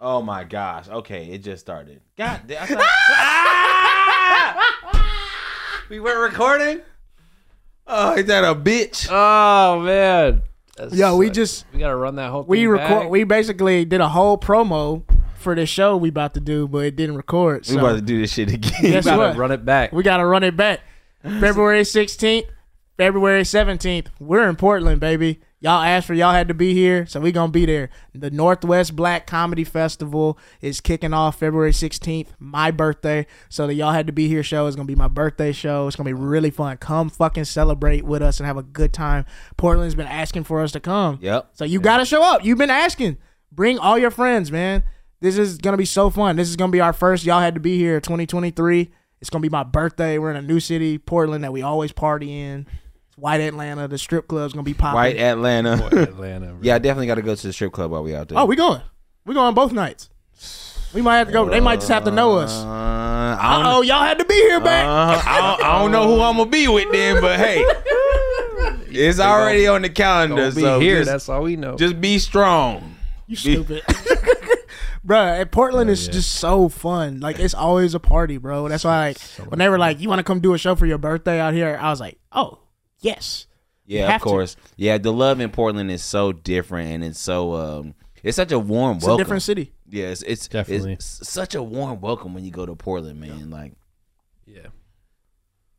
Oh my gosh. Okay, it just started. God damn. I thought- Ah! We weren't recording? Oh, is that a bitch? Oh man. That's Yo, we sick. just we gotta run that whole. we thing record. back. We basically did a whole promo for this show we about to do, but it didn't record. we about So to do this shit again. Yes, We gotta what? run it back. we got to run it back. February sixteenth, February seventeenth. We're in Portland, baby. Y'all asked for y'all had to be here, so we gonna be there. The Northwest Black Comedy Festival is kicking off February sixteenth, my birthday. So the y'all had to be here show is gonna be my birthday show. It's gonna be really fun. Come fucking celebrate with us and have a good time. Portland's been asking for us to come. Yep. So you got to show up. You've been asking. Bring all your friends, man. This is going to be so fun. This is going to be our first y'all had to be here 2023. It's going to be my birthday. We're in a new city, Portland that we always party in. It's white Atlanta. The strip club's going to be popping. White Atlanta. Atlanta. bro. yeah, I definitely got to go to the strip club while we out there. Oh, we going. We going both nights. We might have to go. They might just have to know us. Uh, Uh I don't, oh, y'all had to be here, back. Uh, I, don't, I don't know who I'm going to be with then, but hey. It's already on the calendar. Don't be so here. just- That's all we know. just be strong. You stupid. Bruh, and Portland is just so fun. Like it's always a party, bro. That's why like when they were like, You wanna come do a show for your birthday out here? I was like, Oh, yes. Yeah, have of to. course. Yeah, the love in Portland is so different, and it's so um, it's such a warm It's welcome. a different city. Yeah, it's it's, Definitely. it's such a warm welcome when you go to Portland, man. Like yeah.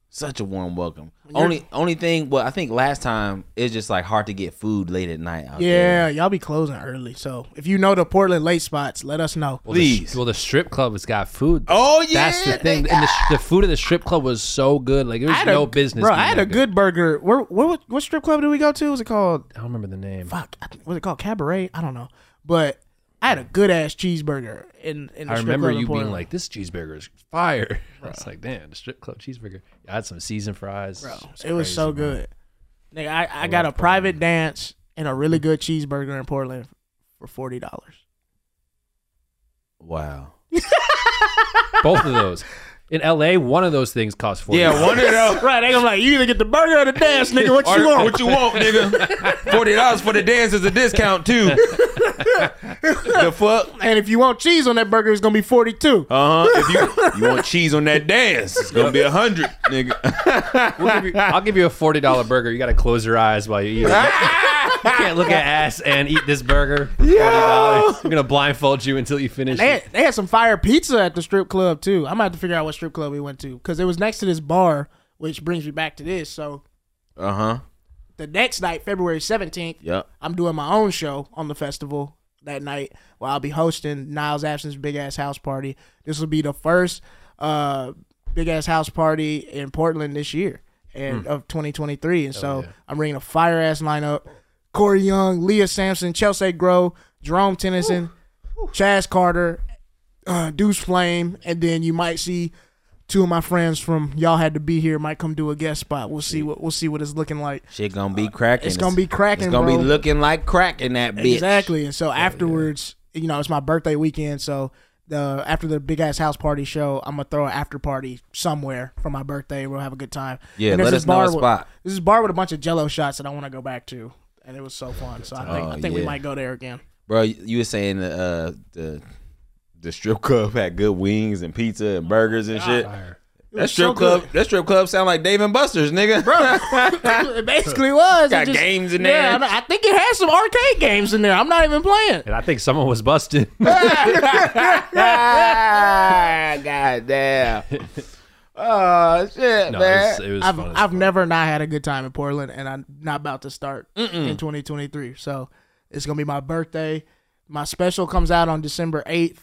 such a warm welcome. Only only thing, well, I think last time it's just like hard to get food late at night. Out Yeah, there. y'all be closing early. So if you know the Portland late spots, let us know. Well, the- Please. well, the strip club has got food. Oh yeah, That's the they thing. got- And the, sh- the food at the strip club was so good. Like, there was no business. Bro, being I had that a good burger. Where what what strip club did we go to? Was it called I don't remember the name. fuck I think- was it called Cabaret? I don't know. But I had a good ass cheeseburger in, in the I strip remember club in you being Portland. like, "This cheeseburger is fire." I was like, "Damn, the strip club cheeseburger." I had some seasoned fries. bro. It's it was crazy, so man. good. Nigga, I, I got a private dance and a really good cheeseburger in Portland for forty dollars. wow. Both of those in L.A. One of those things cost forty. Yeah, one of those. Right, they gonna be like you either get the burger or the dance, nigga. What Or you want? What you want, nigga? Forty dollars for the dance is a discount too. the fuck? and if you want cheese on that burger, it's gonna be forty two. Uh huh. If you you want cheese on that dance, it's gonna be a hundred, nigga. We'll give you- I'll give you a forty dollar burger. You got to close your eyes while you eat. it. you can't look at ass and eat this burger. For forty dollars. We're gonna blindfold you until you finish. They it. had, they had some fire pizza at the strip club too. I'm gonna have to figure out what strip club we went to because it was next to this bar, which brings me back to this. So Uh huh. the next night, February seventeenth, Yep. I'm doing my own show on the festival that night where I'll be hosting Niles Absence Big Ass House Party. This will be the first uh, Big Ass House Party in Portland this year and of 2023. And so I'm bringing a fire ass lineup Corey Young, Leah Sampson, Chelsea Grow, Jerome Tennyson, Chaz Carter, uh, Deuce Flame, and then you might see. Two of my friends from y'all had to be here might come do a guest spot. We'll see what we'll see what it's looking like. Shit gonna be cracking. it's gonna be cracking, It's gonna bro. be looking like cracking that bitch. Exactly. And so afterwards, you know, it's my birthday weekend, so the after the big ass house party show, I'm gonna throw an after party somewhere for my birthday. We'll have a good time. Yeah, And there's let this us know a with- spot. This is a bar with a bunch of Jello shots that I want to go back to, and it was so fun. So I think I Oh, think we yeah. might go there again. bro. You were saying the uh, the the strip club had good wings and pizza and burgers and shit. It That was strip so club, good. that strip club sound like Dave and Buster's, nigga. Bro, it basically was. It Got just- games in Yeah, there. I know. I think it has some arcade games in there. I'm not even playing. And I think someone was busted. God damn. Oh shit, No, uh, it man. was, it was I've fun as I've never not had a good time in Portland, and I'm not about to start in 2023. So it's gonna be my birthday. My special comes out on December 8th.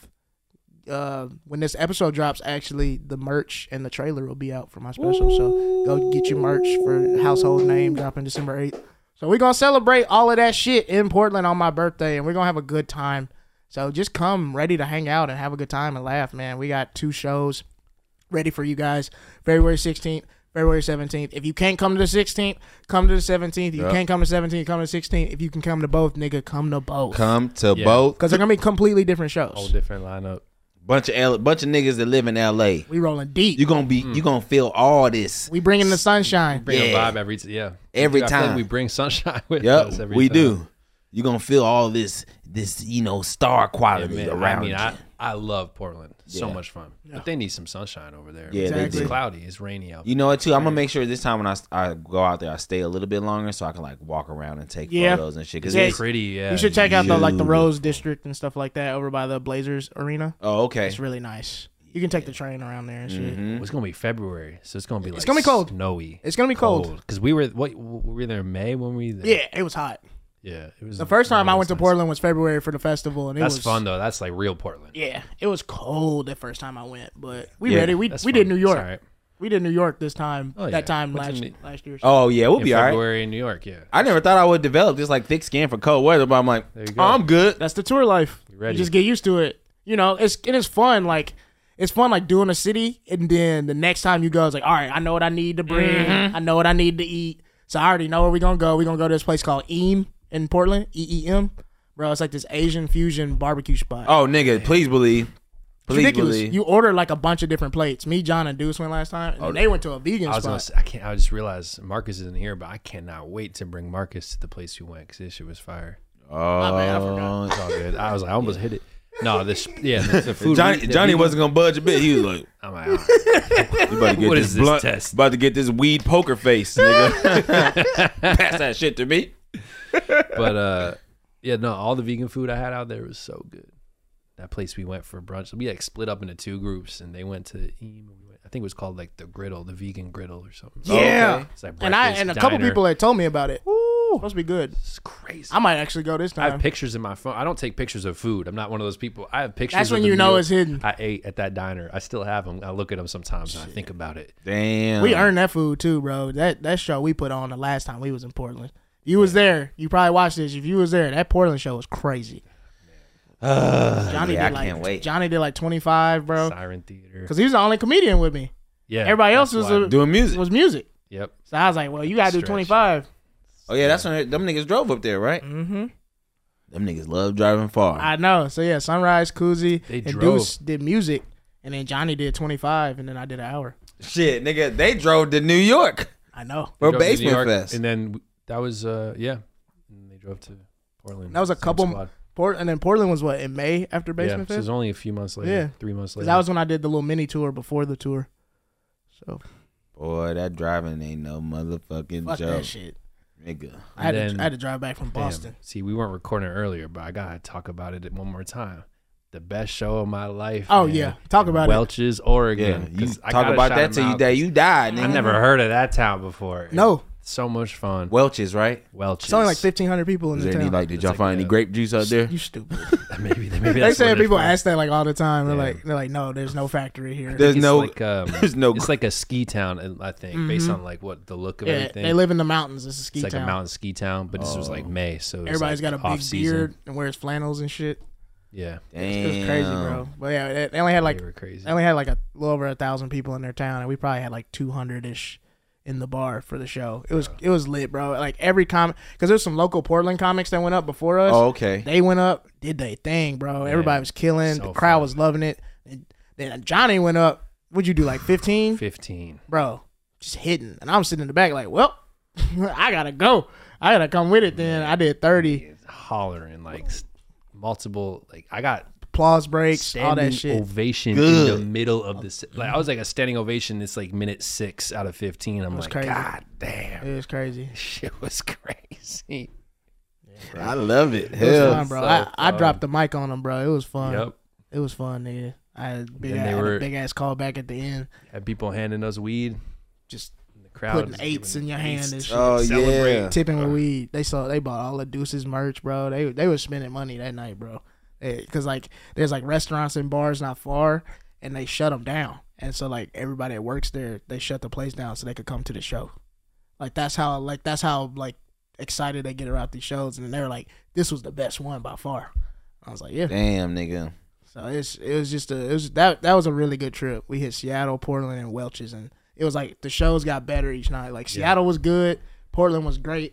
Uh, when this episode drops, actually, the merch and the trailer will be out for my special. So go get your merch for household name dropping December 8th. So we're gonna celebrate all of that shit in Portland on my birthday, and we're gonna have a good time. So just come ready to hang out and have a good time and laugh, man. We got two shows ready for you guys. February 16th, February 17th. If you can't come to the 16th, come to the 17th. If you can't come to 17th, come to 16th. If you can come to both, nigga, come to both. Come Oh, to Yeah. both Because they're going to be completely different Whole shows. different lineup. bunch of L- bunch of niggas that live in L.A. We rolling deep. You gonna Hmm. be, you gonna feel all this. we bringing the sunshine. Bring Yeah. a vibe every t- yeah Every I feel like time. we bring sunshine with us. Yep, every we time. do. You're gonna feel all this this you know star quality Man, around I mean, you. I, I love Portland. So Yeah. much fun. But they need some sunshine over there. Yeah, they it's do. cloudy. It's rainy out. You know what? Too, I'm gonna make sure this time when I, I go out there, I stay a little bit longer so I can like walk around and take Yeah. photos and shit. 'Cause Yeah. it's- pretty. Yeah. You should check out the like the you- Rose District and stuff like that over by the Blazers Arena. oh, okay. It's really nice. You can take the train around there and shit. Mhm. It's gonna be February, so it's gonna be like gonna be cold. snowy. It's gonna be cold. because we were what we were there in May when we there? Yeah, it was hot. yeah. It was The first time it I was went to nice. Portland was February for the festival, and it That's was fun though. That's like real Portland. Yeah, it was cold the first time I went, but we Yeah, ready. We we That's did fun. New York. It's all right. We did New York this time. Oh, yeah. That time What's last in the- last year. Oh yeah, we'll In be all right. February in New York. Yeah. I never thought I would develop this like thick skin for cold weather, but I'm like, There you go. oh, I'm good. That's the tour life. You ready? You just get used to it. You know, it's it is fun. Like it's fun like doing a city, and then the next time you go, it's like, all right, I know what I need to bring. I know what I need to eat. So I already know where we're gonna go. We're gonna go to this place called Eam in Portland. E E M, bro. It's like this Asian fusion barbecue spot. Oh nigga, please believe. It's Please ridiculous. believe. You order like a bunch of different plates. Me, John, and Deuce went last time, and then they went to a vegan Oh, I was spot. gonna. Say, I can't. I just realized Marcus isn't here, but I cannot wait to bring Marcus to the place we went because this shit was fire. oh, bad, I forgot. It's all good. I was like, I almost hit it. No, this. Yeah, the, the food. Johnny the Johnny vegan- wasn't gonna budge a bit. He was like, I'm like, "All right." you about to get What this is this blunt, test? about to get this weed poker face, nigga. Pass that shit to me. but uh, yeah, no, all the vegan food I had out there was so good. That place we went for brunch, we like split up into two groups, and they went to Eam. and we went- I think it was called like the Griddle, the vegan Griddle or something. yeah, It's like Oh, and I breakfast, and a couple diner. people had told me about it. Ooh, supposed to be good. It's crazy. I might actually go this I time. have pictures in my phone. I don't take pictures of food. I'm not one of those people. I have pictures. That's of when the you know meal it's hidden. I ate at that diner. I still have them. I look at them sometimes and I think about it. Damn. We earned that food too, bro. That that show we put on the last time we was in Portland. You was there. You probably watched this. If you was there, that Portland show was crazy. Johnny yeah, I did like can't wait. Johnny did like twenty five, bro. Siren Theater. Because he was the only comedian with me. Yeah. everybody else that's was why- a- doing It music. was music. Yep. So I was like, well, you gotta do Stretch. twenty five. Oh yeah, that's when they- them niggas drove up there, right? Mm-hmm. Them niggas love driving far. I know. So yeah, Sunrise, Koozie, They and drove. Deuce did music, and then Johnny did twenty five, and then I did an hour. Shit, nigga, they drove to New York I know. for We drove to New Basement York, Fest. And then w- that was uh yeah. And they drove to Portland. That was a Same couple- squad. Port and then Portland was what in May after Yeah. Basement So it Fest. was only a few months later. Yeah. Three months later. Because that was when I did the little mini tour before the tour. So Boy, that driving ain't no motherfucking fuck joke, that shit. nigga. I had, And to, then- I had to drive back from Damn. Boston. See, we weren't recording earlier, but I gotta talk about it one more time. The best show of my life. Oh man. yeah, talk about Welch's, Yeah, Oregon. you 'Cause I talk gotta about shout that him till you out die. 'cause You died, I nigga. never heard of that town before. it. No, So much fun. Welch's, right? Welch's. it's only like fifteen hundred people in Is the there any town. like? Did It's y'all like find any a- grape juice out there? you stupid. maybe, maybe they that's say what people it's for. ask that like all the time. They're Yeah. like, they're like, no, there's no factory here. There's It's no. like, um, there's no. It's like a ski town, and I think based on like what the look of Mm-hmm. yeah, everything. they live in the mountains. It's a ski it's like town. Oh. a mountain ski town, but this was like May, so it was Everybody's like got a big off-season. beard and wears flannels and shit. Yeah, It was crazy, bro. But yeah, they- they only had like they were crazy. they only had like a little over a thousand people in their town, and we probably had like two hundred ish in the bar for the show. It was it was lit, bro. Like every comic, because there's some local Portland comics that went up before us. Oh, okay. They went up, did their thing, bro. Everybody was killing. so the crowd fun. was loving it. And then Johnny went up. What'd you do? Like fifteen, Fifteen. bro? Just hitting, and I'm sitting in the back like, well, I gotta go. I gotta come with it. Then I did thirty It's hollering like s- multiple. Like I got applause breaks, all standing that shit. Oh. ovation Good. in the middle of this. Like I was like a standing ovation. This like minute six out of fifteen. I'm like, crazy. God damn, It was crazy. shit was crazy. I love it. It was Hell, fun, bro. so I, I fun. dropped the mic on them, bro. It was fun. Yep. It was fun, nigga. I had a big, Then they ass, were- big ass call back at the end, Had people handing us weed. just in The crowd putting was eights giving in your hand and eights. shit. Oh Celebrate. yeah. tipping with weed. They saw they bought all the Deuces merch, bro. They they were spending money that night, bro. Because like there's like restaurants and bars not far, and they shut them down. And so like everybody that works there, they shut the place down so they could come to the show. Like that's how like that's how like excited they get about these shows. And they were like, this was the best one by far. I was like, yeah. Damn, nigga. So it's it was just a it was that that was a really good trip. We hit Seattle, Portland, and Welch's, and it was like the shows got better each night. Like Seattle was good, Portland was great,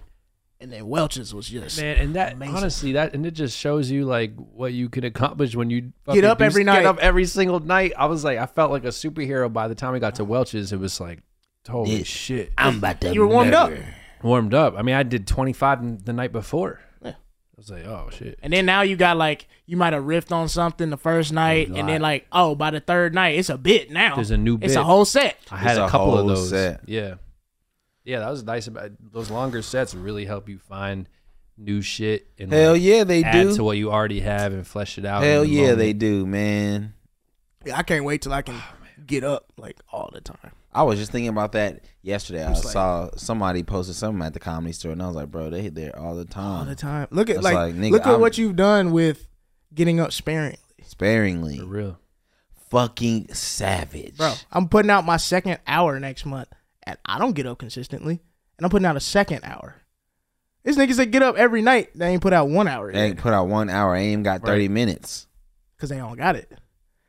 and then Welch's was just Man, and that Amazing. honestly, that and it just shows you like what you can accomplish when you fucking Get up do- every night. Get up every single night. I was like, I felt like a superhero by the time we got to Welch's. It was like, holy This- shit, I'm about to. you were warmed up. warmed up. I mean, I did 25 n- the night before. Yeah. was like, oh shit. And then now you got like you might have riffed on something the first night, and then like oh by the third night it's a bit now. There's a new It's a bit. whole set. I had It's a, a couple of whole those. set. Yeah, yeah, that was nice. About those longer sets really help you find new shit and Hell like, yeah, they add to do. what you already have and flesh it out. Hell in the yeah, moment. they do, man. Yeah, I can't wait till I can Oh, get up like all the time. I was just thinking about that yesterday. I It's like- saw somebody posted something at the comedy store, and I was like, bro, they hit there all the time, All the time. Look at It's like, like, nigga, look at I'm- what you've done with getting up sparingly, sparingly. for real. Fucking savage, bro. I'm putting out my second hour next month, and I don't get up consistently, and I'm putting out a second hour. These niggas that get up every night, they ain't put out one hour They ain't yet put out one hour. They ain't got thirty minutes. because they don't got it.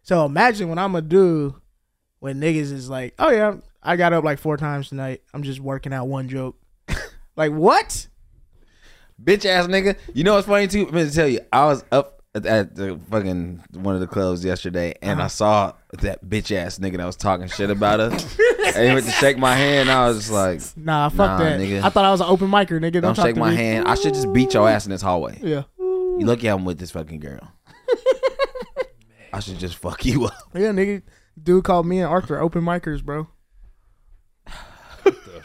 So imagine what I'm gonna do when niggas is like, oh yeah, I got up like four times tonight. I'm just working out one joke. like what? Bitch ass nigga. You know what's funny too? I'm gonna tell you. I was up at, at the fucking one of the clubs yesterday, and I Uh-huh. saw that bitch ass nigga that was talking shit about us. and he went to shake my hand. And I was just like, Nah, fuck Nah, that. nigga. I thought I was an open micer, nigga. Don't, "Don't talk shake to my me. hand. I should just beat your ass in this hallway. Yeah. You lucky I'm with this fucking girl. I should just fuck you up. Yeah, nigga. Dude called me and Arthur open micers, bro.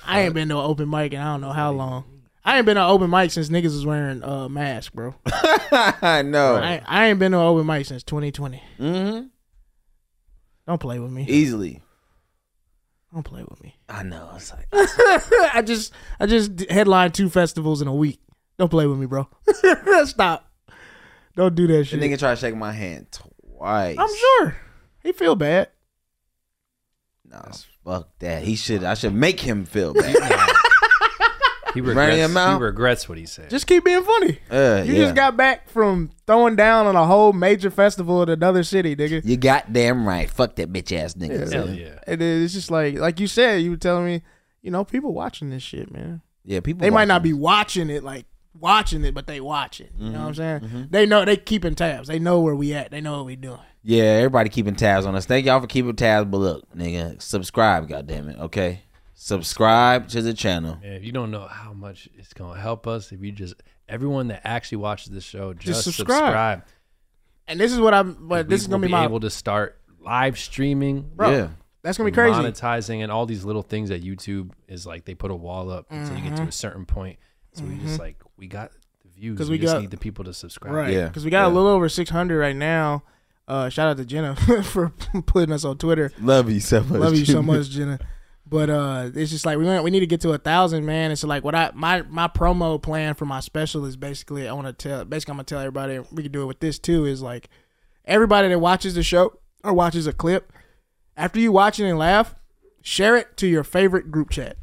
I ain't been to an open mic in I don't know how long. I ain't been to an open mic since niggas was wearing uh mask, bro. I know. I, I ain't been to an open mic since 2020. Mm-hmm. Don't play with me. Easily. Don't play with me. I know. It's like I just I just d- headlined two festivals in a week. Don't play with me, bro. Stop. Don't do that the shit. nigga tried to shake my hand twice. I'm sure he feel bad. Nah, fuck that. He should. I should make him feel bad. He Running regrets. him out? He regrets what he said. Just keep being funny. Uh, You yeah. just got back from throwing down on a whole major festival in another city, nigga. You goddamn right. Fuck that bitch ass nigga. Hell Yeah, yeah. And then it's just like, like you said, you were telling me, you know, people watching this shit, man. people. They might not watching. be watching it, like watching it, but they watch it. You know what I'm saying? They know they keeping tabs. They know where we at. They know what we doing. Yeah, everybody keeping tabs on us. Thank y'all for keeping tabs. But look, nigga, subscribe. Goddamn it. Okay, subscribe to the channel. Man, if you don't know how much it's gonna help us, if you just everyone that actually watches this show, just, subscribe. subscribe. And this is what I'm. But this We is gonna will be my. able to start live streaming, Bro, Yeah. that's gonna be crazy. monetizing, and all these little things that YouTube is like. They put a wall up until you get Mm-hmm. to a certain point. So we just like we got the views. 'Cause We, Mm-hmm. we just got- need the people to subscribe. Right. Yeah. Because we got a Yeah. little over 600 right now. Uh, shout out to Jenna for putting us on Twitter. Love you so much. Love you so much, Jenna. But uh, it's just like we want, we need to get to a thousand, man. It's like what I my my promo plan for my special is basically I want to tell basically I'm gonna tell everybody we can do it with this too is like everybody that watches the show or watches a clip after you watch it and laugh, share it to your favorite group chat.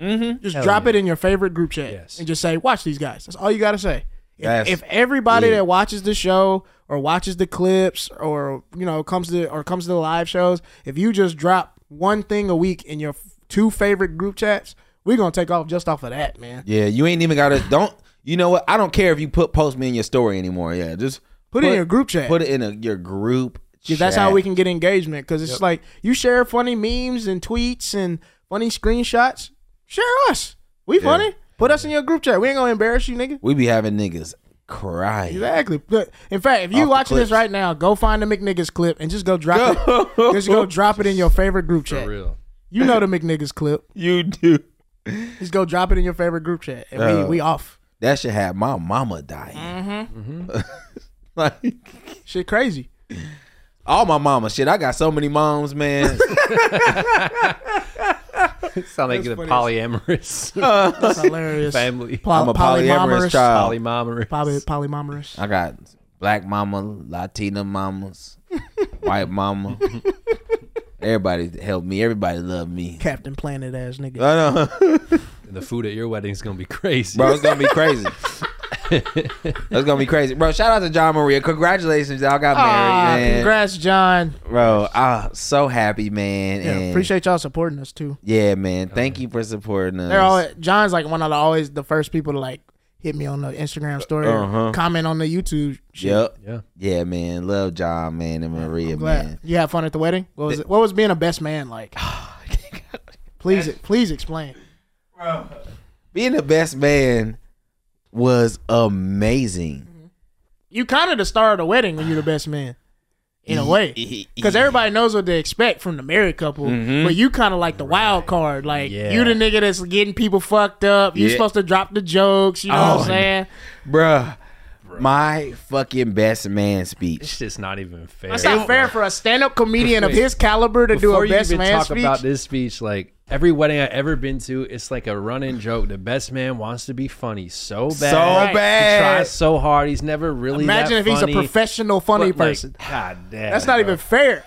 Mm-hmm. Just drop it in your favorite group chat Yes. and just say watch these guys. That's all you gotta say. If, That's- if everybody Yeah. that watches the show or watches the clips or you know comes to or comes to the live shows, if you just drop one thing a week in your f- two favorite group chats, we're gonna take off just off of that, man. Yeah, you ain't even got to. Don't. You know what? I don't care if you put post me in your story anymore. Yeah, just Put, it in your group chat. Put it in a, your group. 'Cause that's chat. how we can get engagement. Because it's like you share funny memes and tweets and funny screenshots. Share us. We funny. Put us in your group chat. We ain't gonna embarrass you, nigga. We be having niggas crying. Exactly. But in fact, if Off you the watching this clips. right now, go find the McNiggers clip and just go drop it. Just go drop it in your favorite group chat. For real. You know the McNiggers clip. You do. Just go drop it in your favorite group chat, and Uh, we we off. That shit had my mama dying. like Shit, crazy. all my mama shit. I got so many moms, man. Sound like the polyamorous That's hilarious. family. Poly- I'm a polyamorous child. Polymamorous. Poly- polymamorous. I got black mama, Latina mamas, white mama. Everybody helped me. Everybody loved me. Captain Planet ass nigga. I know, the food at your wedding's gonna be crazy. bro. It's gonna be crazy. That's gonna be crazy, bro. Shout out to John Maria. Congratulations, y'all got Ah, married, man. congrats, John. Bro, I'm so happy, man. Yeah, and appreciate y'all supporting us too. Yeah, man. Thank you for supporting us. They're all John's like one of the always the first people to like hit me on the Instagram story, or Uh-huh. comment on the YouTube. Shit. Yep. Yeah. Yeah, man. Love John, man, and Maria, I'm glad. man. You had fun at the wedding. What was it? What was being a best man like? please, please explain. Being the best man was amazing. You kind of the star of the wedding when you're the best man, in a way, because everybody knows what they expect from the married couple. But you kind of like the wild card, like Mm-hmm. Yeah. you the nigga that's getting people fucked up. You Yeah. supposed to drop the jokes. You know what Oh, I'm saying? Bruh, my fucking best man speech. It's just not even fair. That's not fair for a stand-up comedian of Wait. his caliber to do Before a you best even man talk speech. about this speech, like every wedding I ever been to, it's like a running joke. The best man wants to be funny so bad, So Right. He he bad. tries so hard. He's never really. Imagine if that he's a funny, professional funny but, like, person. God damn, That's not bro. even fair.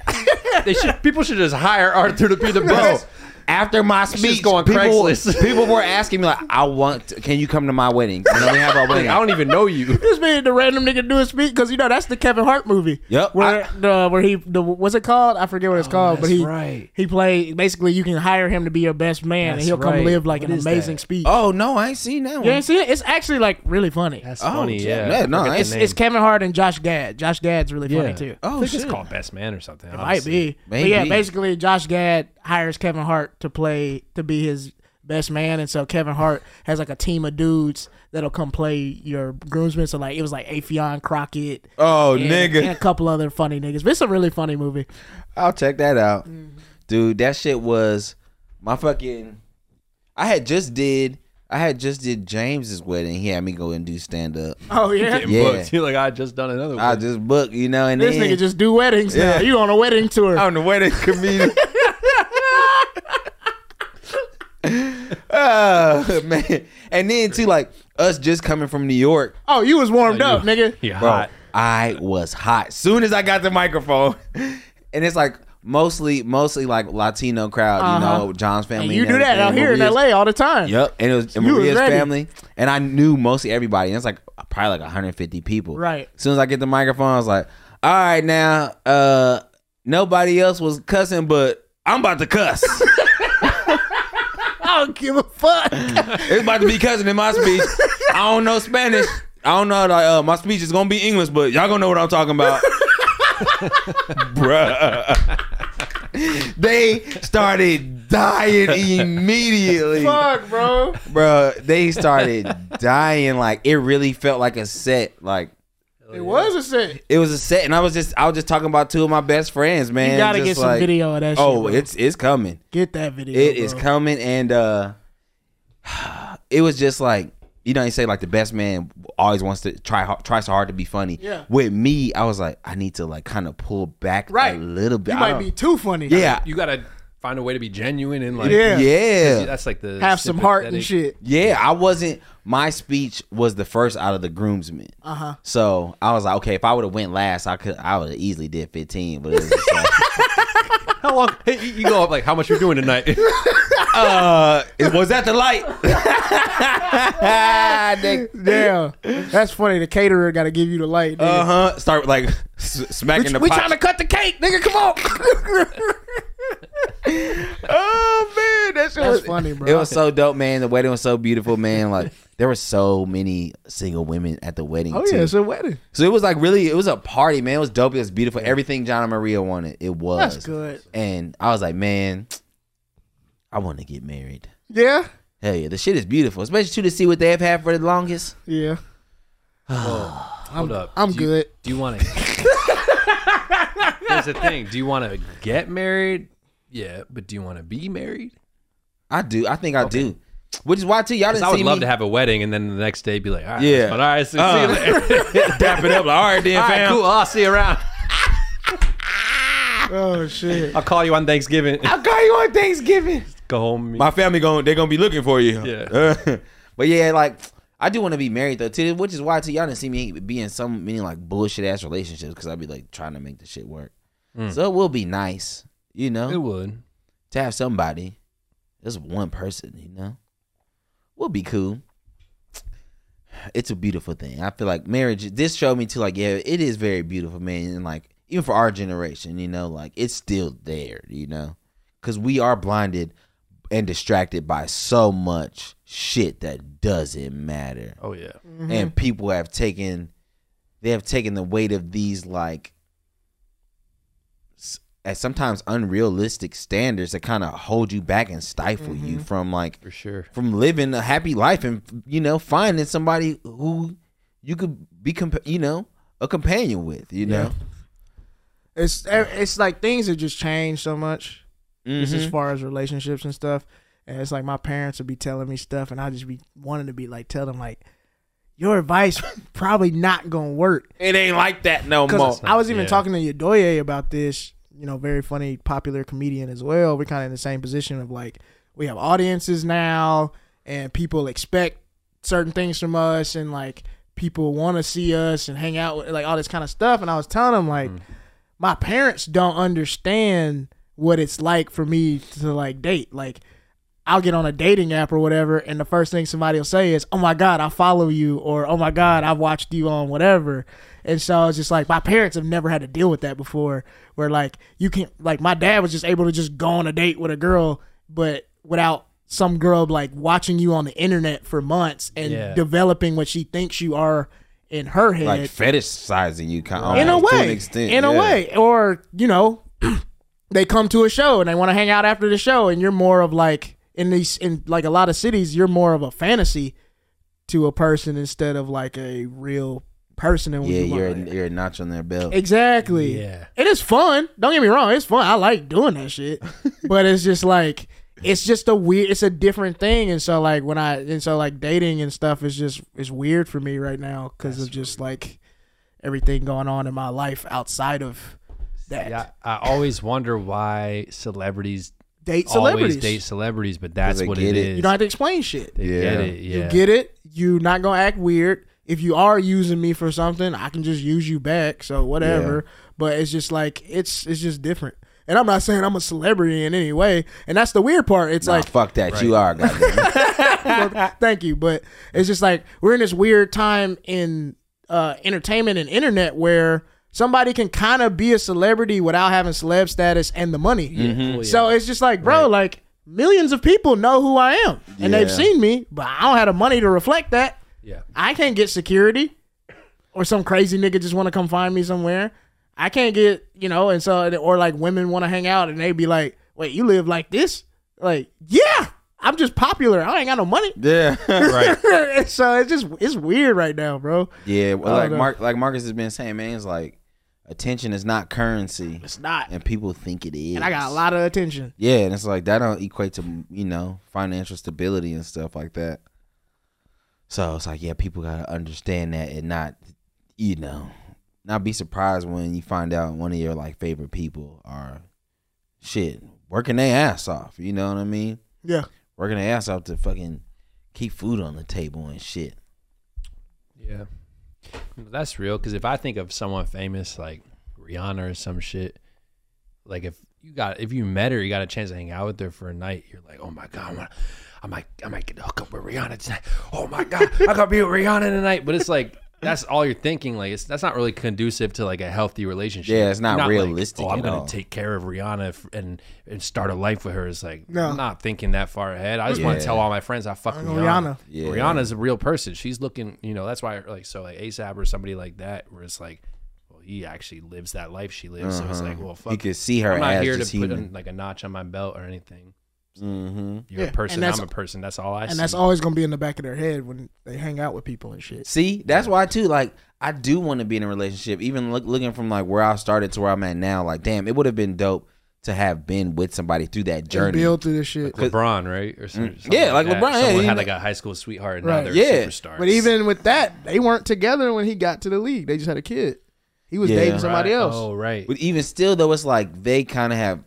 They should, people should just hire Arthur to be the Bro, best. after my speech, go on people, Craigslist. people were asking me like, "I want, can you come to my wedding?" And then we have our Like, wedding. I don't even know you. this being the random nigga do a speech because you know that's the Kevin Hart movie. Yep, Where the where he the what's it called? I forget what it's called, but Oh, that's he right. he played basically you can hire him to be your best man That's and he'll come right. live like What an is amazing that? speech. oh no, I ain't seen that one. You ain't see it? It's actually like really funny. That's Oh, funny. yeah. Yeah, Yeah, no, I forget the it's- name. It's Kevin Hart and Josh Gad. Josh Gad's really Yeah. funny too. oh I think it's shit. called Best Man or something. It Might be. But yeah, Maybe. basically Josh Gad hires Kevin Hart to play to be his best man and so Kevin Hart has like a team of dudes that'll come play your groomsmen. So like it was like Afion Crockett. Oh and, nigga, and a couple other funny niggas. But it's a really funny movie. I'll check that out. Dude, that shit was my fucking I had just did I had just did James's wedding. He had me go and do stand up. Oh yeah, Yeah. Booked. You're like I just done another. I one. just booked, you know, and this then nigga just do weddings Yeah. Oh. now. You on a wedding tour? I'm the wedding comedian. oh man. And then too, like us just coming from New York. Oh, you was warmed you- up, nigga. You're Bro, hot. I was hot. Soon as I got the microphone, and it's like mostly, mostly like Latino crowd, Uh-huh. you know, John's And family. you do that everything, out here in Maria's- L.A. all the time. Yep, and it was and You was Maria's ready. family, and I knew mostly everybody. And it's like probably like 150 people. Right. As soon as I get the microphone, I was like, "All right, now, uh, nobody else was cussing, but I'm about to cuss. I don't give a fuck. it's about to be cussing in my speech. I don't know Spanish. I don't know. Like, uh, my speech is gonna be English, but y'all gonna know what I'm talking about." Bruh. they started dying immediately. fuck, bro. bro they started dying like it really felt like a set like It was a set. it was a set and i was just i was just talking about two of my best friends man you gotta Just get some like, video of that. shit, oh bro. it's it's coming get that video. It is bro. coming and uh it was just like you know you say like the best man always wants to try hard, try so hard to be funny Yeah. with me i was like i need to like kind of pull back Right. a little bit You I might don't- be too funny. yeah You gotta find a way to be genuine and like Yeah. yeah That's like the have some heart and sympathetic- shit. Yeah, I wasn't. My speech was the first out of the groomsmen. Uh huh. So I was like, okay, if I would have went last, I could, I would have easily did fifteen. But it was just like, How long? Hey, you- you go up like how much you're doing tonight? uh, it- was that the light? Damn, that's funny. The caterer gotta give you the light. Uh nigga. huh. Start like s- smacking the we pot. trying to cut the cake, nigga. Come on. oh man, that shit That's was funny, bro. It was so dope, man. The wedding was so beautiful, man. Like there were so many single women at the wedding. oh too. yeah, it's a wedding. So it was like really, it was a party, man. It was dope. It was beautiful. Everything John and Maria wanted, it was. That's good. And I was like, man, I want to get married. Yeah, Hell yeah, the shit is beautiful, especially too to see what they have had for the longest. yeah. Hold up. I'm Do you- good. Do you want to? There's the thing. Do you want to get married? Yeah, but do you want to be married? I do. I think I do. Which is why too y'all 'Cause didn't I would see love me to have a wedding and then the next day be like, all right, Yeah. yeah, but all right, see, see you later. dap it up. Like, all right, then, All right, fam. cool. I'll see you around. Oh shit. I'll call you on Thanksgiving. I'll call you on Thanksgiving. Go home. My family going they're gonna be looking for you. Yeah. but yeah, like I do want to be married though too, which is why too y'all didn't see me be in some many like bullshit ass relationships because I'd be like trying to make the shit work. Mm. So it will be nice, you know. it would. to have somebody, just one person, you know, will be cool. It's a beautiful thing. I feel like marriage. This showed me too. Like, yeah, it is very beautiful, man. And like, even for our generation, you know, like it's still there, you know, because we are blinded and distracted by so much shit that doesn't matter Oh yeah. and people have taken they have taken the weight of these like s- at sometimes unrealistic standards that kind of hold you back and stifle you from like for sure. from living a happy life and you know finding somebody who you could be compa- you know a companion with you know It's e, it's like things have just changed so much. just as Mhm. far as relationships and stuff. And it's like my parents would be telling me stuff, and I just be wanting to be like, tell them like, your advice probably not gonna work. it ain't like that no more Because I was even yeah. talking to Yodoye about this. You know, very funny, popular comedian as well. We're kind of in the same position of like we have audiences now, and people expect certain things from us, and like people want to see us and hang out with like all this kind of stuff. And I was telling him like, my parents don't understand what it's like for me to like date. Like I'll get on a dating app or whatever, and the first thing somebody will say is, "Oh my God, I follow you," or "Oh my God, I watched you on whatever." And so it's just like my parents have never had to deal with that before, where like you can like my dad was just able to just go on a date with a girl, but without some girl like watching you on the internet for months and Yeah. developing what she thinks you are in her head like fetishizing you kind in a way, to an extent in a yeah. way, or you know, they come to a show and they want to hang out after the show, and you're more of like in these in like a lot of cities, you're more of a fantasy to a person instead of like a real person. And what yeah you want. you're a, you're a notch on their belt exactly. Yeah. It is fun. Don't get me wrong. It's fun. I like doing that shit. but it's just like it's just a weird it's a different thing and so like when I and so like dating and stuff is just is weird for me right now cuz of just like everything going on in my life outside of that. Yeah, I always wonder why celebrities Date always celebrities. date celebrities, but that's they what get it it. is. you don't have to explain shit. They Yeah. get it. Yeah. You get it? You're not going to act weird. If you are using me for something, I can just use you back, so whatever. But it's just like it's it's just different. And I'm not saying I'm a celebrity in any way. And that's the weird part. It's Nah, like fuck that you are goddamn. well, thank you but it's just like we're in this weird time in uh entertainment and internet where somebody can kind of be a celebrity without having celeb status and the money Well, so yeah. it's just like bro like millions of people know who i am and they've Yeah. seen me but i don't have the money to reflect that yeah. i can't get security or some crazy nigga just want to come find me somewhere i can't get you know and so or like women want to hang out and they be like wait you live like this like yeah i'm just popular i ain't got no money yeah Right. so it's just it's weird right now, bro. yeah well, like know. Mark like Marcus has been saying man it's like attention is not currency It's not. and people think it is And I got a lot of attention. yeah and it's like that don't equate to you know financial stability and stuff like that so it's like yeah people gotta understand that and not you know not be surprised when you find out one of your like favorite people are shit working their ass off you know what i mean Yeah. working their ass off to fucking keep food on the table and shit Yeah. No, That's real. Because if I think of someone famous like Rihanna or some shit, like if you got if you met her, you got a chance to hang out with her for a night. You're like, oh my god, I, wanna, I might I might get to hook up with Rihanna tonight. Oh my god, I gotta be with Rihanna tonight. But it's like that's all you're thinking. Like it's that's not really conducive to like a healthy relationship. Yeah, it's not You're like, realistic oh, I'm at gonna all. take care of Rihanna f- and and start a life with her. It's like No. I'm not thinking that far ahead. I just want Yeah. to tell all my friends I fuck I'm Rihanna. Rihanna. Yeah. Rihanna's a real person. She's looking, you know, that's why like so like ASAP or somebody like that, where it's like, well, he actually lives that life she lives. So it's like, well, fuck. you Uh-huh. could see her I'm not ass here to just put human. in, like a notch on my belt or anything. mm-hmm. You're Yeah, a person. and that's- I'm a person. That's all I see. And that's always gonna be in the back of their head when they hang out with people and shit. See, that's why too. Like, I do want to be in a relationship. Even look, looking from like where I started to where I'm at now, like, damn, it would have been dope to have been with somebody through that They journey. build through this shit. LeBron, right? Or some- something Mm. Yeah, like that. LeBron, yeah, Someone you had know- like a high school sweetheart. And Right. now they're Yeah. superstars. But even with that, they weren't together when he got to the league. They just had a kid. He was Yeah. dating somebody Right. else. Oh, right. But even still, though, it's like they kind of have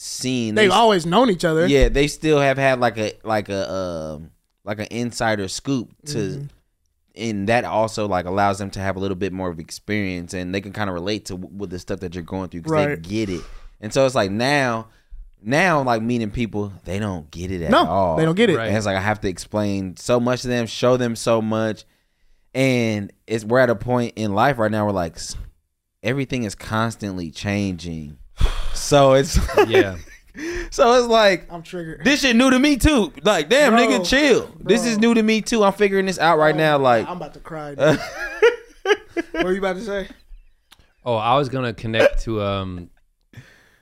seen. They've always known each other. yeah, they still have had like a like a um like an insider scoop to. Mm-hmm. And that also like allows them to have a little bit more of experience, and they can kind of relate to w- with the stuff that you're going through because Right. they get it. And so it's like now, now like meeting people, they don't get it at No, all. they don't get it. Right. And it's like I have to explain so much to them, show them so much, and it's we're at a point in life right now where like s- everything is constantly changing. So it's yeah. so it's like I'm triggered. this shit new to me too. Like damn, Bro, nigga, chill. This is new to me too. I'm figuring this out right now. Like I'm about to cry. dude. what were you about to say? Oh, I was gonna connect to um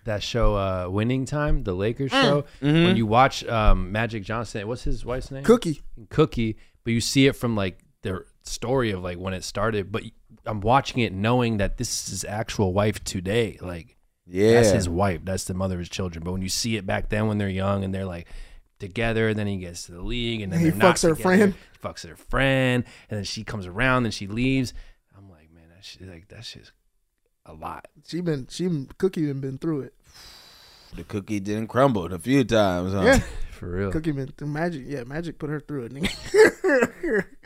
that show, uh, Winning Time, the Lakers Mm. show. Mm-hmm. When you watch um, Magic Johnson, what's his wife's name? Cookie. Cookie, but you see it from like their story of like when it started. But I'm watching it knowing that this is his actual wife today. Like Yeah. that's his wife. That's the mother of his children. But when you see it back then, when they're young and they're like together, then he gets to the league, and then He they're not fucks her together. friend. He fucks her friend, and then she comes around and she leaves. I'm like, man, that shit, like that shit's a lot. She been she been- Cookie done been through it. the cookie didn't crumble a few times. Huh? Yeah, For real, Cookie been through magic. Yeah, magic put her through it, nigga.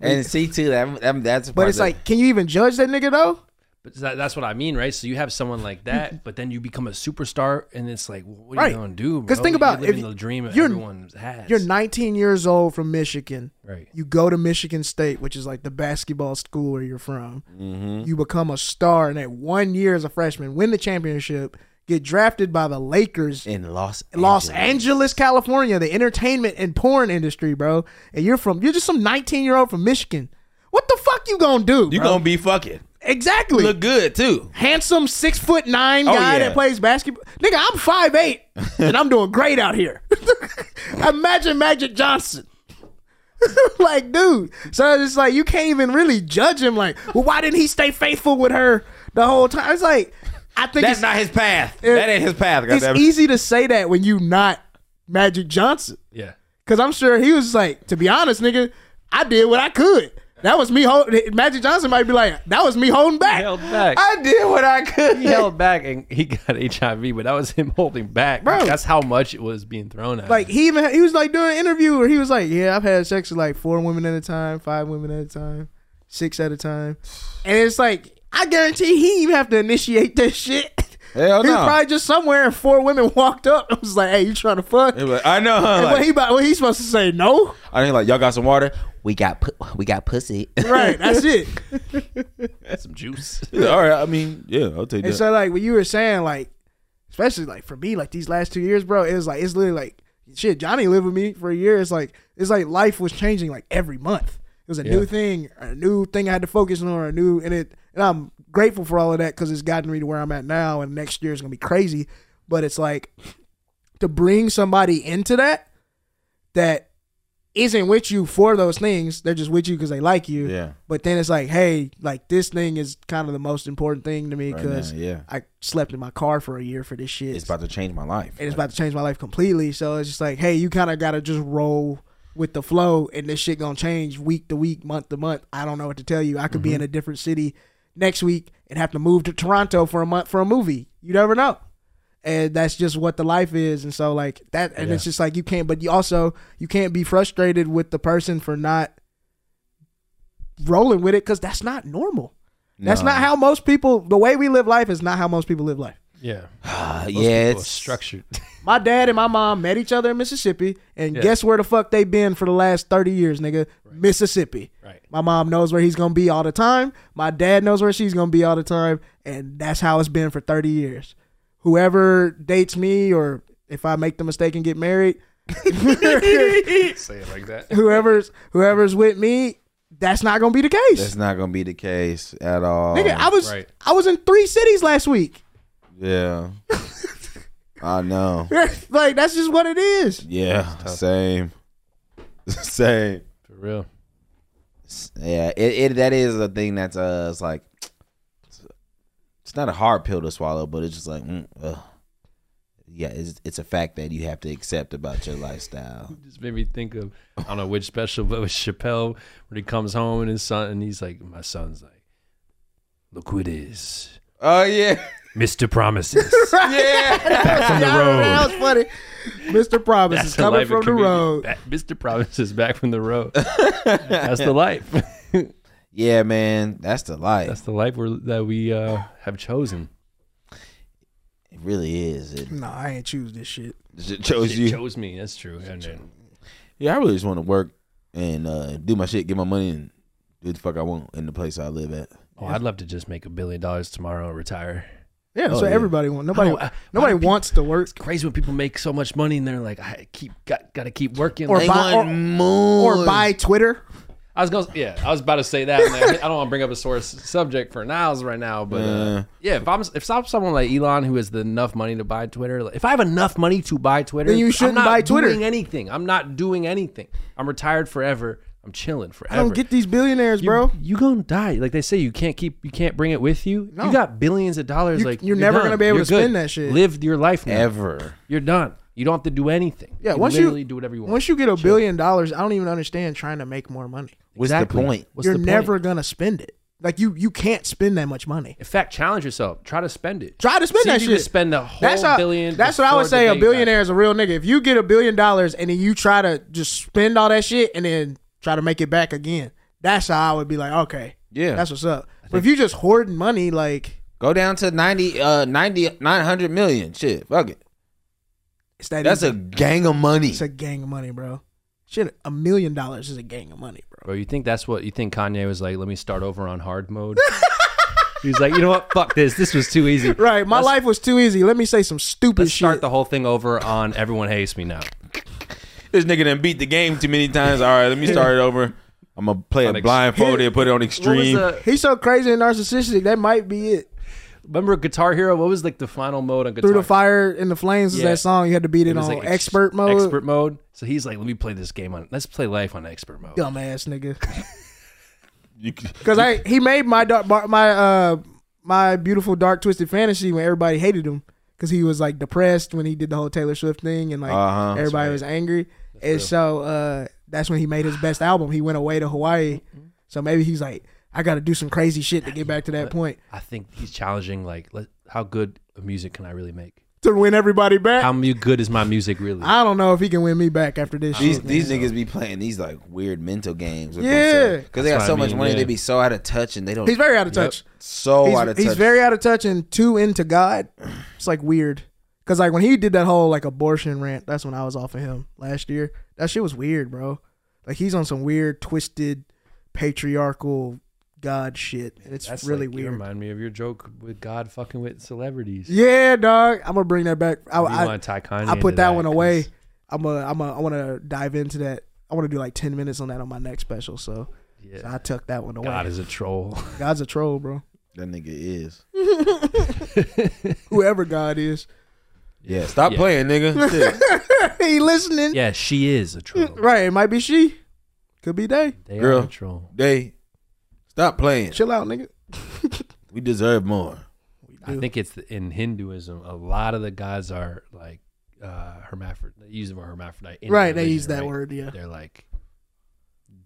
And see too that, that that's the but part it's that- like, can you even judge that nigga though? but that, that's what I mean, right? So you have someone like that, but then you become a superstar, and it's like, what are Right. you gonna do? 'Cause bro? think You're about if living you- the dream that you're- everyone has. You're 19 years old from Michigan. right. You go to Michigan State, which is like the basketball school where you're from. Mm-hmm. You become a star, and at one year as a freshman, win the championship, get drafted by the Lakers in Los Los Angeles, California, the entertainment and porn industry, bro. And you're from you're just some 19 year old from Michigan. What the fuck you gonna do? You bro? gonna be fucking exactly look good too. handsome six foot nine guy yeah. that plays basketball. Nigga, I'm five eight and I'm doing great out here. Imagine Magic Johnson. like, dude. So it's like you can't even really judge him. Like, well, why didn't he stay faithful with her the whole time? It's like I think That's it's, not his path. that ain't his path. it's goddamn it. easy to say that when you not Magic Johnson. Yeah. Cause I'm sure he was like, to be honest, nigga, I did what I could. That was me holding. Magic Johnson might be like, that was me holding back. Held back. I did what I could. he held back and he got HIV, but that was him holding back. Bro. That's how much it was being thrown at. Like him. he even he was like doing an interview where he was like, yeah, I've had sex with like four women at a time, five women at a time, six at a time, and it's like I guarantee he didn't even have to initiate that shit. Hell he was no. probably just somewhere and four women walked up and was like, hey, you trying to fuck? He was like, I know. huh? And what Like, he about- what he supposed to say? No, I think like y'all got some water. We got pu- we got pussy. right? That's it. that's some juice. Yeah, all right. I mean, yeah, I'll take And that. so like what you were saying, like especially like for me, like these last two years, bro, it was like it's literally like shit. Johnny lived with me for a year. It's like it's like life was changing like every month. It was a new thing, a new thing I had to focus on, a new and it. And I'm grateful for all of that because it's gotten me to where I'm at now. And next year is gonna be crazy, but it's like to bring somebody into that that isn't with you for those things. They're just with you because they like you. yeah. But then it's like, hey, like this thing is kind of the most important thing to me Right because now, yeah. I slept in my car for a year for this shit. It's about to change my life. and it's about to change my life completely. So it's just like, hey, you kind of got to just roll with the flow, and this shit gonna change week to week, month to month. I don't know what to tell you. I could be in a different city next week and have to move to Toronto for a month for a movie. You never know. And that's just what the life is. And so like that, and it's just like you can't. But you also you can't be frustrated with the person for not rolling with it because that's not normal. That's No. not how most people. The way we live life is not how most people live life. Yeah. Ah, Most yeah, people are it's structured. My dad and my mom met each other in Mississippi, and Yeah. guess where the fuck they been for the last thirty years, nigga? Mississippi. Right. My mom knows where he's gonna be all the time. My dad knows where she's gonna be all the time, and that's how it's been for thirty years. Whoever dates me, or if I make the mistake and get married, Say it like that. whoever's whoever's with me, that's not gonna be the case. That's not gonna be the case at all. nigga, I was Right. I was in three cities last week. yeah. I know. like that's just what it is. Yeah. Same. same. For real. Yeah. It, it that is a thing that's uh it's like it's not a hard pill to swallow, but it's just like mm, ugh. yeah, it's it's a fact that you have to accept about your lifestyle. Just made me think of I don't know which special, but with Chappelle when he comes home and his son and he's like, My son's like, Look who it is. Oh yeah. Mr. Promises. Yeah. from the Y'all know That road. was funny. Mr. Promise is That's the coming life from of the road. comedian. Back- Mr. Promises back from the road. That's the life. yeah, man. That's the life. That's the life we're, that we uh, have chosen. it really is. It, No, I ain't choose this shit. it chose It you. chose me. That's true. And then- Yeah, I really just want to work and uh, do my shit, get my money, and do what the fuck I want in the place I live at. Oh, I'd love to just make a billion dollars tomorrow and retire. Yeah, so yeah. everybody wants nobody oh, I don't- I- nobody I don't- wants to work Crazy when people make so much money and they're like, I keep got got to keep working. Or Like, buy- or- more. or buy Twitter. I was going. to Yeah, I was about to say that. and I I don't want to bring up a sore s- subject for Niles right now, but uh, yeah, if I'm if I'm someone like Elon who has the enough money to buy Twitter, like, if I have enough money to buy Twitter, Then you I'm shouldn't not buy Twitter. Doing anything? I'm not doing anything. I'm retired forever. I'm chilling forever. I don't get these billionaires, you, bro. You gonna die? Like they say, you can't keep, you can't bring it with you. No. You got billions of dollars. You- like you're never done. gonna be able You're to good. spend that shit. Live your life now. Ever. You're done. You don't have to do anything. Yeah, you once you- literally do whatever you want. Once you get a billion dollars, I don't even understand trying to make more money. What's Exactly. the point? What's You're the point? never gonna spend it. Like you, you can't spend that much money. In fact, challenge yourself. Try to spend it. Try to spend See that if you can shit. spend the whole That's a, billion. That's what I before would the say. A day billionaire is a real nigga. If you get a billion dollars and then you try to just spend all that shit and then try to make it back again, that's how I would be like, okay, Yeah. that's what's up. But if you just hoarding money, like Go down to 90, uh, 90, 900 million. Shit, fuck it. it's that. That's easy. a gang of money. it's a gang of money, bro. Shit, a million dollars is a gang of money, bro. Bro, you think that's what you think Kanye was like? Let me start over on hard mode. he was like, you know what? Fuck this. This was too easy. Right, my Let's- life was too easy. Let me say some stupid Let's shit. start the whole thing over on everyone hates me now. This nigga done beat the game too many times. All right, let me start it over. I'm gonna play On it ex- blindfolded and put it on What was extreme. the, He's so crazy and narcissistic. That might be it. remember Guitar Hero? What was like the final mode on Guitar Through the fire and the flames is Yeah. that song. You had to beat it, was on like ex- expert mode. Expert mode. So he's like, let me play this game on. Let's play life on expert mode. Dumbass nigga. You c- Because I he made my dark bar- my uh my beautiful dark twisted fantasy when everybody hated him because he was like depressed when he did the whole Taylor Swift thing and like Uh-huh. That's everybody was angry and so uh that's when he made his best album. He went away to Hawaii, so maybe he's like I got to do some crazy shit to get back to that point I think he's challenging like, let, how good of music can I really make? to win everybody back. How mu- good is my music really? I don't know if he can win me back after this. these shit, these man. niggas be playing these like weird mental games. With Yeah. because they got That's so what I much mean, money, yeah. they be so out of touch and they don't. He's very out of touch. so he's, Oh, out of he's touch. very out of touch and too into God. It's like weird. Cause like when he did that whole like abortion rant, that's when I was off of him last year. That shit was weird, bro. Like he's on some weird, twisted, patriarchal God shit, and it's That's really like, You weird. remind me of your joke with God fucking with celebrities. Yeah, dog. I'm gonna bring that back. I, If you I, wanna tie Kanye I put into that one away. 'cause- I'm a, I'm a, I want to dive into that. I want to do like ten minutes on that on my next special. So, so Yeah. I tuck that one away. God is a troll. God's a troll, bro. that nigga is. Whoever God is, Yeah, stop Yeah. playing, nigga. Shit. he listening. yeah, she is a troll. Right, it might be she. Could be they. They Girl. are a troll. they stop playing. Chill out, nigga. We deserve more. I think it's in Hinduism. A lot of the gods are like uh, hermaphrodite. They use the word hermaphrodite. in right, they religion, use that right? word, yeah. They're like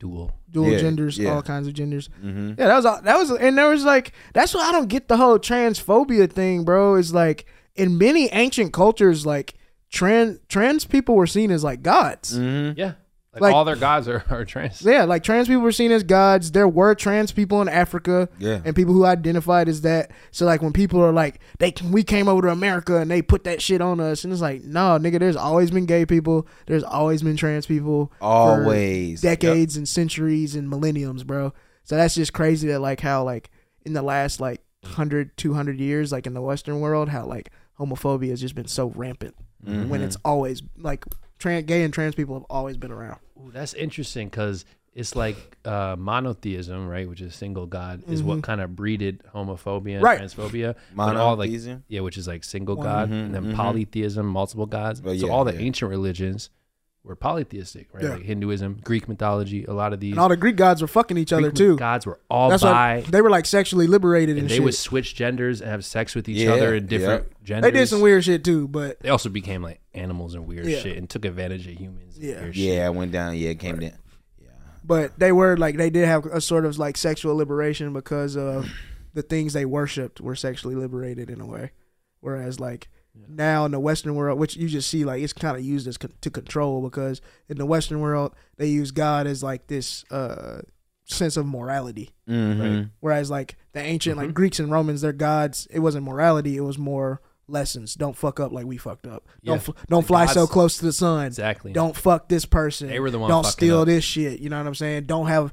dual. Dual Yeah, genders, yeah. all kinds of genders. Mm-hmm. Yeah, that was all that was and there was like that's why I don't get the whole transphobia thing, bro. Is like in many ancient cultures, like trans trans people were seen as like gods. Mm-hmm. Yeah. Like, Like- all their gods are, are trans. Yeah, like trans people were seen as gods. There were trans people in Africa. Yeah. And people who identified as that. So like when people are like, they we came over to America and they put that shit on us, and it's like, no, nigga, there's always been gay people. There's always been trans people. for Always. decades and centuries and millenniums, bro. So that's just crazy that like how like in the last like 100, 200 years, like in the Western world, how like homophobia has just been so rampant Mm-hmm. Mm-hmm. when it's always like trans gay and trans people have always been around. Ooh, that's interesting because it's like uh, monotheism, right, which is single god, is what kind of breeded homophobia and Mm-hmm. Right. transphobia. But all, like- Monotheism? yeah, which is like single god, and then polytheism, multiple gods. Well, so Mm-hmm, yeah, all the yeah. ancient religions were polytheistic, right? Yeah. Like Hinduism, Greek mythology, a lot of these And all the Greek gods were fucking each other Greek too. gods were all That's bi. why they were like sexually liberated and, and they shit. would switch genders and have sex with each Yeah, other in yeah. different they genders. did some weird shit too, but They also became like animals and weird Yeah. shit and took advantage of humans. and Yeah. weird shit. Yeah, I went down. Yeah, it came down. but they were like they did have a sort of like sexual liberation because of Mm. the things they worshipped were sexually liberated in a way whereas like now in the western world which you just see like it's kind of used as con- to control because in the western world they use god as like this uh sense of morality Mm-hmm. whereas like the ancient Mm-hmm. like greeks and romans their gods it wasn't morality it was more lessons don't fuck up like we fucked up Yeah. don't fl- don't fly so gods- close to the sun Exactly. don't fuck this person. They were the one Don't fucking steal up. this shit. You know what I'm saying? Don't have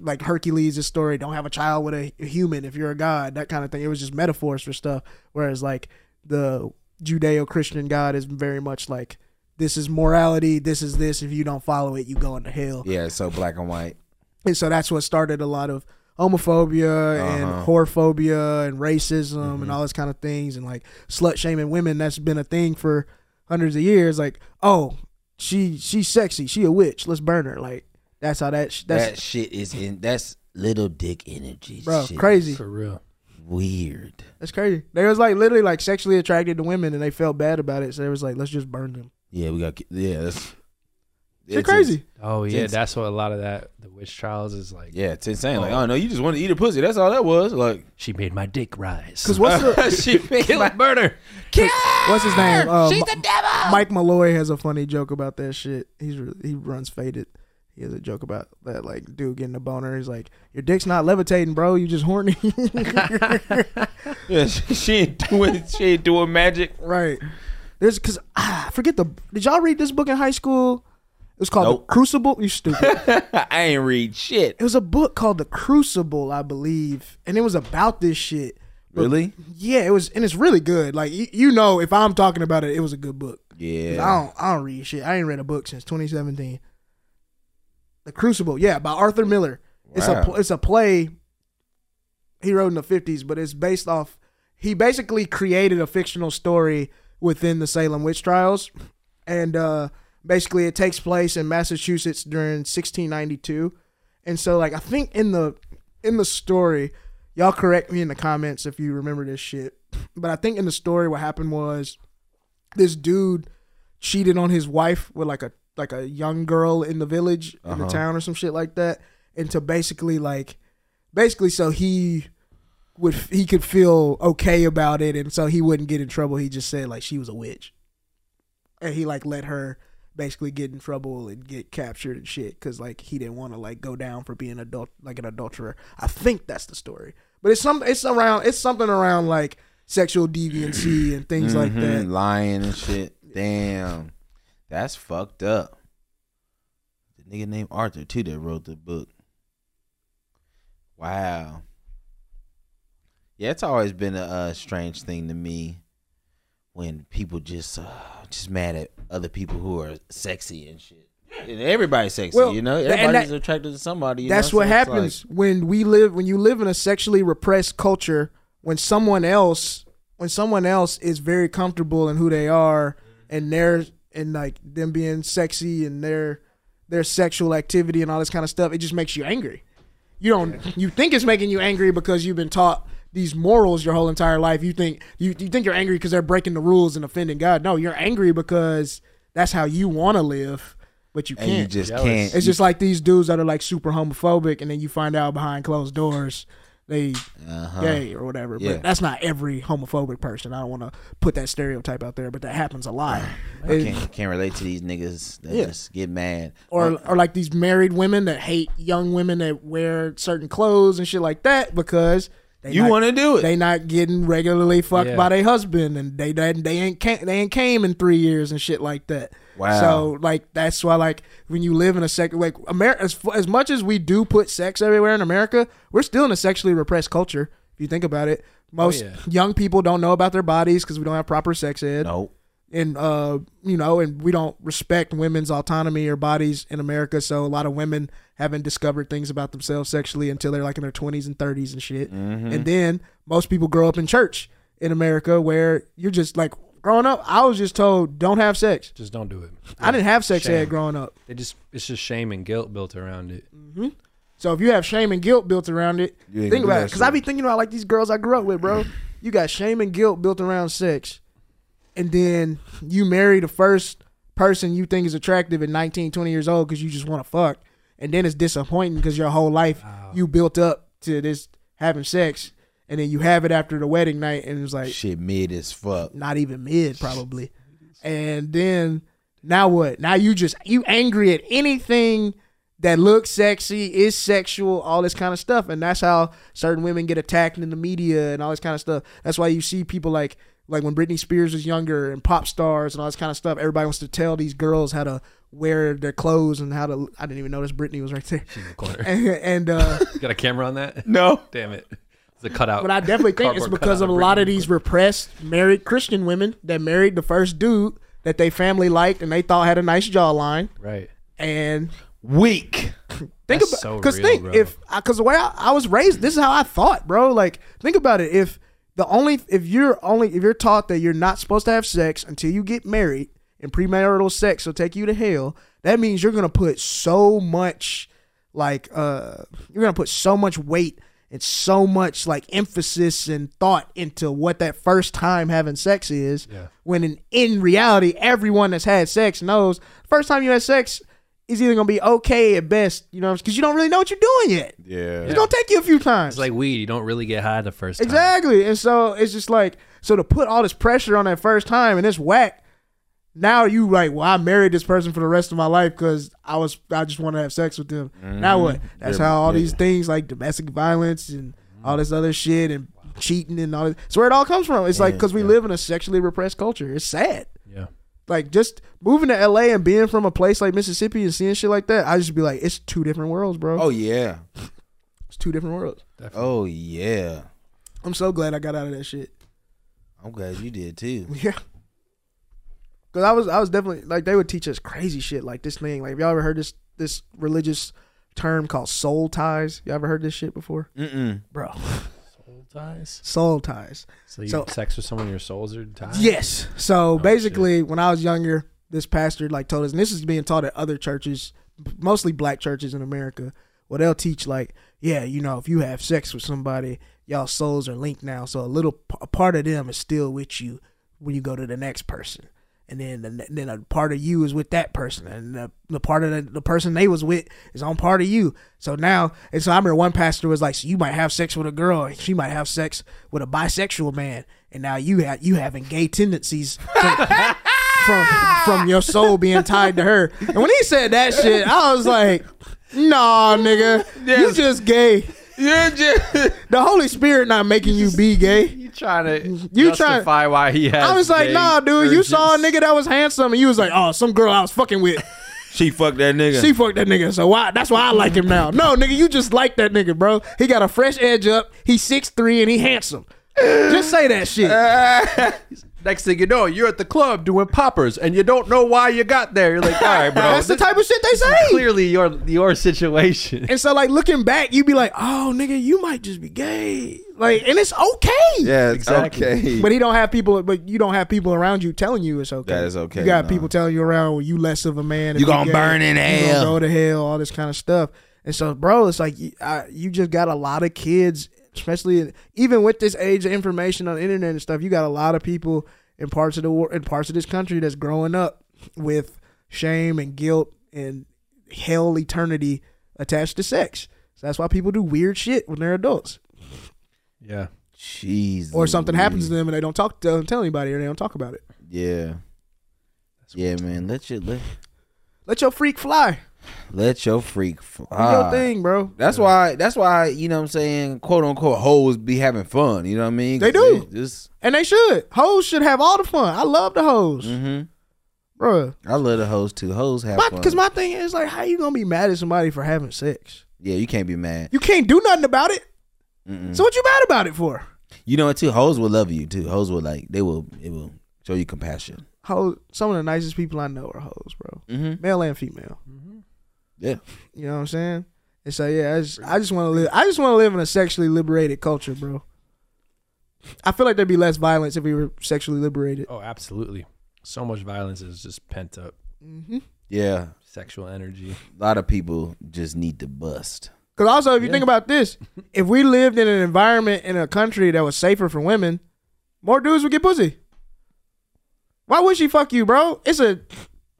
like Hercules' story. Don't have a child with a human if you're a god. That kind of thing. It was just metaphors for stuff. Whereas like the Judeo-Christian God is very much like this is morality. This is this. If you don't follow it, you go into hell. Yeah, it's so black and white. and so that's what started a lot of homophobia and Uh-huh. Mm-hmm. whorephobia and racism and all this kind of things and like slut shaming women that's been a thing for hundreds of years like oh she she's sexy she a witch let's burn her like that's how that sh- that's that shit is in. That's little dick energy. bro shit. crazy For real. Weird. that's crazy they was like literally like sexually attracted to women and they felt bad about it so they was like let's just burn them Yeah, we got. Yeah, that's. shit crazy Oh yeah, It's- that's what a lot of that the witch trials is like. Yeah, it's insane. Like, oh no, you just want to eat a pussy. That's all that was. Like, She made my dick rise. because what's the she kill it, murder? What's his name? Uh, She's the devil. Mike Malloy has a funny joke about that shit. He's re- he runs faded. He has a joke about that like dude getting a boner. He's like, "Your dick's not levitating, bro. You just horny." yeah, she, she ain't doing. She ain't doing magic. right. There's because ah, I forget the. Did y'all read this book in high school? It was called Nope. The Crucible. You stupid. I ain't read shit. it was a book called The Crucible, I believe, and it was about this shit. But- Really? Yeah, it was, and it's really good. Like you, you know, if I'm talking about it, it was a good book. 'Cause I Yeah. don't I don't read shit. I ain't read a book since 2017. The Crucible, yeah, by Arthur Miller. It's a Wow. pl- it's a play he wrote in the 50s, but it's based off he basically created a fictional story within the Salem witch trials and uh basically it takes place in Massachusetts during 1692. And so like I think in the in the story, y'all correct me in the comments if you remember this shit. But I think in the story what happened was this dude cheated on his wife with like a like a young girl in the village in the town or some shit like that and to basically like basically so he would he could feel okay about it and so he wouldn't get in trouble he just said like she was a witch and he like let her basically get in trouble and get captured and shit because like he didn't want to like go down for being adult like an adulterer i think that's the story but it's some it's around it's something around like sexual deviancy and things like that Mhm, Lying and shit. Damn, that's fucked up. The nigga named Arthur too that wrote the book. Wow. Yeah, it's always been a uh, strange thing to me when people just uh, just mad at other people who are sexy and shit. And everybody's sexy, Well, you know. and that- Everybody's attracted to somebody. you That's know? what So it's happens when we live when you live in a sexually repressed culture when someone else when someone else is very comfortable in who they are and their and like them being sexy and their their sexual activity and all this kind of stuff it just makes you angry. You don't you think it's making you angry because you've been taught these morals your whole entire life. You think you, you think you're angry because they're breaking the rules and offending God. No, you're angry because that's how you want to live, but you Like, can't. and you just Jealous. can't. It's just like these dudes that are like super homophobic, and then you find out behind closed doors they uh-huh. gay or whatever. Yeah. But that's not every homophobic person. I don't want to put that stereotype out there, but that happens a lot. It- can't, can't relate to these niggas that Yeah. just get mad. or or like these married women that hate young women that wear certain clothes and shit like that because they you not- want to do it? they not getting regularly fucked Yeah. by their husband and they they, they ain't came, they ain't came in three years and shit like that. Wow. So like that's why like when you live in a sec like America as, fu- as much as we do put sex everywhere in America, we're still in a sexually repressed culture. If you think about it, Oh, most yeah. young people don't know about their bodies because we don't have proper sex ed Nope. and uh you know and we don't respect women's autonomy or bodies in america so a lot of women haven't discovered things about themselves sexually until they're like in their 20s and 30s and shit and then most people grow up in church in america where you're just like growing up i was just told don't have sex Just don't do it. i didn't have sex Shame. ed growing up They just it's just shame and guilt built around it. so if you have shame and guilt built around it You ain't gonna do think about it that because i shit. be thinking about like these girls i grew up with bro you got shame and guilt built around sex and then you marry the first person you think is attractive at 19 20 years old because you just want to fuck and then it's disappointing because your whole life you built up to this having sex and then you have it after the wedding night and it's like Shit mid as fuck. not even mid probably and then now what now you just you angry at anything that looks sexy is sexual all this kind of stuff and that's how certain women get attacked in the media and all this kind of stuff that's why you see people like like when Britney Spears was younger and pop stars and all this kind of stuff everybody wants to tell these girls how to wear their clothes and how to I didn't even notice Britney was right there In the corner. and, and uh You got a camera on that? No. Damn it. It's a cutout. But I definitely think it's Cardboard because of cutout a lot of Britney these repressed married Christian women that married the first dude that they family liked and they thought had a nice jawline. Right. And Weak. Think That's about so because real, think bro. if because the way I, I was raised, this is how I thought, bro. Like think about it. If the only if you're only if you're taught that you're not supposed to have sex until you get married and premarital sex will take you to hell, that means you're gonna put so much like uh you're gonna put so much weight and so much like emphasis and thought into what that first time having sex is. Yeah. When in, in reality, everyone that's had sex knows first time you had sex is either gonna be okay at best, you know, because you don't really know what you're doing yet. Yeah. It's gonna take you a few times. It's like weed. You don't really get high the first time. exactly, and so it's just like so to put all this pressure on that first time and it's whack. Now you like, well, I married this person for the rest of my life because I was I just want to have sex with them. Now Mm-hmm. what? That's how all these things like domestic violence and all this other shit and cheating and all this. It's where it all comes from. It's like because we live in a sexually repressed culture. It's sad Yeah. like just moving to LA and being from a place like Mississippi and seeing shit like that, I just be like, it's two different worlds, bro. Oh yeah. It's two different worlds. Oh yeah. I'm so glad I got out of that shit. I'm glad you did too. Yeah. Cause I was I was definitely like they would teach us crazy shit like this thing. Like have y'all ever heard this this religious term called soul ties? Y'all ever heard this shit before? Mm-mm. Bro. Soul ties. Soul ties. So you So- have sex with someone, your souls are tied. Yes. So shit. basically, when I was younger, this pastor like told us, and this is being taught at other churches, mostly black churches in America. Well, they'll teach like, yeah, you know, if you have sex with somebody, y'all souls are linked now, so a little p- a part of them is still with you when you go to the next person, and then the, ne- then a part of you is with that person, and the, the part of the, the person they was with is on part of you. So now, and so I remember one pastor was like, so you might have sex with a girl, and she might have sex with a bisexual man, and now you have you having gay tendencies from, from from your soul being tied to her. And when he said that shit, I was like, nah, nigga, you just gay. You're just The Holy Spirit not making you be gay. You trying to You try- justify why he has? I was like, gay nah, dude, you urges. saw a nigga that was handsome, and you was like, oh, some girl I was fucking with, she fucked that nigga. she fucked that nigga, so why? That's why I like him now. No, nigga, you just like that nigga, bro. He got a fresh edge up. He's 6'3", and he handsome. Just say that shit. Next thing you know, you're at the club doing poppers, and you don't know why you got there. You're like, all right, bro. That's the this is type of shit they say. Clearly, your your situation. And so, like looking back, you be like, "Oh, nigga, you might just be gay," like, and it's okay. yeah, it's Exactly. okay. But he don't have people. But you don't have people around you telling you it's okay. That is okay, You got no. people telling you around well, you less of a man. if You gonna gay. burn in You gonna hell." go to hell. All this kind of stuff. And so, bro, it's like you, I, you just got a lot of kids, especially even with this age of information on the internet and stuff. You got a lot of people in parts of the world, in parts of this country, that's growing up with shame and guilt and hell eternity attached to sex. So that's why people do weird shit when they're adults Yeah. Jeez. or something happens to them and they don't talk don't tell anybody or they don't talk about it. Yeah. Yeah, man. Let your let, Let your freak fly. let your freak Do fly. your thing, bro. That's why. That's why you know what I'm saying. Quote unquote, hoes be having fun. You know what I mean? They 'Cause do. just And they should. Hoes should have all the fun. I love the hoes, hmm bro. I love the hoes too. Hoes have fun. Because my thing is like, how you gonna be mad at somebody for having sex? yeah, you can't be mad. You can't do nothing about it. Mm-mm. So what you mad about it for? You know what? Too hoes will love you too. Hoes will like they will. It will show you compassion. Hoes. Some of the nicest people I know are hoes, bro. Mm-hmm. Male and female. Yeah. You know what I'm saying? And so yeah, I just, I just want to live. I just want to live in a sexually liberated culture, bro. I feel like there'd be less violence if we were sexually liberated. Oh, absolutely. So much violence is just pent up Mm-hmm. Yeah. sexual energy. A lot of people just need to bust. Because also, if you Yeah. think about this, if we lived in an environment in a country that was safer for women, more dudes would get pussy. Why would she fuck you, bro? It's a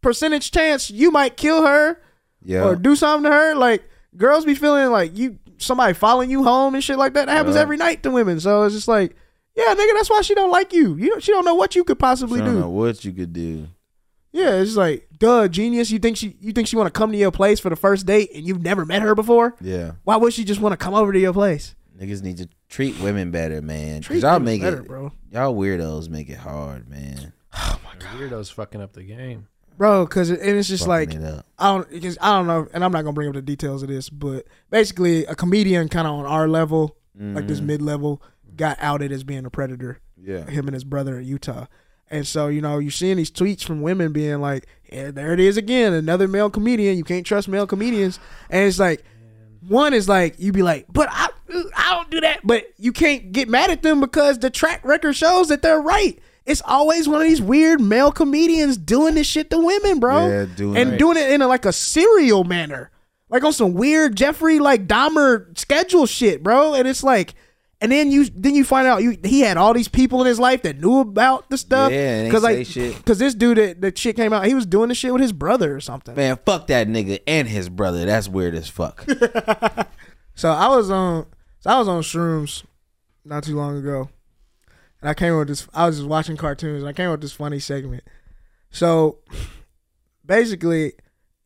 percentage chance you might kill her Yeah. or do something to her. Like girls be feeling like you somebody following you home and shit like that. That happens Yeah. every night to women. So it's just like, yeah, nigga, that's why she don't like you. You don't, she don't know what you could I possibly don't do. know what you could do. Yeah, it's just like, duh, genius. You think she you think she want to come to your place for the first date and you've never met her before? Yeah. Why would she just want to come over to your place? Niggas need to treat women better, man. 'Cause Treat y'all them make better, it, bro. y'all weirdos make it hard, man. Weirdos fucking up the game. Bro, cause it, and it's just Fucking like it up. I don't, because I don't know, and I'm not gonna bring up the details of this, but basically, a comedian kind of on our level, Mm. like this mid level, got outed as being a predator. Mm-hmm. yeah, Him and his brother in Utah, And so, you know, you're seeing these tweets from women being like, yeah, there it is again, another male comedian. You can't trust male comedians. And it's like, one is like, you be like, but I, I don't do that. But you can't get mad at them because the track record shows that they're right. It's always one of these weird male comedians doing this shit to women, bro. Yeah, doing and it. doing it in a, like a serial manner, like on some weird Jeffrey like Dahmer schedule shit, bro. And it's like, and then you then you find out you he had all these people in his life that knew about the stuff. Yeah, and they because say like shit. because this dude that the shit came out, he was doing this shit with his brother or something. Man, fuck that nigga and his brother. That's weird as fuck. So I was on so I was on shrooms not too long ago. And I came up with this I was just watching cartoons and I came up with this funny segment. So basically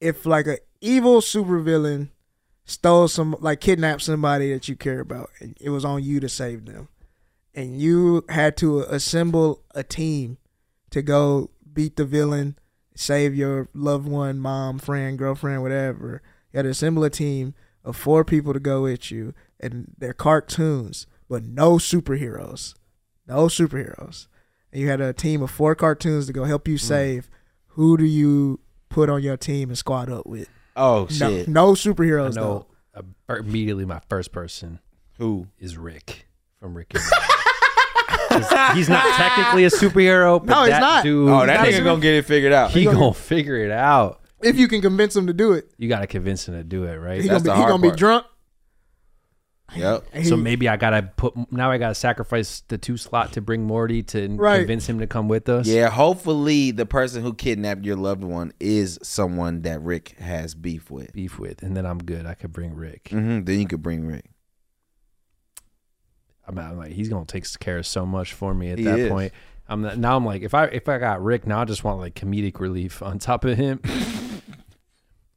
if like a evil supervillain stole some like kidnapped somebody that you care about and it was on you to save them and you had to assemble a team to go beat the villain, save your loved one, mom, friend, girlfriend, whatever. You had to assemble a team of four people to go with you, and they're cartoons, but no superheroes. No superheroes. And you had a team of four cartoons to go help Mm. you save. Who do you put on your team and squad up with? Oh No, shit. no I superheroes, though. know uh, fir- immediately my first person Who? is Rick from Rick. and Morty. 'Cause he's not technically a superhero, but No, he's that not. dude, Oh, that nigga gonna get it figured out. he gonna figure it out. If you can convince him to do it, You gotta convince him to do it, right? he's That's gonna, be, the he hard gonna be part. drunk. Yep. and So he- maybe I gotta put now I gotta sacrifice the two slot to bring Morty to n- Right. convince him to come with us. Yeah, hopefully the person who kidnapped your loved one is someone that Rick has beef with. Beef with, and then I'm good. I could bring Rick. hmm Then you could bring Rick. I'm, I'm like he's gonna take care of so much for me at He that is. point. I'm not, now I'm like if I if I got Rick now I just want like comedic relief on top of him.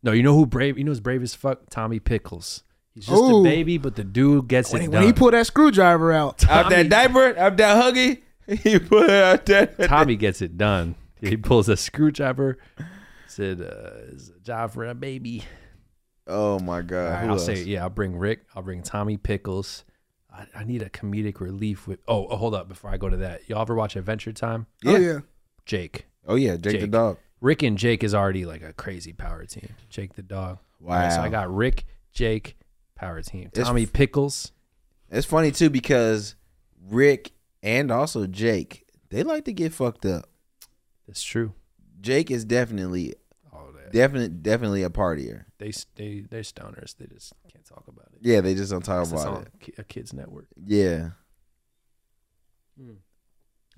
no, you know who brave? You know who's brave as fuck? Tommy Pickles. He's just Ooh. a baby, but the dude gets when, it he- done. when he pulled that screwdriver out, Out that diaper, out that huggy, he put it out that. Tommy gets it done. He pulls a screwdriver. Said, uh, "It's a job for a baby." Oh my All god. Uh, right, who I'll else? say, yeah, I'll bring Rick. I'll bring Tommy Pickles. I, I need a comedic relief with. Oh, oh, hold up! Before I go to that, y'all ever watch Adventure Time? oh Yeah. yeah. Jake, Oh yeah, Jake, the Jake. dog. Rick, and Jake is already like a crazy power team. Jake the dog. All Wow. so I got Rick, Jake, power team. It's- Tommy Pickles. It's funny too because Rick and also Jake, they like to get fucked up. That's true. Jake is definitely, Oh, they definitely, definitely a partier. they they they stoners. They just can't talk about it. Yeah, they just don't talk It's a about song, it. Ki- a kids network. Yeah.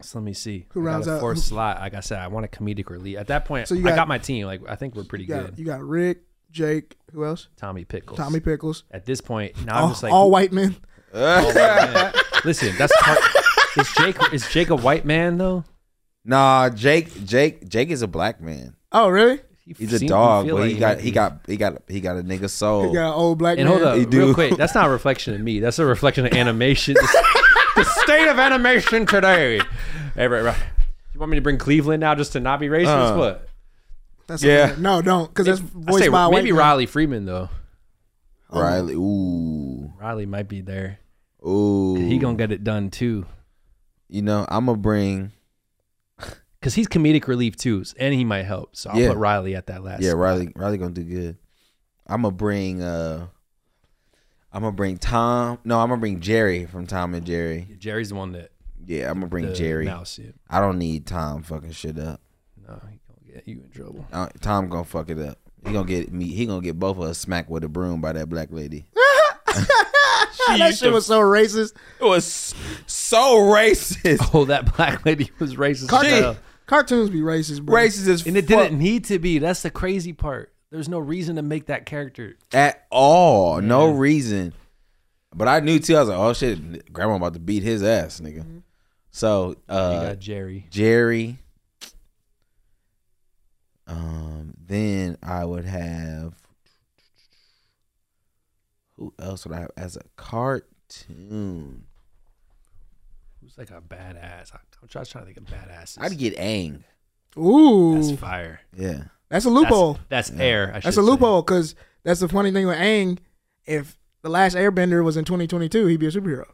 So let me see. Who I got rounds a out- Fourth who- slot. Like I said, I want a comedic relief. At that point, So you I got- got my team. Like I think we're pretty you got, good. You got Rick, Jake, who else? Tommy Pickles. Tommy Pickles. At this point, now All, I'm just like, oh, all white men. man. listen, that's part. is Jake is Jake a white man though? nah, Jake, Jake, Jake is a black man. Oh, really? He He's seem- a you dog, feel but like he got, might he be. got, he got, he got a nigga You soul. got an old black And man. hold up, He real do. quick. That's not a reflection of me. That's a reflection of animation. the, the state of animation today. Hey, right, right. You want me to bring Cleveland now just to not be racist? Uh, what? That's Yeah. okay. No, don't, because that's I voiced say by a white maybe man. Riley Freeman though. Riley, ooh, Riley might be there. ooh. He gonna get it done too. you know, I'm gonna bring. Cause he's comedic relief too, and he might help. So I'll Yeah. put Riley at that last. Yeah, Riley, Riley gonna do good. I'm gonna bring. uh I'm gonna bring Tom. No, I'm gonna bring Jerry from Tom and Jerry. Jerry's the one that Yeah, I'm gonna bring the Jerry. Mouse. Yeah. I don't need Tom fucking shit up. No, he gonna get you in trouble. Uh, Tom gonna fuck it up. He gonna get me. He gonna get both of us smacked with a broom by that black lady. that shit was so racist. It was so racist, Oh, that black lady was racist. Cartoon- as hell. Cartoons be racist, bro. racist as And it didn't need to be. That's the crazy part. There's no reason to make that character. at all. No reason. But I knew too. I was like, oh shit, grandma about to beat his ass, nigga. So you uh, got Jerry. Jerry. Um, then I would have who else would I have as a cartoon? Who's like a badass? I- I'm just trying to think of badasses. I'd get Aang. that's Ooh, that's, fire. Yeah. a That's- loophole. That's, air. I That's, should a say. loophole, because that's the funny thing with Aang. If the last Airbender was in 2022, he'd be a superhero.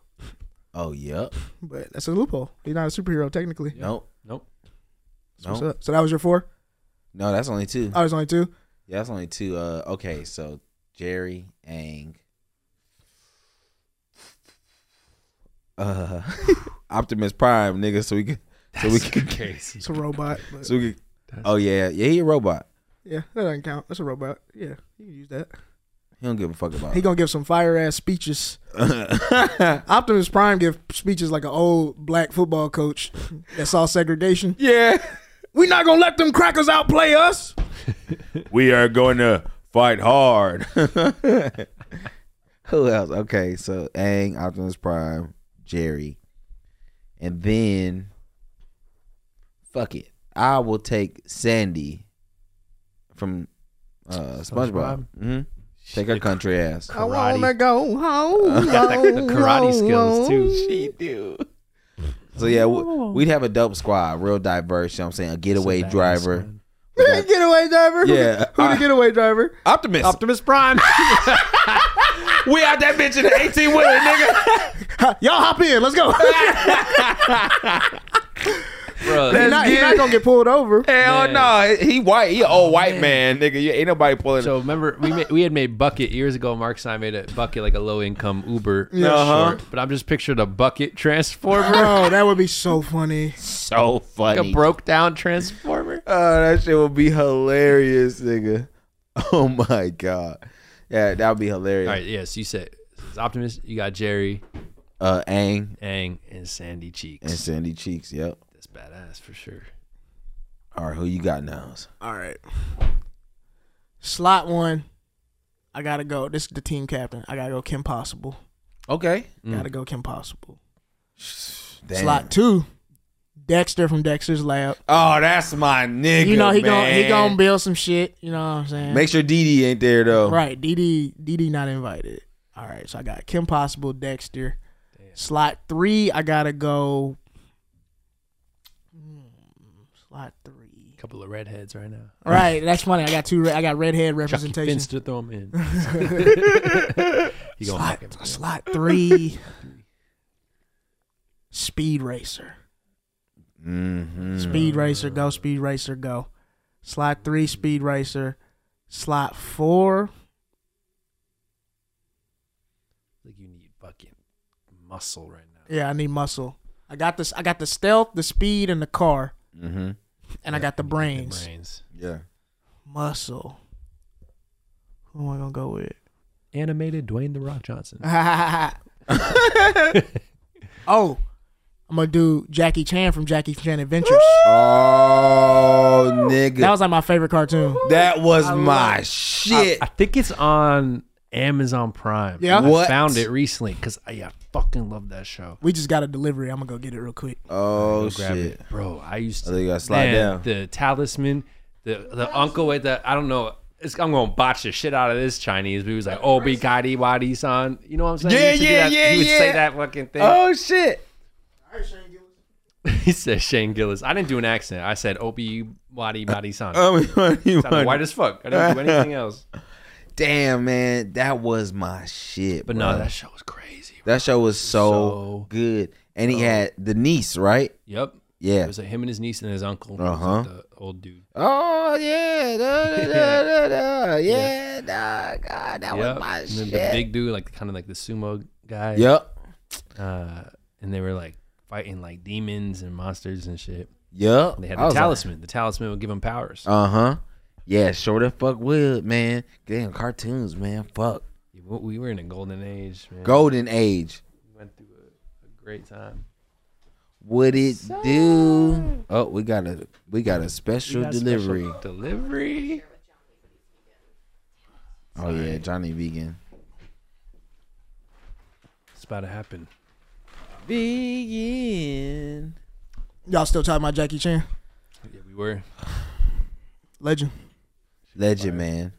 Oh, yep. But that's a loophole. He's not a superhero technically. Nope. Nope. That's what's up. So that was your four. No, that's only two. I was only two. Yeah, that's only two. Uh, okay, so Jerry Ang, uh, Optimus Prime, nigga. So we could, so we could, Case. It's a robot. but- so we could. Oh yeah, yeah, he a robot. yeah, that doesn't count. That's a robot. Yeah, you can use that. He don't give a fuck about. He It. gonna give some fire ass speeches. Optimus Prime give speeches like an old black football coach that saw segregation. yeah, We not gonna let them crackers outplay us. we are going to fight hard. Who else? Okay, so Ang, Optimus Prime, Jerry, and then fuck it, I will take Sandy from uh, SpongeBob. SpongeBob? hmm Take her country ass. I wanna Karate. go home. Got the, the karate skills too. She do. So yeah, we- we'd have a dope squad, real diverse. You know what I'm saying? A getaway Some badass driver. one. getaway driver. Yeah, Who uh, the I- getaway driver? Optimus. Optimus Prime. we out that bitch in the 18 wheeler, nigga. Ha, Uh, y'all hop in. Let's go. Bro, He's not, he get not it. gonna get pulled over. Hell Man. no, he white. He an Oh, old white man, nigga. You ain't nobody pulling. so remember we made, we had made bucket years ago. Mark and I made a bucket like a low income Uber. Uh-huh. short, but I'm just picturing a bucket transformer, Bro, Oh, that would be so funny. so like a funny. broke down transformer. oh, that shit would be hilarious, nigga. Oh my god. Yeah, that would be hilarious. All right, yes, you said it's Optimus. You got Jerry, Uh, Aang Ang, and Sandy Cheeks. and Sandy Cheeks. Yep. That's badass for sure. All right, who you got now? All right. Slot one. I gotta go. This is the team captain. I gotta go Kim Possible. Okay. Mm. Gotta go Kim Possible. Damn. Slot two. Dexter from Dexter's Lab. Oh, that's my nigga. You know he gon' man. he gonna build some shit. You know what I'm saying? Make sure Dee Dee ain't there though. right. DD DD not invited. All right. So I got Kim Possible, Dexter. Slot three. I gotta go. Hmm, slot three. couple of redheads right now. Right. That's funny. I got two. re- I got redhead Chucky representation. Finster throw him in. he gonna fuck Slot, him. slot three. Speed Racer. Mm-hmm. Speed Racer, go. Speed Racer, go. Slot three, Speed Racer. Slot four. Like you need fucking muscle right now. Yeah, I need muscle. I got this. I got the stealth, the speed, and the car, Mm-hmm. and I got the brains. brains. Yeah. Muscle. Who am I gonna go with? Animated Dwayne the Rock Johnson. oh, I'm gonna do Jackie Chan from Jackie Chan Adventures. Oh, nigga. That was like my favorite cartoon. That was my shit. I think it's on Amazon Prime. Yeah. What? I found it recently because I, I fucking love that show. We just got a delivery. I'm gonna go get it real quick. oh Grab shit. it, bro. I used I to think I gotta slide man, down. the talisman, the the uncle at the I don't know. It's, I'm gonna botch the shit out of this Chinese. But he was like, "Oh, we got wadi san." You know what I'm Yeah, saying? He used to do yeah, that- yeah, He would say yeah. that fucking thing. Oh shit. He said Shane Gillis. I didn't do an accent. I said Obi Wadi Body San. Oh, we won, we Sounded won. white as fuck. I didn't do anything else. Damn man, that was my shit. But bro. no, that show was crazy. that show was so, So good. And he had the niece, right? Yep. It Yeah. was like him and his niece and his uncle. It was Uh-huh. like The old dude. Oh yeah. Da, da, da, da, da. Yeah. Nah, God, that Yep. was my And then shit. the big dude, like kind of like the sumo guy. yep. Uh, and they were like fighting like demons and monsters and shit. Yep. They had the talisman. the talisman would give them powers. uh huh. Yeah, sure the fuck would, man. Damn cartoons, man. Fuck. we we were in a golden age, man. Golden age. We went through a, a great time. What it do? Oh, we got a we got a We special got special delivery. delivery. Oh yeah, Johnny Vegan. It's about to happen. Vegan. Y'all still talking about Jackie Chan? Yeah, we were. Legend. Legend man.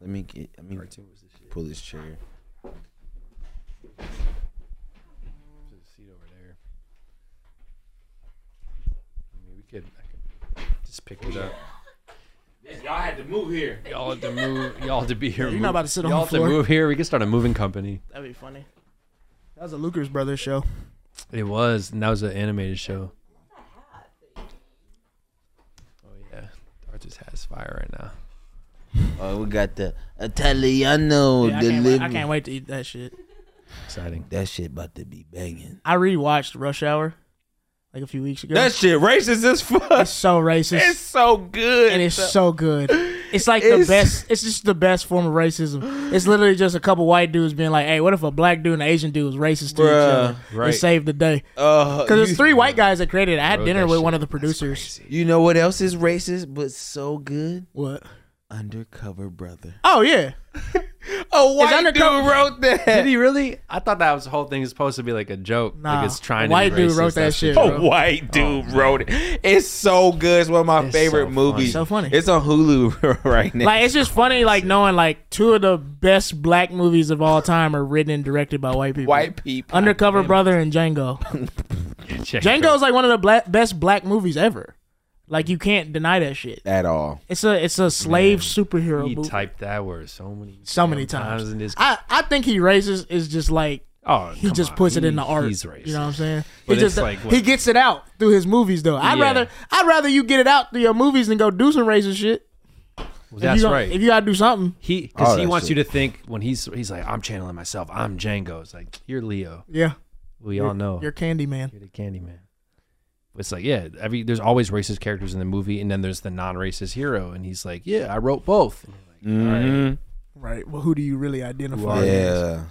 Let me get let me Cartoon was the shit. pull this chair. There's a seat over there. I mean, we could, I could just pick it up. Y'all had to move here. Y'all had to move. Y'all had to be here. You're not about to sit on y'all the have floor. to move here. We could start a moving company. That'd be funny. That was a Lucas Brothers show. Oh, It was, and that was an animated show. fire right now. Oh, we got the Italiano Yeah, I, can't wait, I delivery. can't wait to eat that shit. Exciting. That shit about to be banging. I rewatched Rush Hour like a few weeks ago. That shit racist as fuck. it's so racist. It's so good. and it's so good. It's like It's- the best. It's just the best form of racism. It's literally just a couple white dudes being like, "Hey, what if a black dude and an Asian dude was racist to Bruh, each other?" right. It saved the day uh, because you- there's three white guys that created. it. I had Bro, dinner that with shit- one of the that's producers. crazy. You know what else is racist but so good? What? Undercover brother. Oh yeah, A white undercover- dude wrote Did that. he really? I thought that was whole thing is supposed to be like a joke. Nah. Like it's trying White to be dude racist. wrote that That's the shit, joke. A white dude wrote it. It's so good. Oh, It's one of my It's favorite so funny. movies. So funny. It's on Hulu right now. like it's just funny, like knowing like two of the best black movies of all time are written and directed by white people. white people. Undercover Brother and Django. Check it out. Django's like one of the bla- best black movies ever. Like you can't deny that shit. at all. It's a it's a slave superhero He movie. typed that word so many, so many damn times. in this. I, I think he racist is just like oh, he come just on. puts it He- in the art. He's racist. You know what I'm saying? But he it's just like what- he gets it out through his movies though. I'd Yeah. rather I'd rather you get it out through your movies than go do some racist shit. Well, If that's you gonna- right. If Oh, you gotta do something, he because All he that wants shit. you to think when he's he's like I'm channeling myself. I'm Django. It's like you're Leo. yeah. We You're- all know You're you're, Candy Man. the candy man. It's like yeah, every there's always racist characters in the movie, and then there's the non-racist hero, and he's like yeah, I wrote both. And you're like, Mhm. Right. Well, who do you really identify? are with? Yeah.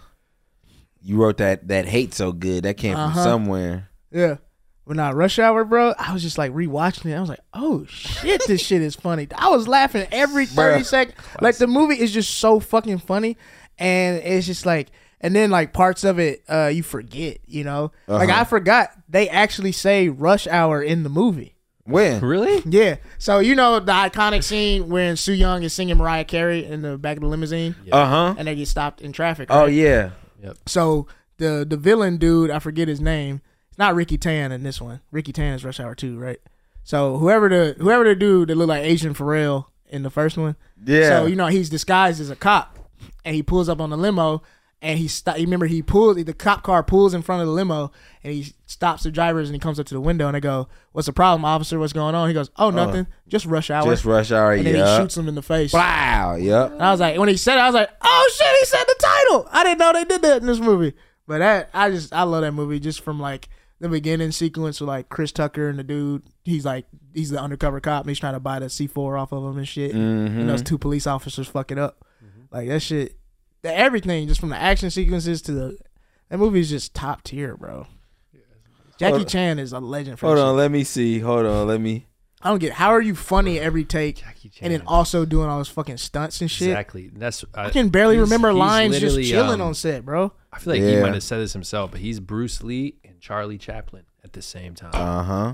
You wrote that that hate so good. That came Uh-huh. from somewhere. Yeah. When I rush hour, bro, I was just like rewatching it. I was like, "Oh shit, this shit is funny." I was laughing every thirty Bruh. second. Like the movie is just so fucking funny, and it's just like, and then like parts of it, uh, you forget, you know. Like Uh-huh. I forgot they actually say rush hour in the movie. When? Really? Yeah. So you know the iconic scene when Sue Young is singing Mariah Carey in the back of the limousine, Uh huh. and they get stopped in traffic. Oh right? yeah. So the the villain dude, I forget his name. It's not Ricky Tan in this one. Ricky Tan is Rush Hour Two, right? So whoever the whoever the dude that looked like Asian Pharrell in the first one. Yeah. So you know he's disguised as a cop, and he pulls up on the limo, and he stop. you Remember he pulls the cop car pulls in front of the limo, and he stops the drivers, and he comes up to the window, and they go, "What's the problem, officer? What's going on?" He goes, "Oh, nothing. just rush hour." Uh, Just rush hour. and then he Yeah. shoots him in the face. Wow. Yep. And I was like, when he said it, I was like, oh shit, he said the title. I didn't know they did that in this movie. But that I just I love that movie just from like the beginning sequence with like Chris Tucker and the dude. He's like he's the undercover cop and he's trying to buy the C four off of him and shit. Mm-hmm. And those two police officers fuck it up. Like that shit, the, everything just from the action sequences to the that movie is just top tier, bro. Jackie Hold- Chan is a legend for Hold that shit. on. Let me see. Hold on. Let me. I don't get how are you funny every take Jackie Chan. and then also doing all those fucking stunts and shit. Exactly. That's uh, I can barely he's- remember he's lines just literally, chilling um, on set, bro. I feel like he Yeah. might have said this himself, but he's Bruce Lee and Charlie Chaplin at the same time. Uh huh.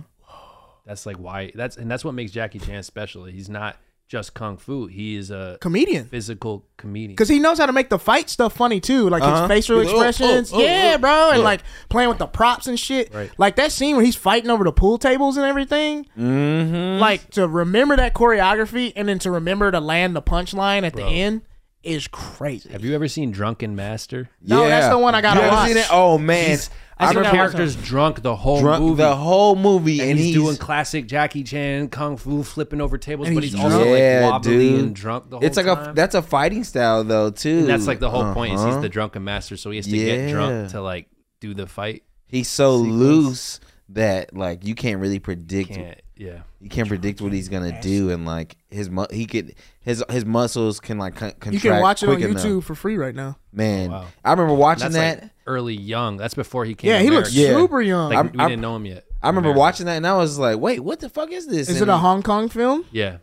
that's like why that's and that's what makes Jackie Chan special. He's not just kung fu. He is a Comedian. physical comedian. Because he knows how to make the fight stuff funny too. Like Uh-huh. his facial Oh, oh, expressions. oh, oh. yeah, bro. And like playing with the props and shit. Right. Like that scene where he's fighting over the pool tables and everything. Mm Like to remember that choreography and then to remember to land the punchline at the end is crazy. Have you ever seen Drunken Master? hmm. No, that's the one I gotta you ever watch. Seen it? Oh man. He's- I I seen remember that one time. characters drunk the whole drunk movie. the whole movie, and, and, he's, doing classic Jackie Chan kung fu, flipping over tables, And but he's he's, also Yeah, like wobbly dude. and drunk the whole It's like time. a that's a fighting style though too. And that's like the whole point is he's Uh-huh. the drunken master, so he has to get Yeah. drunk to like do the fight. he's so loose that like you can't really predict Can't yeah. you can't predict what he's gonna do and like his mu- he could his his muscles can like con- contract You can watch it on quick YouTube enough. for free right now. Man, wow. I remember watching That's that. like early young. That's before he came. Yeah, to he looks America. Yeah. super young. Like, I'm- we I'm- didn't know him yet. I remember America. watching that and I was like, wait, what the fuck is this? is it And a Hong Kong film? Yeah,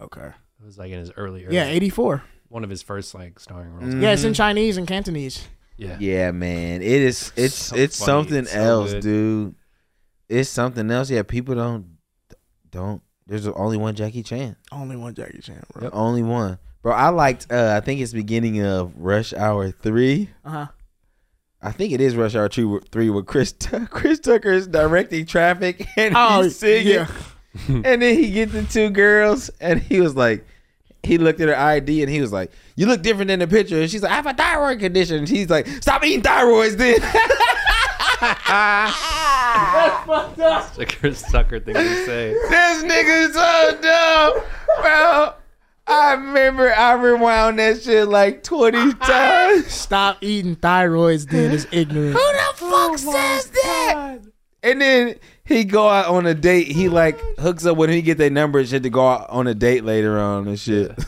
Okay. it was like in his early, early Yeah, Mm. 84. one of his first like starring roles. Yeah, Mm-hmm. it's in Chinese and Cantonese. Yeah. Yeah, man, it is. It's So it's funny. something It's so else, good. dude. It's something else. Yeah, people don't don't. There's only one Jackie Chan. Only one Jackie Chan, bro. Yep. Only one, bro. I liked. uh I think it's beginning of Rush Hour three. Uh huh. I think it is Rush Hour two, three with Chris Tucker. Chris Tucker is directing traffic and Oh, he's singing. yeah. and then he gets the two girls and he was like, he looked at her ID and he was like, "You look different in the picture." And she's like, "I have a thyroid condition." And he's like, "Stop eating thyroids, then." It's like a Chris Tucker thing to say. This nigga's so dumb, bro. I remember I rewound that shit like 20 times. Stop eating thyroids, then is ignorant. Who the fuck says that? Oh And then he go out on a date. He like hooks up when he get their number and shit to go out on a date later on and shit.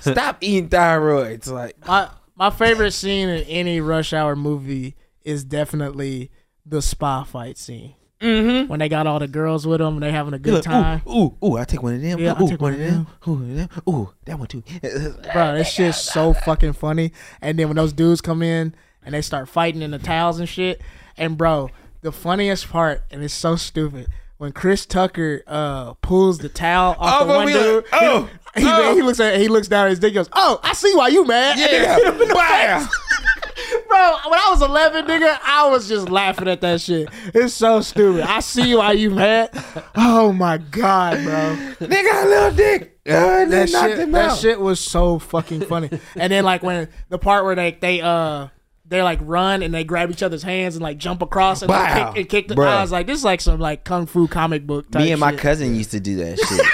Stop eating thyroids. Like my my favorite scene in any rush hour movie is definitely the spa fight scene. Mm-hmm. When they got all the girls with them and they having a good time, ooh, ooh, I take one of them. Yeah, I ooh, take one of them. Ooh, one of them. ooh, that one too. bro, that shit's so fucking funny. And then when those dudes come in and they start fighting in the towels and shit, and bro, the funniest part, and it's so stupid, when Chris Tucker uh pulls the towel off Oh, the but one we dude, like, oh, he, he- oh. he looks at he looks down at his dick, goes, "Oh, I see why you mad." And then hit him in the Wow. Bro, when I was 11, nigga, I was just laughing at that shit. It's so stupid. I see why you mad. Oh my god, bro. Nigga, got a little dick. Uh, and That then knocked shit, him that out. shit was so fucking funny. And then like when the part where they they uh they like run and they grab each other's hands and like jump across and like, Wow. kick and kick the Bro. I was like, this is like some like kung fu comic book type Me and my shit. cousin used to do that shit.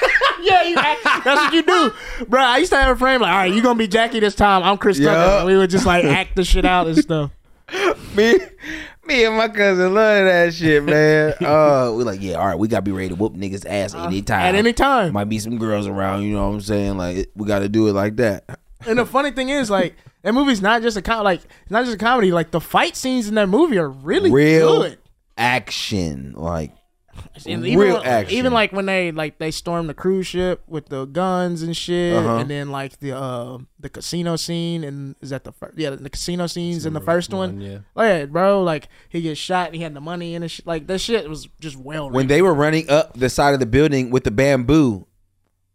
Yeah, you act, that's what you do, bro. I used to have a frame like, all right, you gonna be Jackie this time. I'm Chris Tucker. Yeah. And we would just like act the shit out and stuff. me, me and my cousin love that shit, man. Uh, we like, yeah, all right, we gotta be ready to whoop niggas ass anytime. At any time. Might be some girls around, you know what I'm saying? Like, it- we gotta do it like that. And the funny thing is, like, that movie's not just a com- like it's not just a comedy. Like the fight scenes in that movie are really Real good. action, like And real when- action. Even like when they like they storm the cruise ship with the guns and shit, Uh-huh. and then like the uh, the casino scene and is that the first? Yeah, the casino scenes in the first one. yeah. Like, bro, like he gets shot and he had the money and shit. Like that shit was just well. when When they were running up the side of the building with the bamboo.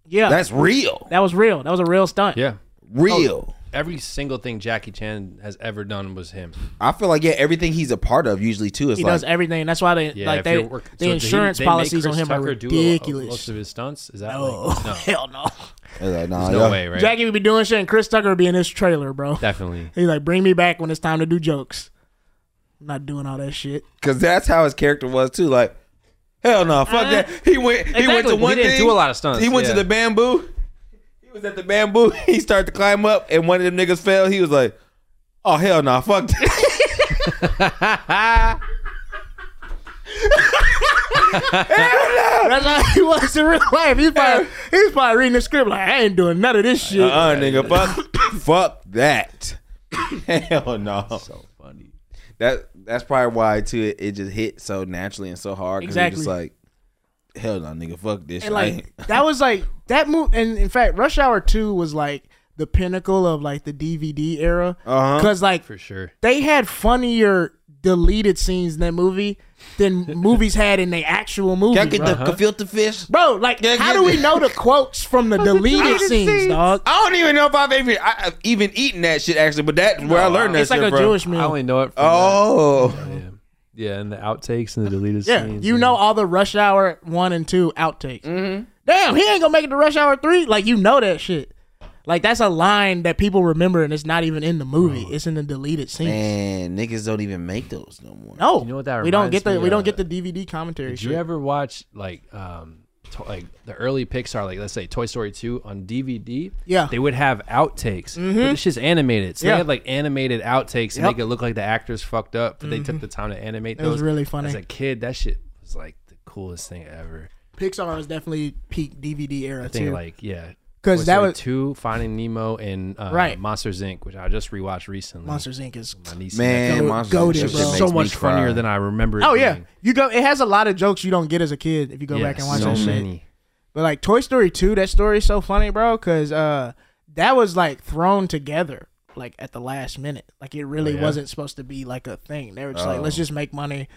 yeah, That's real, that was real. That was a real stunt. Yeah. real. Every single thing Jackie Chan has ever done was him. I feel like yeah, everything he's a part of usually too is He like does everything. That's why they Yeah, like if they you're work- the so did he- insurance they make policies on Chris him are Tucker do a- a- ridiculous. most of his stunts is that Oh, like, no, hell no. It's like, nah, no yeah. way, right? Jackie would be doing shit, and Chris Tucker would be in his trailer, bro. Definitely. He's like, bring me back when it's time to do jokes. I'm not doing all that shit. Cause that's how his character was too. Like, hell no, fuck Uh, that. He went. He went exactly. to He one didn't thing. do a lot of stunts, He went yeah. to the bamboo. He was at the bamboo. He started to climb up, and one of them niggas fell. He was like, "Oh hell no, fuck that." That's how he was in real life. He's probably, he's probably reading the script like, I ain't doing none of this shit. Uh, uh nigga, fuck, fuck that. hell no. So funny. That that's probably why too. It, it just hit so naturally and so hard. 'cause Exactly. It was just like, hell no, nigga, fuck this. shit. and I like ain't- that was like that move. And in fact, Rush Hour Two was like the pinnacle of like the DVD era Uh-huh. because like For sure. they had funnier deleted scenes in that movie than movies had in the actual movie. Y'all get bro. the gefilte fish? Bro, like, Yeah, how get do we the- know the quotes from the deleted scenes, dog? I don't even know if I've even I, have even eaten that shit actually, but that's where I learned that It's like shit a from. Jewish I meal. only know it from Oh. that. Yeah. yeah, and the outtakes and the deleted Yeah, scenes. you and- know all the Rush Hour one and two outtakes. Damn, he ain't gonna make it to Rush Hour three. Like you know that shit. Like that's a line that people remember, and it's not even in the movie. It's in the deleted scenes. Man, niggas don't even make those no more. No, You know what that we don't reminds get the me we don't of? get the DVD commentary. Did shit. you ever watch like um to- like the early Pixar, like let's say Toy Story 2 on DVD? Yeah. They would have outtakes. But it's just animated. So Yeah. they had like animated outtakes and Yep. make it look like the actors fucked up, but they took the time to animate It those. was really funny. As a kid, that shit was like the coolest thing ever. Pixar was definitely peak DVD era I think too. like yeah. 'Cause Toy that Story was- 2, Finding Nemo and uh, Right. Monsters Inc., which I just rewatched recently. Monsters Inc. is My niece Man, Go- Monsters go Inc. there, shit bro. makes so me much cry. funnier than I remember. it oh yeah. being. You go. It has a lot of jokes you don't get as a kid if you go Yeah, back and watch so that shit. many. But like Toy Story 2, that story is so funny, bro, cuz uh that was like thrown together like at the last minute. Like it really Oh, yeah? Oh. wasn't supposed to be like a thing. They were just like let's just make money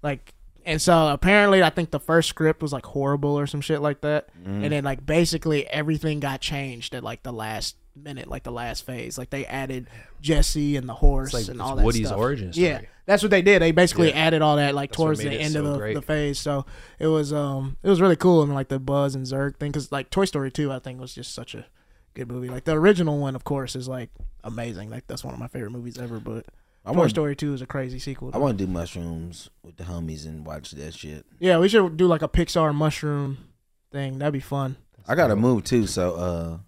like and so apparently I think the first script was like horrible or some shit like that. Mm. And then like basically everything got changed at like the last minute, like the last phase. Like they added Jesse and the horse like- and it's all that Woody's stuff. origin Yeah. story. That's what they did. They basically Yeah. added all that like what towards the made it end so of the, great. the phase. So it was um it was really cool and like the Buzz and Zerg thing because like Toy Story two I think was just such a good movie. Like the original one of course is like amazing. Like that's one of my favorite movies ever. But Toy want- Story two is a crazy sequel. I want to do mushrooms with the homies and watch that shit. yeah, we should do like a Pixar mushroom thing. That'd be fun. I gotta move too, so uh,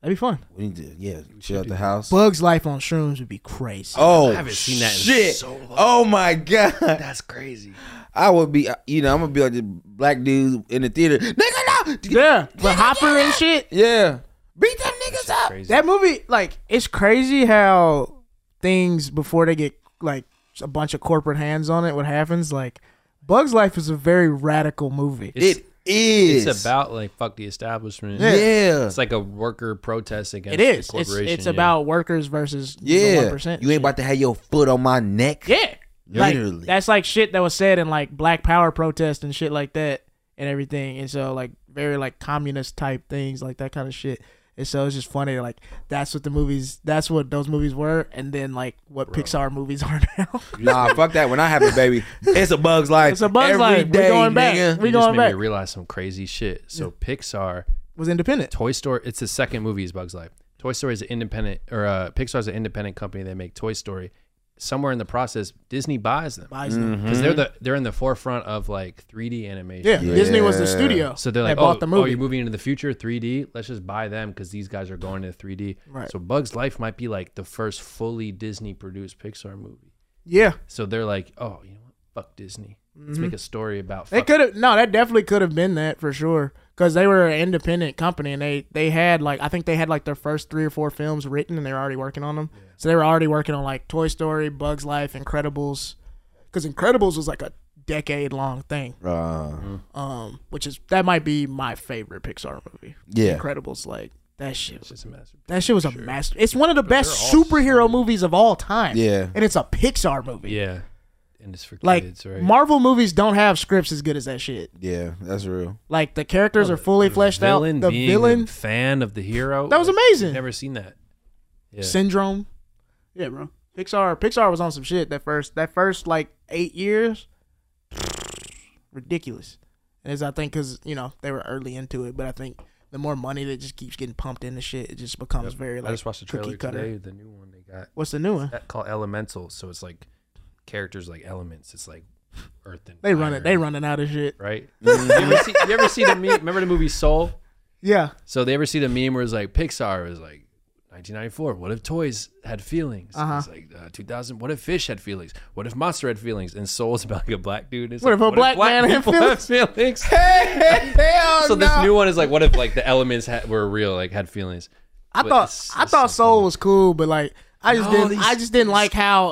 That'd be fun. We need to yeah chill out the house. Bugs Life on Shrooms would be crazy. oh, I haven't seen that in shit. so long. Oh my god, That's crazy. I would be uh, you know I'm gonna be like the black dude in the theater. Nigga, no. Yeah, but Hopper and shit. Yeah, beat them niggas up. Crazy. That movie, like, it's crazy how things before they get like a bunch of corporate hands on it, what happens? Like, Bugs Life is a very radical movie. it's, it is. it's about like fuck the establishment. yeah. It's like a worker protest against It is. the It's corporation. it's yeah. about workers versus Yeah, one percent. you ain't about to have your foot on my neck. yeah. Like, Literally. that's like shit that was said in like Black Power protest and shit like that and everything. And so like very like communist type things like that kind of shit. And so it's just funny like that's what the movies that's what those movies were and then like what Pixar movies are now. Nah, fuck that. When I have a baby, it's a bug's life. It's a Bug's Every Life. We're day, going back. nigga. We It just going made back. me realize some crazy shit. So Pixar, was independent. Toy Story, it's the second movie is Bugs Life. Toy Story is an independent, or uh, Pixar is an independent company. They make Toy Story. Somewhere in the process, Disney buys them Buys them. because they're the they're in the forefront of like 3D animation. Mm-hmm. Yeah, Disney was the Yeah. studio. So they're that like, bought oh, the oh, movie. you're moving into the future, 3D. Let's just buy them because these guys are going into 3D. Right. So Bugs Life might be like the first fully Disney produced Pixar movie. yeah, So they're like, oh, you know what? Fuck Disney. Let's make a story about. Mm-hmm. they fuck- could have. No, that definitely could have been that for sure. Because they were an independent company and they they had like I think they had like their first three or four films written and they were already working on them. So they were already working on like Toy Story, Bugs Life, Incredibles. Because Incredibles was like a decade long thing. Uh, Um, which is that might be my favorite Pixar movie. Yeah. Incredibles like that shit. was- It's a master. That shit was a master. It's one of the best they're all superhero movies of all time. Yeah. and it's a Pixar movie. Yeah. And it's for Like kids, right? Marvel movies don't have scripts as good as that shit. yeah, that's real. Like the characters are fully fleshed Oh, villain out. The being villain a fan of the hero. That was Like, amazing. Never seen that. Yeah. syndrome. Yeah, bro. Pixar Pixar was on some shit that first that first like eight years. Ridiculous. And it's I think because you know they were early into it, but I think the more money that just keeps getting pumped into shit, it just becomes very like I just watched the cookie trailer cutter. today. The new one they got What's the new one? that called Elemental. So it's like characters like elements. It's like earth and They run it. fire, They running out of shit. right. you, ever see, you ever see the meme? Remember the movie Soul? Yeah. So they ever see the meme where it's like Pixar was like 1994. What if toys had feelings? Uh-huh. It's like uh, 2000. What if fish had feelings? What if monster had feelings? And Soul's about like a black dude. It's What like, if a black man had people have feelings? Hell so this new one is like, what if like the elements had, were real, like had feelings? I But thought it's- I it's thought so Soul funny. was cool, but like I just No, didn't these- I just didn't like how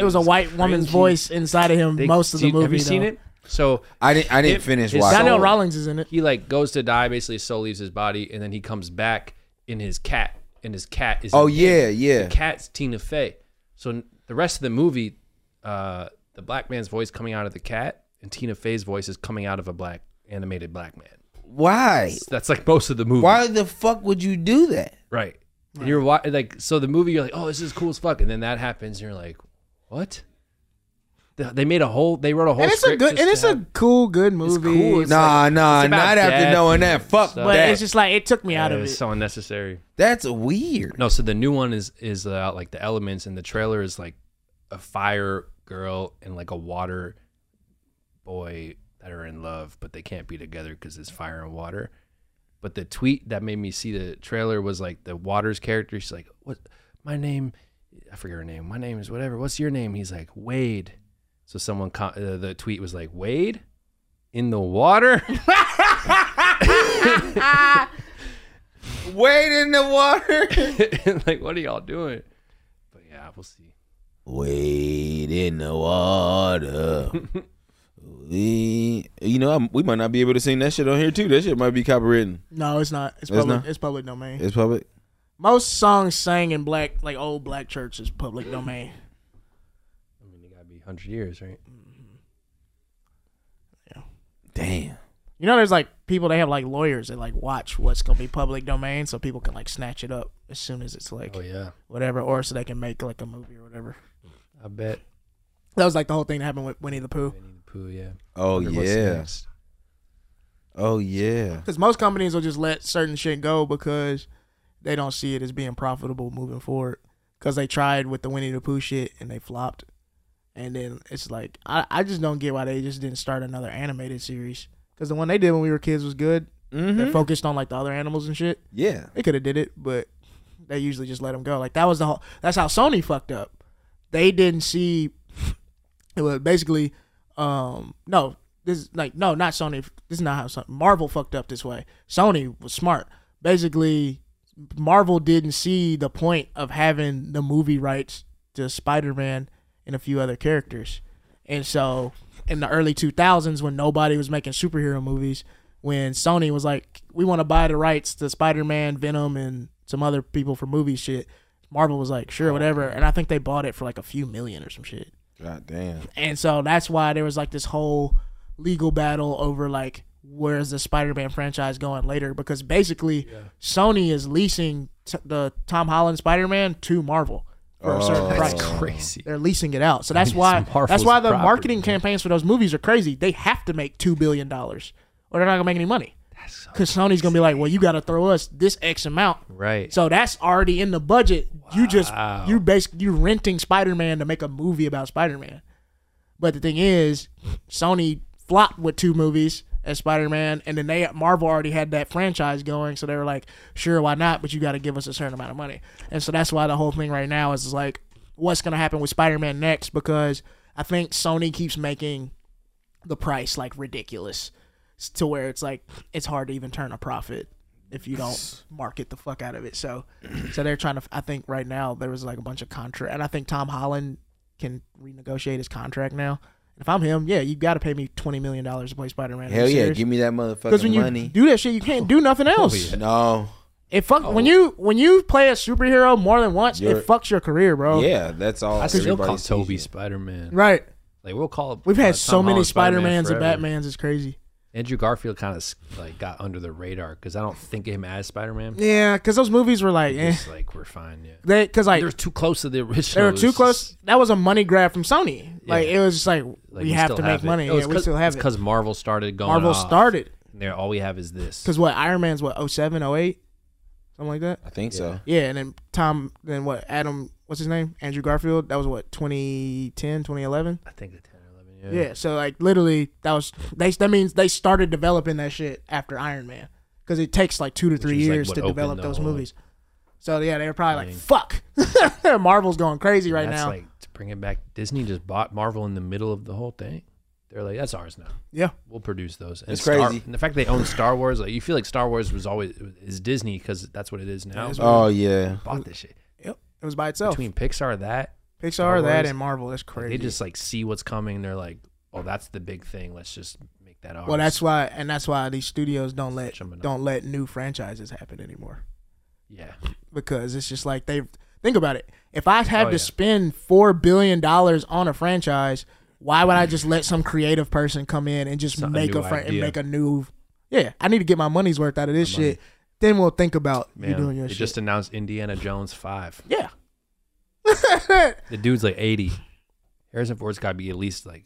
it was a white woman's cringy. voice inside of him They- most of do the you- movie. Have you seen though. it? So I didn't. I didn't It- finish it's watching. Daniel Soul- Rawlings is in it. he like goes to die. Basically, Soul leaves his body, and then he comes back in his cat, and his cat is oh in- yeah, yeah. cat's Tina Fey. So n- the rest of the movie, uh, the black man's voice coming out of the cat, and Tina Fey's voice is coming out of a black animated black man. Why? That's like most of the movie, Why the fuck would you do that? right? And you're wa- like, so the movie, you're like, oh, this is cool as fuck, and then that happens, and you're like, what? They- They made a whole. They wrote a whole. And it's a script good just and to it's a have- cool, good movie. cool, it's- nah, nah. it's about Not after death knowing that. and Fuck stuff. but that. it's just like it took me out Yeah, of it. it's so unnecessary. That's weird. No, so the new one is is uh, like the elements, and the trailer is like a fire girl and like a water boy that are in love, but they can't be together because it's fire and water. But the tweet that made me see the trailer was like the water's character. She's like, "What? My name? I forget her name. My name is whatever. What's your name?" He's like, "Wade." So someone co- uh, the tweet was like, "Wade." In the water, Wait in the water. like what are y'all doing? But yeah, we'll see. Wait in the water. we, you know, I'm, we might not be able to sing that shit on here too. That shit might be copywritten. no, it's not. It's It's public. It's, not? public domain. It's public. Most songs sang in black, like old black church, is public domain. I mean, it gotta be hundred years, right? Damn. You know, there's like people they have like lawyers that like watch what's gonna be public domain, so people can like snatch it up as soon as it's like Oh yeah, whatever, or so they can make like a movie or whatever. I bet. That was like the whole thing that happened with Winnie the Pooh. Winnie the Pooh, yeah. Oh Wonder what's yeah. next. Oh yeah. Because most companies will just let certain shit go because they don't see it as being profitable moving forward. Because they tried with the Winnie the Pooh shit and they flopped. And then it's like, I, I just don't get why they just didn't start another animated series. Because the one they did when we were kids was good. Mm-hmm. They're focused on like the other animals and shit. Yeah. They could have did it, but they usually just let them go. Like that was the whole. That's how Sony fucked up. They didn't see. It was basically, um, no, this is like no, not Sony. This is not how Son- Marvel fucked up this way. Sony was smart. Basically, Marvel didn't see the point of having the movie rights to Spider-Man and a few other characters, and so in the early 2000s when nobody was making superhero movies when Sony was like, we want to buy the rights to Spider Man, Venom, and some other people for movie shit. Marvel was like, sure, whatever. And I think they bought it for like a few million or some shit. God damn. And so that's why there was like this whole legal battle over like, where's the Spider Man franchise going later? Because basically, Sony is leasing t- the Tom Holland Spider Man to Marvel for a certain price. That's crazy. They're leasing it out. So that's It's why Marvel's that's why the property, marketing man. campaigns for those movies are crazy. They have to make two billion dollars, or they're not gonna make any money. Because Sony's gonna be like, well, you gotta throw us this X amount. Right. So that's already in the budget. You just Wow. you basically you renting Spider Man to make a movie about Spider Man. But the thing is, Sony flopped with two movies as Spider Man, and then they Marvel already had that franchise going, so they were like, sure, why not? But you got to give us a certain amount of money, and so that's why the whole thing right now is like, what's gonna happen with Spider Man next? Because I think Sony keeps making the price like ridiculous s- to where it's like it's hard to even turn a profit if you don't market the fuck out of it. So so they're trying to I think right now there was like a bunch of contract and I think Tom Holland can renegotiate his contract now. If I'm him, yeah, you got to pay me 20 million dollars to play Spider-Man. Hell yeah, give me that motherfucking Cuz when you money. Oh, do that shit, you can't do nothing else. yeah. no. It fuck when you when you play a superhero more than once, Oh. You're- it fucks your career, bro. Yeah, that's all. I still everybody call sees Toby you. Spider Man. Right. Like we'll call. We've had uh, so Tom many Holland Spider-Mans and forever. Batmans, it's crazy. Andrew Garfield kind of like got under the radar because I don't think of him as Spider Man. Yeah, cuz those movies were like eh. It's like we're fine. Yeah. They cuz like They're too close to the original. They were It's too just- close. That was a money grab from Sony. Like Yeah. it was just like, like, we, have still to make it. money. It was yeah, we 'cause- still have it's it. because Marvel started going. Marvel off, started and There, all we have is this. because what Iron Man's what 07, 08? something like that. I think so. Yeah, and then Tom, then what Adam, what's his name? Andrew Garfield. That was what 2010, 2011. I think the 10 or 11. Yeah. Yeah. so like literally that was they. That means they started developing that shit after Iron Man because it takes like two to three is, like, years what to opened develop the those whole- movies. So yeah, they were probably Thing. like, "Fuck, Marvel's going crazy right that's now." like to bring it back. Disney just bought Marvel in the middle of the whole thing. They're like, that's ours now. yeah, We'll produce those. And It's Star- crazy. And the fact they own Star Wars, like you feel like Star Wars was always is Disney because that's what it is now. That's They what- Oh yeah. bought this shit yep, it was by itself. between Pixar that Pixar, Star that, Wars. and Marvel. That's crazy. they just like see what's coming. They're like, oh, that's the big thing. Let's just make that ours. well, that's why, and that's why these studios don't let Such a monopoly. don't let new franchises happen anymore yeah. because it's just like they think about it. If I had Oh, to yeah. spend four billion dollars on a franchise, why would I just let some creative person come in and just Some- a make a, new fran- and idea. make a new? Yeah, I need to get my money's worth out of this shit. Then we'll think about you Man, doing your they shit. just announced Indiana Jones five. yeah, The dude's like eighty. Harrison Ford's got to be at least like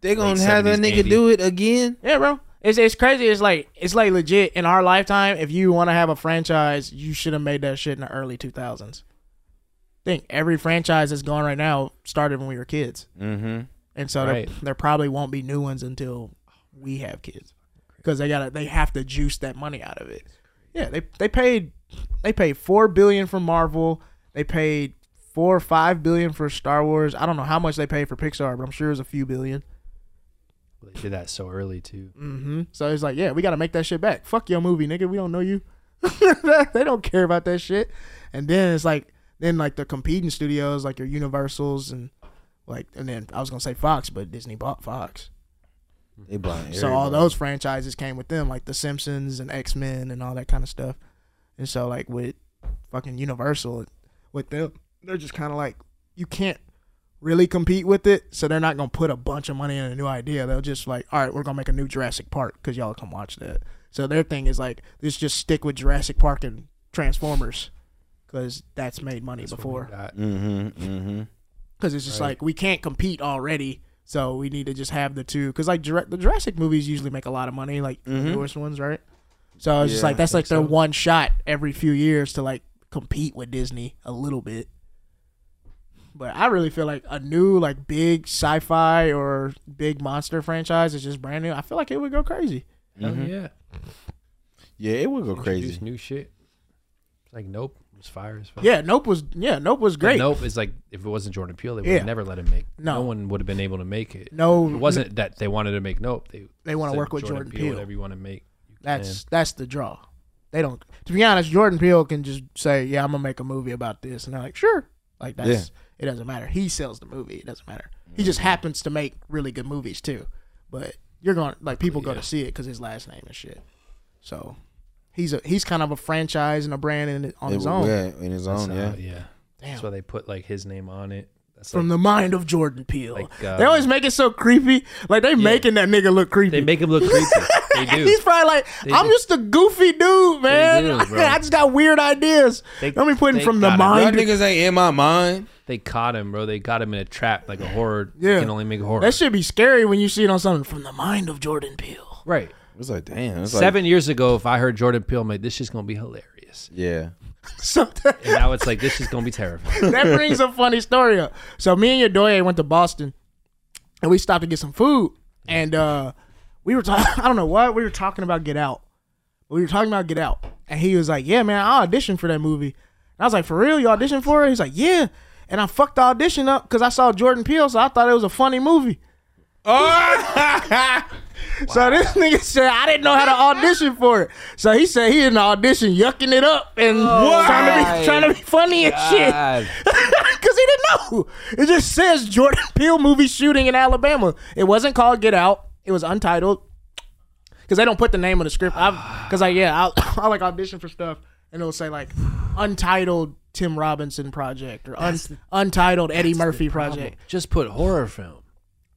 They gonna Late have that 70s nigga Andy. do it again? yeah, bro. It's, it's crazy. It's like it's like legit in our lifetime. If you want to have a franchise, you should have made that shit in the early two thousands. Think every franchise that's going right now started when we were kids. Mm-hmm. and so there- Right. there probably won't be new ones until we have kids because they gotta they have to juice that money out of it yeah they they paid they paid four billion for marvel they paid four or five billion for star wars i don't know how much they paid for pixar but i'm sure it was a few billion they did that so early too. mm-hmm. so it's like yeah we gotta make that shit back fuck your movie nigga we don't know you they don't care about that shit and then it's like then like the competing studios like your universals and like and then i was gonna say fox but disney bought fox They blind. So all those franchises came with them, like The Simpsons and X Men and all that kind of stuff. And so like with fucking Universal, with them, they're just kind of like you can't really compete with it. So they're not gonna put a bunch of money in a new idea. They'll just like, all right, we're gonna make a new Jurassic Park because y'all come watch that. So their thing is like, let's just stick with Jurassic Park and Transformers because that's made money That's what we before got. Mm-hmm. Mm-hmm. because it's just Right. like we can't compete already, so we need to just have the two. Because like Jura- the Jurassic movies usually make a lot of money, like the Mhm. newest ones, right? So it's just Yeah, like that's Mm-hmm. I like think their so. one shot every few years to like compete with Disney a little bit. But I really feel like a new like big sci-fi or Mm-hmm. big monster franchise is just brand new. I feel like it would go crazy. Hell yeah. Yeah, it would go Introduce crazy. new shit. It's like Nope it was fire as fuck. Yeah, Nope was yeah, Nope was But great. Nope is like if it wasn't Jordan Peele, they would Yeah. have never let him make. No. no one would have been able to make it. No, It wasn't that they wanted to make Nope. They They want to said, work with Jordan, Peele. Whatever you want to make. you That's that's the draw. They don't. To be honest, Jordan Peele can just say, "Yeah, I'm gonna make a movie about this," and they're like, "Sure." Like that's it doesn't matter. He sells the movie. It doesn't matter. He Mm-hmm. just happens to make really good movies too. But you're going to like people go to see it because his last name and shit. So he's a he's kind of a franchise and a brand in, on It his would- own. Yeah, in his own. can. yeah. So, yeah. Damn. That's why they put like his name on it. That's From like, the mind of Jordan Peele. Like, uh, they always make it so creepy. Like they making that nigga look creepy. they make him look creepy. they do. He's probably like, I'm do. just a goofy dude, man. do, bro. I just got weird ideas. They- Let me put in they from the gotta- Y'all mind. niggas ain't in my mind. They caught him, bro. They got him in a trap, like a horror. Yeah. You can only make horror. That should be scary when you see it on something from the mind of Jordan Peele. right. It's like damn. It's Seven years ago, if I heard Jordan Peele, made this shit's gonna be hilarious. Like, yeah. So that, And now it's like this is gonna be terrifying. that brings a funny story up. So me and Yodoye went to Boston, and we stopped to get some food, and uh, we were talking. I don't know what we were talking about. Get Out. We were talking about Get Out, and he was like, "Yeah, man, I auditioned for that movie." And I was like, "For real? You auditioned for it?" He's like, "Yeah." And I fucked the audition up because I saw Jordan Peele, so I thought it was a funny movie. So this nigga said I didn't know how to audition for it. So he said he in the audition yucking it up and trying to be trying to be funny and shit. God. Because he didn't know. It just says Jordan Peele movie shooting in Alabama. It wasn't called Get Out. It was untitled. Because they don't put the name on the script. Because like yeah, I'll, I like audition for stuff and it'll say like untitled Tim Robinson project or un, untitled Eddie Murphy project. Just put horror film.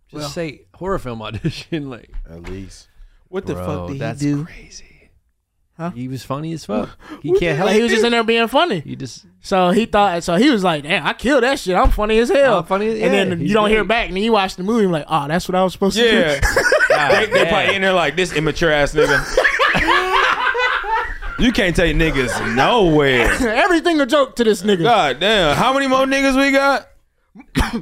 Just say horror film audition. Like At least. What the bro, fuck did that's he do? crazy. He was funny as fuck. He can't help. Like, he was just in there being funny. He just So he thought. So he was like, "Damn, I killed that shit. I'm funny as hell." I'm funny as- and yeah, then he's you don't hear great. back, and then you watch the movie. And like, "Oh, that's what I was supposed to Yeah. do." they they probably in there like this immature ass nigga. you can't take niggas nowhere. Everything a joke to this nigga. God damn. How many more niggas we got?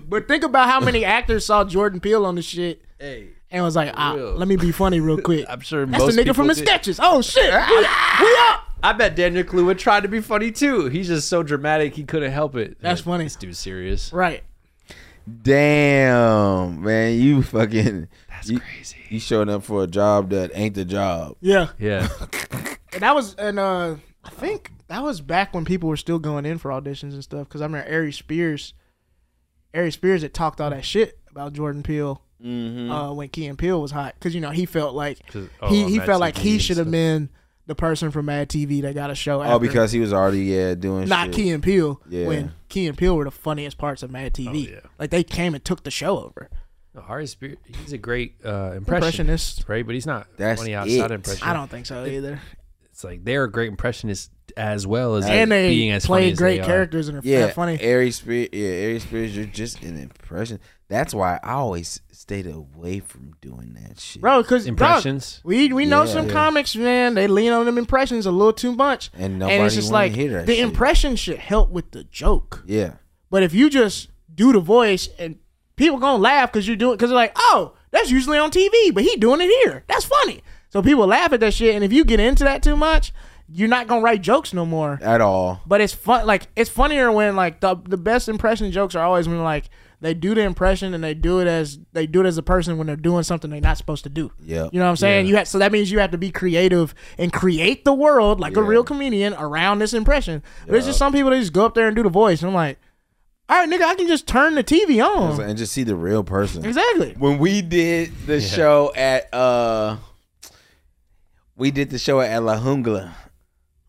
But think about how many actors saw Jordan Peele on the shit hey. and was like, "Ah, real. let me be funny real quick." I'm sure that's most the nigga from people the did. sketches. Oh shit, we, we up. I bet Daniel Kluwer tried to be funny too. He's just so dramatic he couldn't help it. That's Like, funny. This dude's serious. Right. Damn, man, you fucking That's you, crazy. you showing up for a job that ain't the job. Yeah. Yeah. And that was, and uh, I think that was back when people were still going in for auditions and stuff. Because I remember Ari Spears, Ari Spears had talked all that shit about Jordan Peele Mm-hmm. uh, when Key and Peele was hot. Because you know he felt like 'Cause- oh, he on he Mad felt like TV he and should have stuff. been the person from Mad TV that got a show. Oh, after- because he was already yeah doing not shit. Key and Peele. Yeah. When Key and Peele were the funniest parts of Mad TV. Oh, yeah. Like they came and took the show over. No, Ari Spear, he's a great uh, impressionist, Impressionist. right? But he's not That's funny it. outside impression. I don't think so either. It's like they're a great impressionist as well as And they being as funny played as great they are. characters and they're Yeah, funny. Aries Spears. Yeah, Aries Spears. You're just an impression. That's why I always stayed away from doing that shit. Bro, because Impressions. we we know Yeah. some Yeah. comics, man. They lean on them impressions a little too much, And and nobody it's just wanna like hear that the shit. impression should help with the joke. Yeah, But if you just do the voice and people gonna laugh because you're doing because they're like, oh, that's usually on TV, but he doing it here. That's funny. So people laugh at that shit, and if you get into that too much, you're not gonna write jokes no more. at all. But it's fun. Like it's funnier when like the the best impression jokes are always when like they do the impression and they do it as they do it as a person when they're doing something they're not supposed to do. Yeah. You know what I'm saying? You have so that means you have to be creative and create the world like a real comedian around this impression. But it's just some people that just go up there and do the voice. And I'm like, all right, nigga, I can just turn the TV on. So- and just see the real person. exactly. When we did the show at uh, we did the show at La Jungla.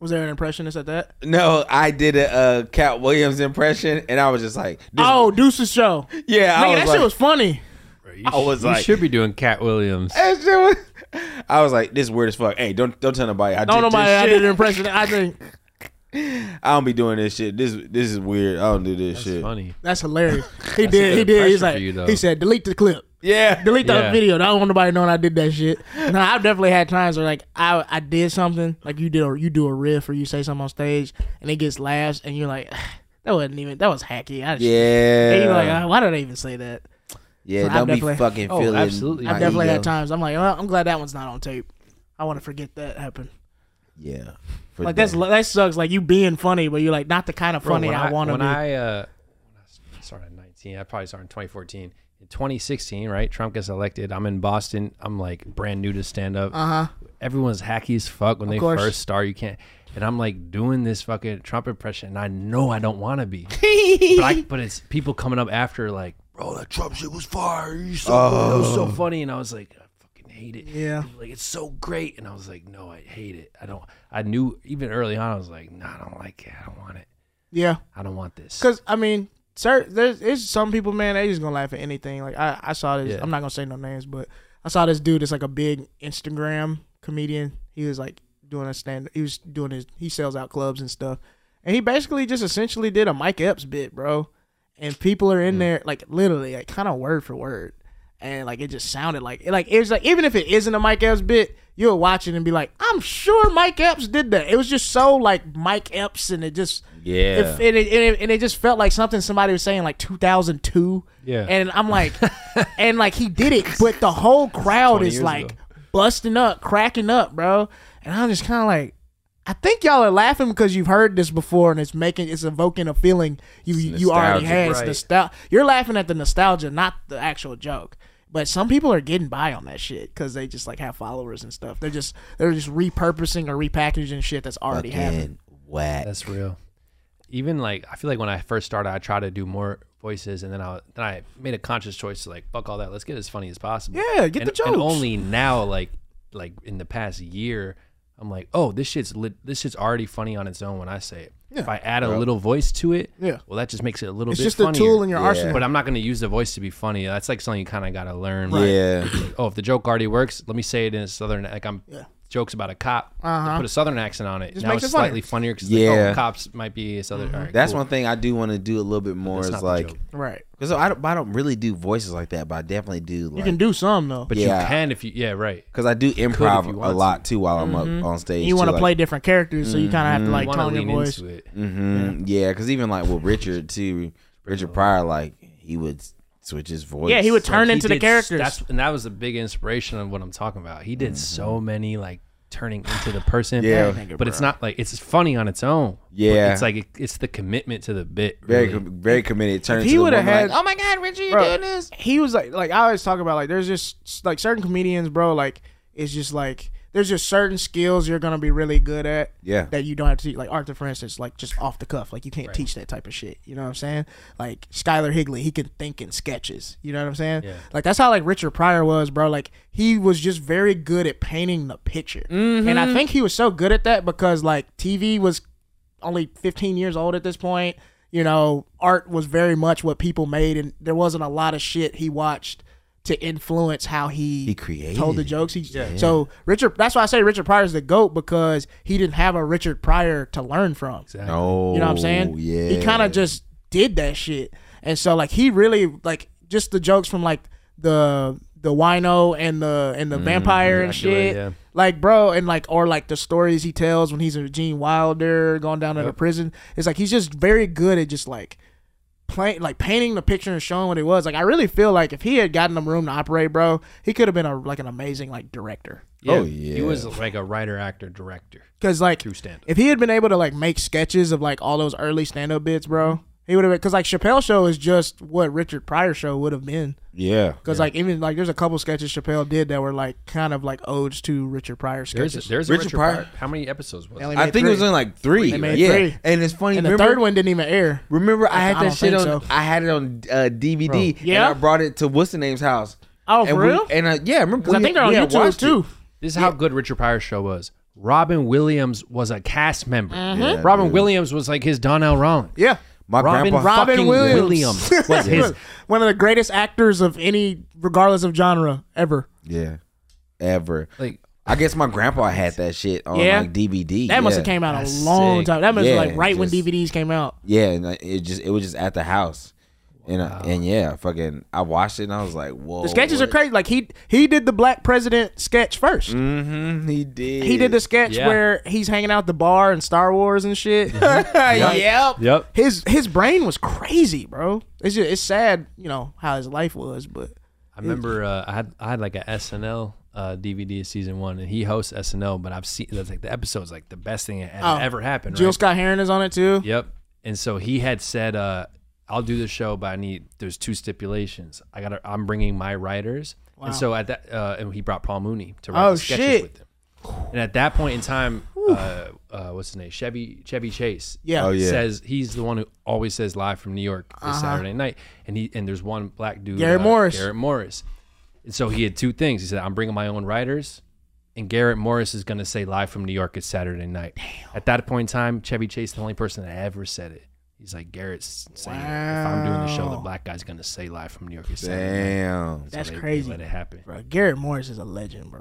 Was there an impressionist at that? No, I did a uh, Cat Williams impression, and I was just like, this- Oh, Deuce's show. yeah, I nigga, was that like, shit was funny. Bro, you I sh- was you like- should be doing Cat Williams. That shit was- I was like, this is weird as fuck. Hey, don't don't tell nobody. I Don't did nobody. this I shit. did an impression. I think I don't be doing this shit. This this is weird. I don't do this That's shit. funny. that's hilarious. He did. He good did. He's impression for like. you, though. he said, delete the clip. Yeah, delete the Yeah. video. I don't want nobody knowing I did that shit. No, I've definitely had times where like I, I did something like you did a, you do a riff or you say something on stage and it gets laughs and you're like that wasn't even that was hacky. I just, And you're like yeah, "Ah, why did I even say that? yeah. I've Don't be definitely- fucking Oh, feeling. absolutely. my I've definitely ego. had times I'm like well, I'm glad that one's not on tape. I want to forget that happened. Yeah. for Like that's that. that sucks. Like you being funny, but you're like not the kind of Bro, funny when I, want to when be. I, uh, when I started at 19, I probably started in 2014. In 2016, right? Trump gets elected. I'm in Boston. I'm like brand new to stand up. uh huh. Everyone's hacky as fuck when they course. first start. You can't. And I'm like doing this fucking Trump impression, and I know I don't want to be. but, I, but it's people coming up after like, bro, that Trump shit was fire. You so good. It was so funny, and I was like, I fucking hate it. Oh. Yeah. People were like it's so great, and I was like, no, I hate it. I don't. I knew even early on, I was like, no, I don't like it. I don't want it. Yeah. I don't want this. Because I mean, sir, there's it's some people, man. They just gonna laugh at anything. Like I, I saw this. Yeah. I'm not gonna say no names, but I saw this dude. that's like a big Instagram comedian. He was like doing a stand. He was doing his. He sells out clubs and stuff. And he basically just essentially did a Mike Epps bit, bro. And people are in there like literally, like kind of word for word. And like it just sounded like like it was like even if it isn't a Mike Epps bit, you'll watch it and be like, I'm sure Mike Epps did that. It was just so like Mike Epps, and it just Yeah. if- and, it, and, it, and it just felt like something somebody was saying like 2002. Yeah. And I'm like, and like he did it, but the whole crowd 20 is years like ago. busting up, cracking up, bro. And I'm just kind of like, I think y'all are laughing because you've heard this before, and it's making it's evoking a feeling you you already nostalgic, had. It's right. nostal- You're laughing at the nostalgia, not the actual joke. But some people are getting by on that shit because they just like have followers and stuff. They're just they're just repurposing or repackaging shit that's already happened. Fucking whack. That's real. Even like I feel like when I first started, I tried to do more voices, and then I then I made a conscious choice to like fuck all that. Let's get as funny as possible. Yeah, get and, the And jokes. only now, like like in the past year, I'm like, oh, this shit's lit. This shit's already funny on its own when I say it. if I add a little voice to it, Yeah. well, that just makes it a little It's bit just a tool funnier. in your arsenal. But I'm not going to use the voice to be funny. That's like something you kind of got to learn. yeah. Like, oh, if the joke already works, let me say it in a southern. Like I'm jokes about a cop. Uh-huh. Put a southern accent on it. Just now makes it's it funnier. Mm-hmm. slightly funnier because Yeah. cops might be a southern. all right, That's cool. one thing I do want to do a little bit more That's not is the like joke. Right. because I don't, I don't really do voices like that, but I definitely do You like can do some though. But Yeah. you can if you. Yeah, right. because I do improv you a want lot too while I'm up on stage. Mm-hmm. you want to too, like- play different characters, so you kind of have to like Want to tone your lean voice. into it. Mm-hmm. Yeah, because even like with Richard too, Richard Pryor, like he would switch his voice. Yeah, he would turn He into the did s- characters. That's and that was a big inspiration of what I'm talking about. He did so many like turning into the person. Mm-hmm. Yeah. but it's not like it's funny on its own. But Yeah. it's like it, it's the commitment to the bit. very really. com- very committed. Turn If into he the would have woman, had, like, oh my god, Richie, you doing this? He was like, like I always talk about, like there's just like certain comedians, bro. Like it's just like there's just certain skills you're gonna be really good at. Yeah. That you don't have to teach. Like Arthur, for instance, like just off the cuff, like you can't teach that type of shit. You know what I'm saying? Like Skylar Higley, he can think in sketches. You know what I'm saying? Yeah. Like that's how like Richard Pryor was, bro. Like he was just very good at painting the picture, and I think he was so good at that because like TV was only 15 years old at this point. You know, art was very much what people made, and there wasn't a lot of shit he watched to influence how he, He created told the it. jokes. He, So Richard, that's why I say Richard Pryor's the goat because he didn't have a Richard Pryor to learn from. Exactly. oh, You know what I'm saying? Yeah, He kind of just did that shit, and so like he really like just the jokes from like the the wino and the and the Mm, vampire and Dracula, shit. yeah. Like bro, and like or like the stories he tells when he's with Gene Wilder going down to the prison. It's like he's just very good at just like playing like painting the picture and showing what it was. Like I really feel like if he had gotten them room to operate, bro, he could have been a like an amazing like director. Yeah. Oh, He yeah. was like a writer, actor, director Cause like through stand up. if he had been able to like make sketches of like all those early stand up bits, bro, he would have because like Chappelle show is just what Richard Pryor show would have been. yeah. Because like even like there's a couple sketches Chappelle did that were like kind of like odes to Richard Pryor There's a, sketches. there's a Richard Richard, Pryor. Pryor. How many episodes was They only it? I made think it was three. in like three. They made yeah, three. and it's funny. and the remember, third one didn't even air. Remember, I had I that don't shit think on. so. I had it on uh, DVD, Yeah? and I brought it to what's the name's house. Oh, and for we- real? And I, yeah, I remember. 'Cause I we- think they're on we had YouTube watched it. too. This is how good Richard Pryor's show was. Robin Williams was a cast member. Yeah, Robin dude. Williams was like his Donnell Rollins. Yeah. My Robin grandpa. Rob- Robin Fucking Um, Williams, Williams was his- one of the greatest actors of any, regardless of genre, ever. yeah, ever. Like I guess my grandpa had that shit on Yeah? like DVD. That must yeah. have came out a That's long sick. time. That must have Yeah, like right when just- DVDs came out. Yeah, and like, it just it was just at the house, and uh, and yeah, fucking. I watched it and I was like, whoa. The sketches are crazy. Like he he did the black president sketch first. Mm-hmm. He did. He did the sketch Yeah. Mm-hmm. where he's hanging out at the bar and Star Wars and shit. yep. Yep. his his brain was crazy, bro. It's just, it's sad, you know, how his life was, but I remember uh, I had I had like a SNL uh, DVD of season one, and he hosts SNL. But I've seen that's like the episode's like the best thing that had Oh, ever happened. Jill right? Scott Heron is on it too. Yep. And so he had said, uh, "I'll do the show, but I need there's two stipulations. I got to I'm bringing my writers." And so at that, uh, and he brought Paul Mooney to write Oh, the sketches shit. with him. And at that point in time, uh, uh, what's his name? Chevy Chevy Chase Yeah. Oh, yeah. says he's the one who always says live from New York this Saturday night, and he and there's one black dude, Uh-huh. uh, Garrett Morris. Garrett Morris, and so he had two things. He said, "I'm bringing my own writers," and Garrett Morris is going to say live from New York is Saturday night. At that point in time, Chevy Chase, the only person that ever said it, he's like Garrett's saying, it. "If I'm doing the show, the Wow. black guy's going to say live from New York is Saturday." night." Damn. So That's they- they crazy. Let it happen. Bro, Garrett Morris is a legend, bro.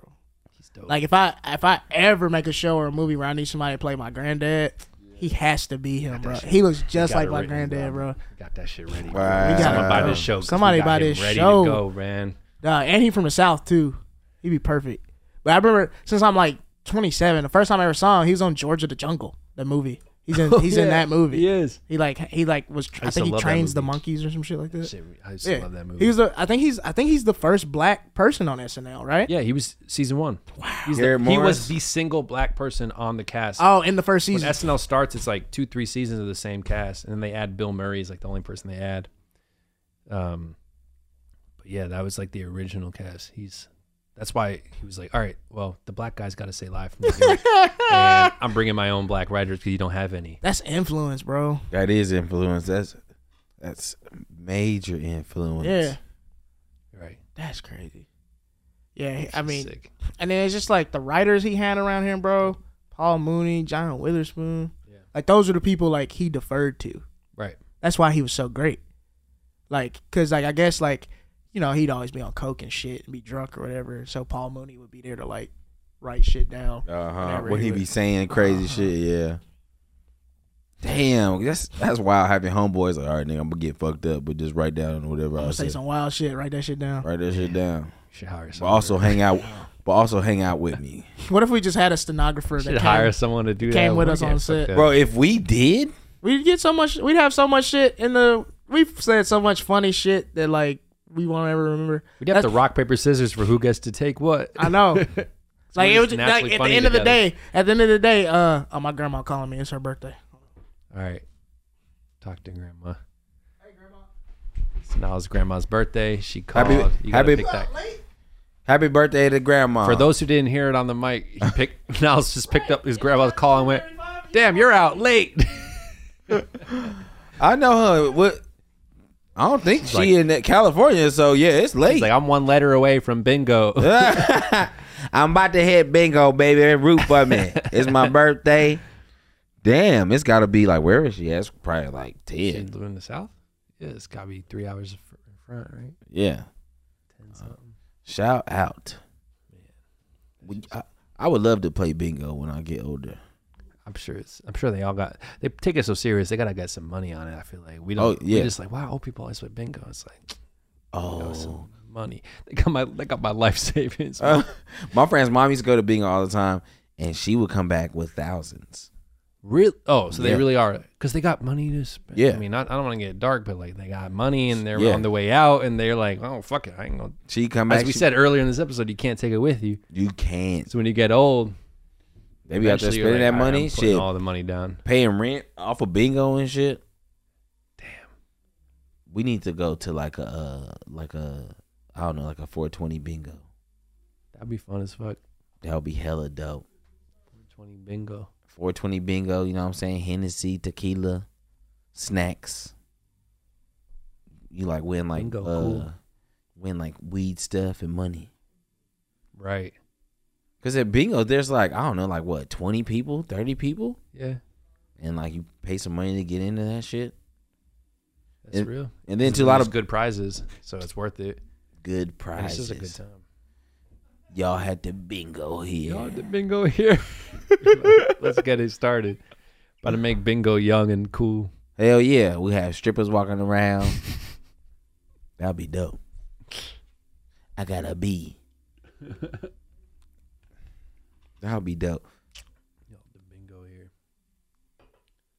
He's dope. Like if I if I ever make a show or a movie where I need somebody to play my granddad, he has to be him, bro. He looks just got like it my written, granddad, bro. bro. got that shit ready. Wow. We got- Someone buy this show. 'cause we Somebody got buy him this ready show. To go, man. Uh, and he from the south too. He'd be perfect. But I remember since I'm like 27, the first time I ever saw him, he was on Georgia the Jungle, the movie. He's in he's in that movie. He is. He like he like was tr- I I, used think to he love that trains the movie. monkeys or some shit like that. Shit, I used to yeah. love that movie. He was the I think he's I think he's the first black person on SNL, right? yeah, he was season one. Wow. He's the, Garrett he was Morris? the single black person on the cast. Oh, in the first when season. SNL starts, it's like two, three seasons of the same cast, and then they add Bill Murray is like the only person they add. Um, but yeah, that was like the original cast. He's that's why he was like, all right, well, the black guy's got to say live from the beginning, and I'm bringing my own black writers because you don't have any. That's influence, bro. That is influence. That's that's major influence. Yeah. Right? That's crazy. Yeah, I mean, Sick. and then it's just like the writers he had around him, bro. Paul Mooney, John Witherspoon. Yeah. Like those are the people like he deferred to. right? That's why he was so great. Like, cause like I guess like, you know, he'd always be on coke and shit and be drunk or whatever. So Paul Mooney would be there to like write shit down. Uh huh. Whenever When he he be was- saying crazy shit, yeah. Damn, that's that's wild. Having homeboys like, all right, nigga, I'm gonna get fucked up, but just write down whatever I I'm gonna say say. some wild shit. Write that shit down. Write that shit down, Should hire but someone. also hang out, but also hang out with me, What if we just had a stenographer that should came- hire someone to do that. came with We us on can't set. fuck that. bro. If we did, We'd get so much. We'd have so much shit in the. We've said so much funny shit that like we won't ever remember. We'd have to rock paper scissors for who gets to take what. I know. just like it was like naturally at the funny end of the together. day. At the end of the day, uh, oh my grandma calling me. It's her birthday. All right, talk to grandma. So now it's grandma's birthday. She called. Happy- you gotta happy- pick that. happy birthday to grandma. For those who didn't hear it on the mic, he picked. Niles just picked up his grandma's call and went, "Damn, you're out late." I know her. What? I don't think she like- in that California, so yeah, it's late. He's like, "I'm one letter away from bingo." "Oh." I'm about to hit bingo, baby. Root for me. it's my birthday. Damn, it's gotta be like where is she? at? It's probably like She ten. live in the south. Yeah, it's gotta be three hours in fr- in front, right? Yeah. Uh, Ten something. Shout out. We- I, I would love to play bingo when I get older. I'm sure it's. I'm sure they all got. They take it so serious. They gotta get some money on it. I feel like we don't. Oh, yeah. We're just like, wow, old people always play bingo. It's like Oh, Uh-huh. money. They got my. They got my life savings. my friend's mom used to go to bingo all the time, and she would come back with thousands. Really? Oh, so they Yeah. really are because they got money to spend. Yeah. I mean, not, I don't want to get dark, but like they got money and they're Yeah. on the way out and they're like, oh fuck it, I ain't gonna. She come back. As we she- said earlier in this episode, you can't take it with you. you can't. So when you get old, They be out there eventually you're spending like, that "All right, money. I'm putting Shit, all the money down. paying rent off of bingo and shit. Damn. We need to go to like a uh, like a I don't know like a 420 bingo. That'd be fun as fuck. That would be hella dope. Twenty bingo. 420 bingo. You know what I'm saying? Hennessy, tequila, snacks. You like win like Bingo, uh, cool. win like weed stuff and money. Right. Cause at bingo, there's like I don't know like what 20 people, 30 people, Yeah. and like you pay some money to get into that shit. That's It- real. And then There's to a lot of good prizes, so it's worth it. good And prizes. This is a good time. Y'all had the bingo here. Y'all the bingo here. Let's get it started. About to make bingo young and cool. Hell yeah, we have strippers walking around. That'd be dope. I got a B. That'd be dope. Y'all the bingo here.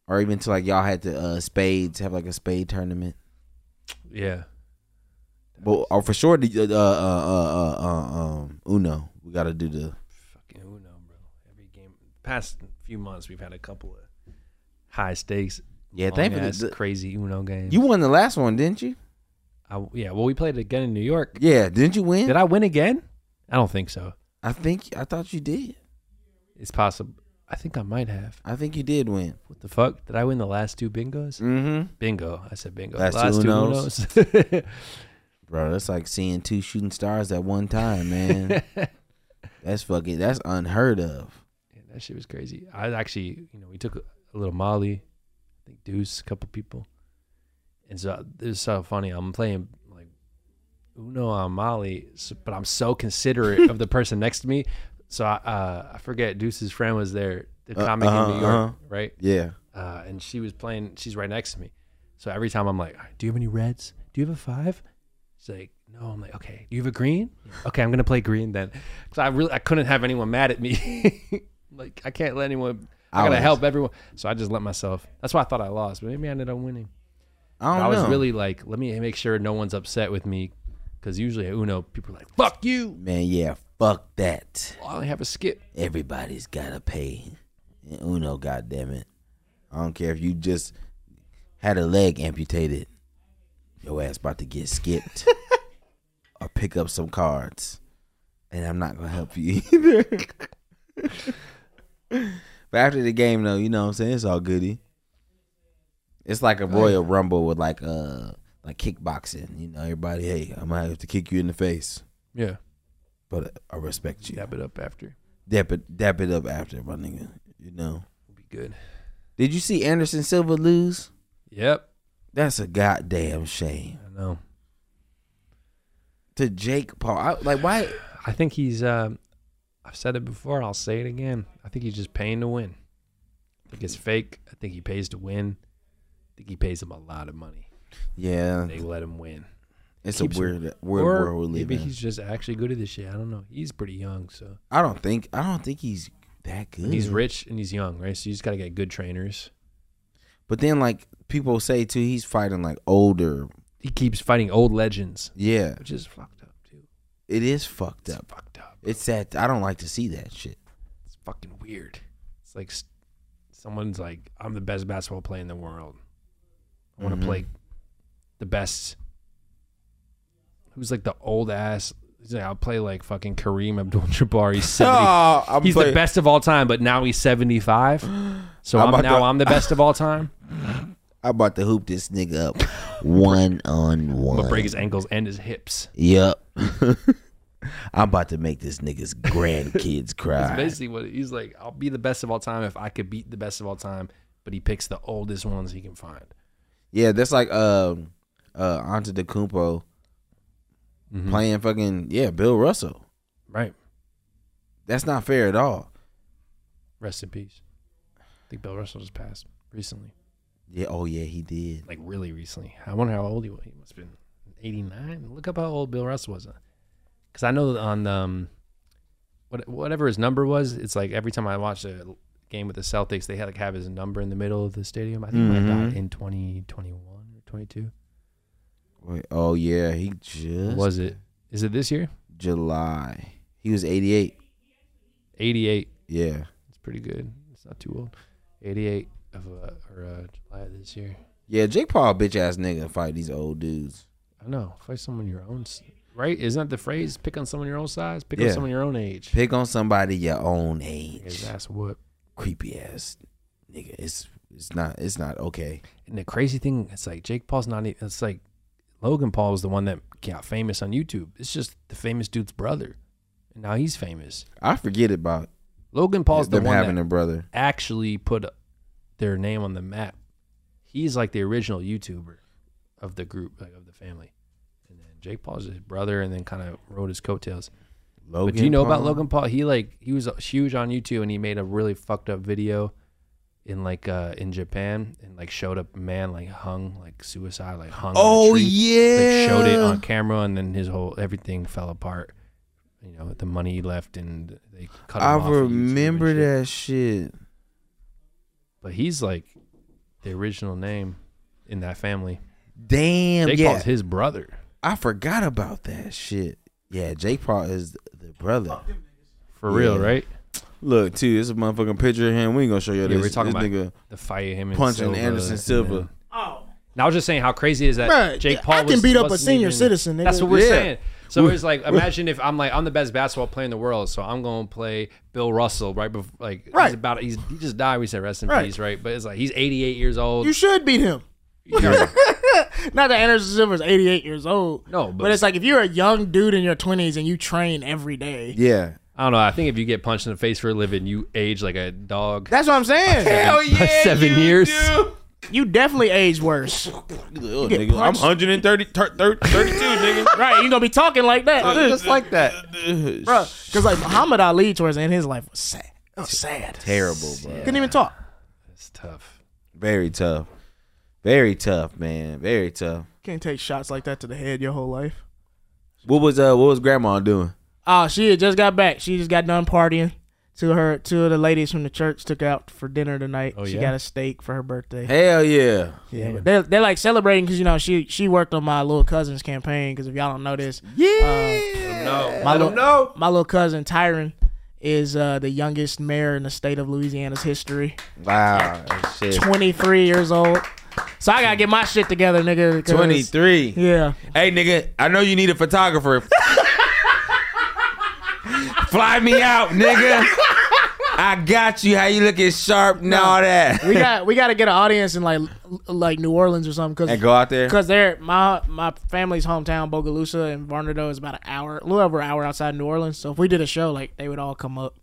Or even to like y'all had to uh spades have like a spade tournament. Yeah. That'd But uh, for sure, the uh, uh, uh, uh, uh, um, Uno, we got to do the. Fucking who know, bro. Every game, past few months, we've had a couple of high stakes. Yeah, thank you. long-ass, The- crazy Uno game. You won the last one, didn't you? I, yeah, well, we played it again in New York. Yeah, didn't you win? Did I win again? I don't think so. I think I thought you did. It's possible. I think I might have. I think you did win. What the fuck? Did I win the last two bingos? Mm-hmm. Bingo. I said bingo. Last two Unos. two Unos. Bro, that's like seeing two shooting stars at one time, man. that's fucking. That's unheard of. Yeah, that shit was crazy. I actually, you know, we took a, a little Molly, I think Deuce, a couple people, and so this is so funny. I'm playing like Uno on Molly, so, but I'm so considerate of the person next to me. So I, uh, I forget Deuce's friend was there, the Uh, comic uh-huh, in New York, uh-huh. right? Yeah. Uh, and she was playing. She's right next to me. So every time I'm like, "Do you have any reds? Do you have a five? She's like, "No." I'm like, "Okay. Do you have a green? Okay, I'm gonna play green then." Because I really I couldn't have anyone mad at me. like I can't let anyone. I gotta Always. help everyone. So I just let myself. That's why I thought I lost, but maybe I ended up winning. I But I don't was know. really like, let me make sure no one's upset with me, because usually at Uno people are like, "Fuck you! "Oh, man. Yeah. Fuck that. I only have a skip." Everybody's gotta pay. And Uno, goddamn it. I don't care if you just had a leg amputated. Your ass about to get skipped or pick up some cards, and I'm not gonna help you either. but after the game, though, you know what I'm saying it's all goody. It's like a Royal Rumble with like uh like kickboxing. You know, everybody, hey, I might have to kick you in the face, Yeah, but I respect you dab it up after. dap it dap it up after my nigga. You know. We'll be good. Did you see Anderson Silva lose? Yep, That's a goddamn shame I know. to Jake Paul. I, like why? I think he's. Um, I've said it before. I'll say it again. I think he's just paying to win. I think it's fake. I think he pays to win. I think he pays him a lot of money. Yeah, They let him win. it's a Keeps- weird weird or world we live maybe in. he's just actually good at this shit. I don't know. He's pretty young, so I don't think I don't think he's that good. and he's rich and he's young, right? So you just gotta get good trainers. but then like people say too, he's fighting like older. He keeps fighting old legends, Yeah, which is fucked up too. it is fucked It's up. fucked up. It's sad. I don't like to see that shit. It's fucking weird. It's like s- someone's like, I'm the best basketball player in the world. I want to Mhm. play the best. Who's like the old ass? He's like, I'll play like fucking Kareem Abdul-Jabbar. He's 70. I'm he's the playing- best of all time, but now he's 75. So I'm I'm, about now to- I'm the best of all time. I'm about to hoop this nigga up one on I'm gonna one. break his ankles and his hips. Yep. I'm about to make this nigga's grandkids That's cry. basically what he's like. I'll be the best of all time if I could beat the best of all time. But he picks the oldest ones he can find. Yeah, that's like um uh Anta DeCumpo Mm-hmm. playing fucking yeah, Bill Russell. Right. That's not fair at all. Rest in peace. I think Bill Russell just passed recently, Yeah, oh yeah, he did. like really recently. I wonder how old he was. He must have been 89. Look up how old Bill Russell was. Because I know on um, what whatever his number was, it's like every time I watch a game with the Celtics, they had like have his number in the middle of the stadium. I think he might have died in 2021 or 22. Wait, oh yeah, he just Was it? Is it this year? July. He was 88. 88. Yeah. It's pretty good. It's not too old. 88 of uh, or uh, July of this year. Yeah, Jake Paul bitch ass nigga fight these old dudes. I know. Fight someone your own, s- right? Isn't that the phrase? Pick on someone your own size. Pick Yeah. on someone your own age. Pick on somebody your own age. His ass whoop. Creepy ass nigga. It's it's not it's not okay. And the crazy thing, it's like Jake Paul's not. e- It's like Logan Paul is the one that got famous on YouTube. It's just the famous dude's brother, and now he's famous. I forget about Logan Paul's the them one having that a brother. actually put their name on the map. He's like the original YouTuber of the group, like of the family. And then Jake Paul's his brother, and then kind of rode his coattails. Logan but do you know about Paul? Logan Paul? He like he was huge on YouTube, and he made a really fucked up video in like uh in Japan, and like showed a man like hung like suicide, like hung. on Oh a tree. yeah. Like showed it on camera, and then his whole everything fell apart. You know the money he left, and they cut. Him off I of YouTube and remember shit. that shit. But he's like the original name in that family. Damn, Jake yeah. Paul's his brother. I forgot about that shit. Yeah, Jake Paul is the brother. For real, Yeah. right? Look, too, this is a motherfucking picture of him. We ain't gonna show you Yeah, this. we're talking this nigga The fight him and punching Silva Anderson and Silva. then- Now I was just saying how crazy is that Bruh, Jake I Paul can was- beat up a wasn't senior even- citizen, nigga. That's what we're Yeah. saying. So it's like imagine if I'm like I'm the best basketball player in the world, so I'm going to play Bill Russell right before like Right. he's about he's he just died. We said rest in Right. peace, right? But it's like he's 88 years old. You should beat him. Yeah. Not that Anderson Silva's 88 years old. No, but, but- it's like if you're a young dude in your 20s and you train every day. Yeah. I don't know. I think if you get punched in the face for a living, you age like a dog. That's what I'm saying. Hell yeah, seven you years. do. you definitely age worse. Ugh, get nigga, I'm punched. 130, thir- thir- 32, nigga. right, you're going to be talking like that. Just like that. bro. Because like Muhammad Ali towards the end of his life was sad. It was sad. Terrible, bro. Couldn't even talk. It's tough. Very tough. Very tough, man. Very tough. Can't take shots like that to the head your whole life. What was uh what was grandma doing? Oh, she had just got back. She just got done partying. Two of her two of the ladies from the church took out for dinner tonight. Oh, she yeah? got a steak for her birthday. Hell yeah. Yeah, but they're, they're like celebrating because you know she she worked on my little cousin's campaign. Because if y'all don't know this, Yeah. No. my little my little cousin Tyron is uh, the youngest mayor in the state of Louisiana's history. wow. Shit. Twenty three years old. So I gotta get my shit together, nigga. 'cause- 23. Yeah. Hey, nigga, I know you need a photographer. Fly me out, nigga. I got you. How you looking sharp and all we that? got we got to get an audience in like l- like New Orleans or something And because go out there. they're my my family's hometown Bogalusa and Varnado is about an hour, a little over an hour outside New Orleans. So if we did a show, like they would all come up.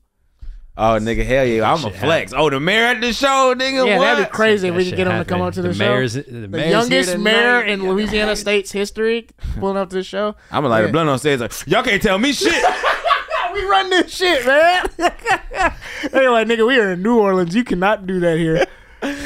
Oh, nigga, hell yeah. I'm a flex. Oh, the mayor at the show, nigga. Yeah, what? that'd be crazy if we could Shit get them to come happened. up to the, show. mayor's, the, the mayor's youngest here mayor tonight. in Louisiana state's history pulling up to the show. I'm gonna light a blunt on stage. Like, y'all can't tell me shit. We run this shit, man. they like, nigga, we are in New Orleans. You cannot do that here.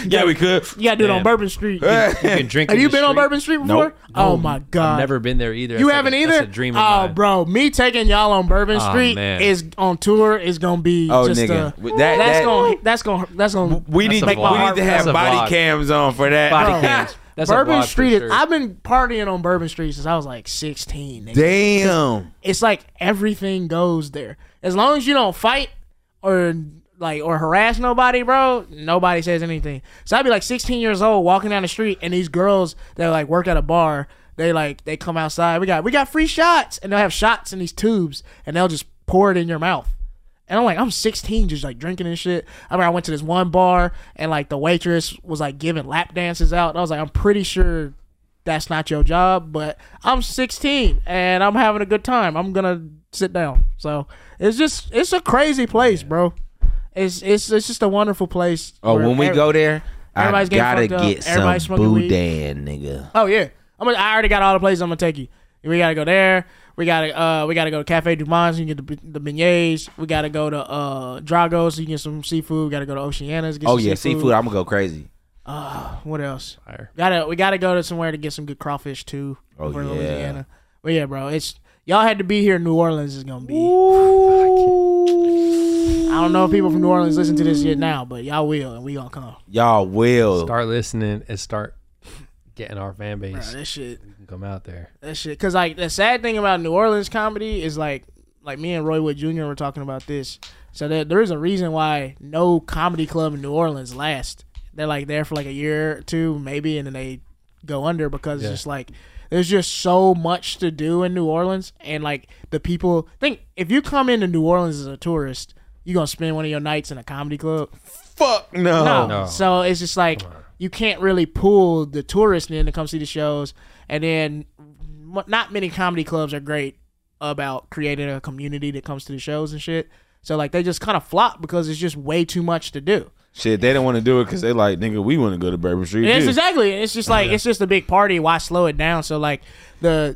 yeah, we could. You gotta do it on Damn. Bourbon Street. Hey. Have You can drink. in you the been on street. Bourbon Street before? Nope. Oh my god. I've never been there either. You That's haven't like a, either. That's a dream oh, of mine. bro, me taking y'all on Bourbon Aw, Street man. is on tour is gonna be. Oh, just nigga. a- With that- that's that- gonna that's gonna that's gonna. We That's need, a we need vlog. to have That's a body vlog. cams on for that. Body Bro. cams. That's a Oh. Bourbon vlog for Street sure. is. I've been partying on Bourbon Street since I was like sixteen. nigga. Damn. It's like everything goes there. As long as you don't fight or like or harass nobody, bro, nobody says anything. So I'd be like sixteen years old walking down the street and these girls that like work at a bar, they like they come outside, we got we got free shots and they'll have shots in these tubes and they'll just pour it in your mouth. And I'm like, I'm 16, just like drinking and shit. I mean, I went to this one bar and like the waitress was like giving lap dances out. And I was like, I'm pretty sure that's not your job, but I'm 16 and I'm having a good time. I'm gonna sit down. So it's just it's a crazy place, bro. It's it's it's just a wonderful place. Oh, where when we ev- go there, I everybody's getting gotta fucked up. get some Everybody's smoking weed. boudin, nigga. Oh yeah, I'm. Gonna, I already got all the places I'm gonna take you. We gotta go there. We gotta uh, we gotta go to Cafe Dumont so you can get the, the beignets. We gotta go to uh, Drago so you can get some seafood. We gotta go to Oceana's. Get Oh some yeah, seafood. I'm gonna go crazy. What else? Fire. Gotta we gotta go to somewhere to get some good crawfish too. Oh, over in yeah. Louisiana. But yeah, bro, it's y'all had to be here. New Orleans is gonna be. I don't know if people from New Orleans listen to this yet now, but y'all will, and we gonna come. Y'all will. Start listening and start getting our fan base. Bro, that shit, and Come out there. that shit. Cause like the sad thing about New Orleans comedy is like, like me and Roy Wood Jr. were talking about this. So there, there is a reason why no comedy club in New Orleans lasts. They're like there for like a year or two, maybe, and then they go under because Yeah. it's just like there's just so much to do in New Orleans, and like the people think if you come into New Orleans as a tourist, you gonna spend one of your nights in a comedy club. Fuck no. No. no. So it's just like you can't really pull the tourists in to come see the shows, and then m- not many comedy clubs are great about creating a community that comes to the shows and shit. So like they just kind of flop because it's just way too much to do. Shit, they don't want to do it because they like, nigga, we want to go to Bourbon Street. Yes, too. exactly. It's just like it's just a big party. Why slow it down? So like the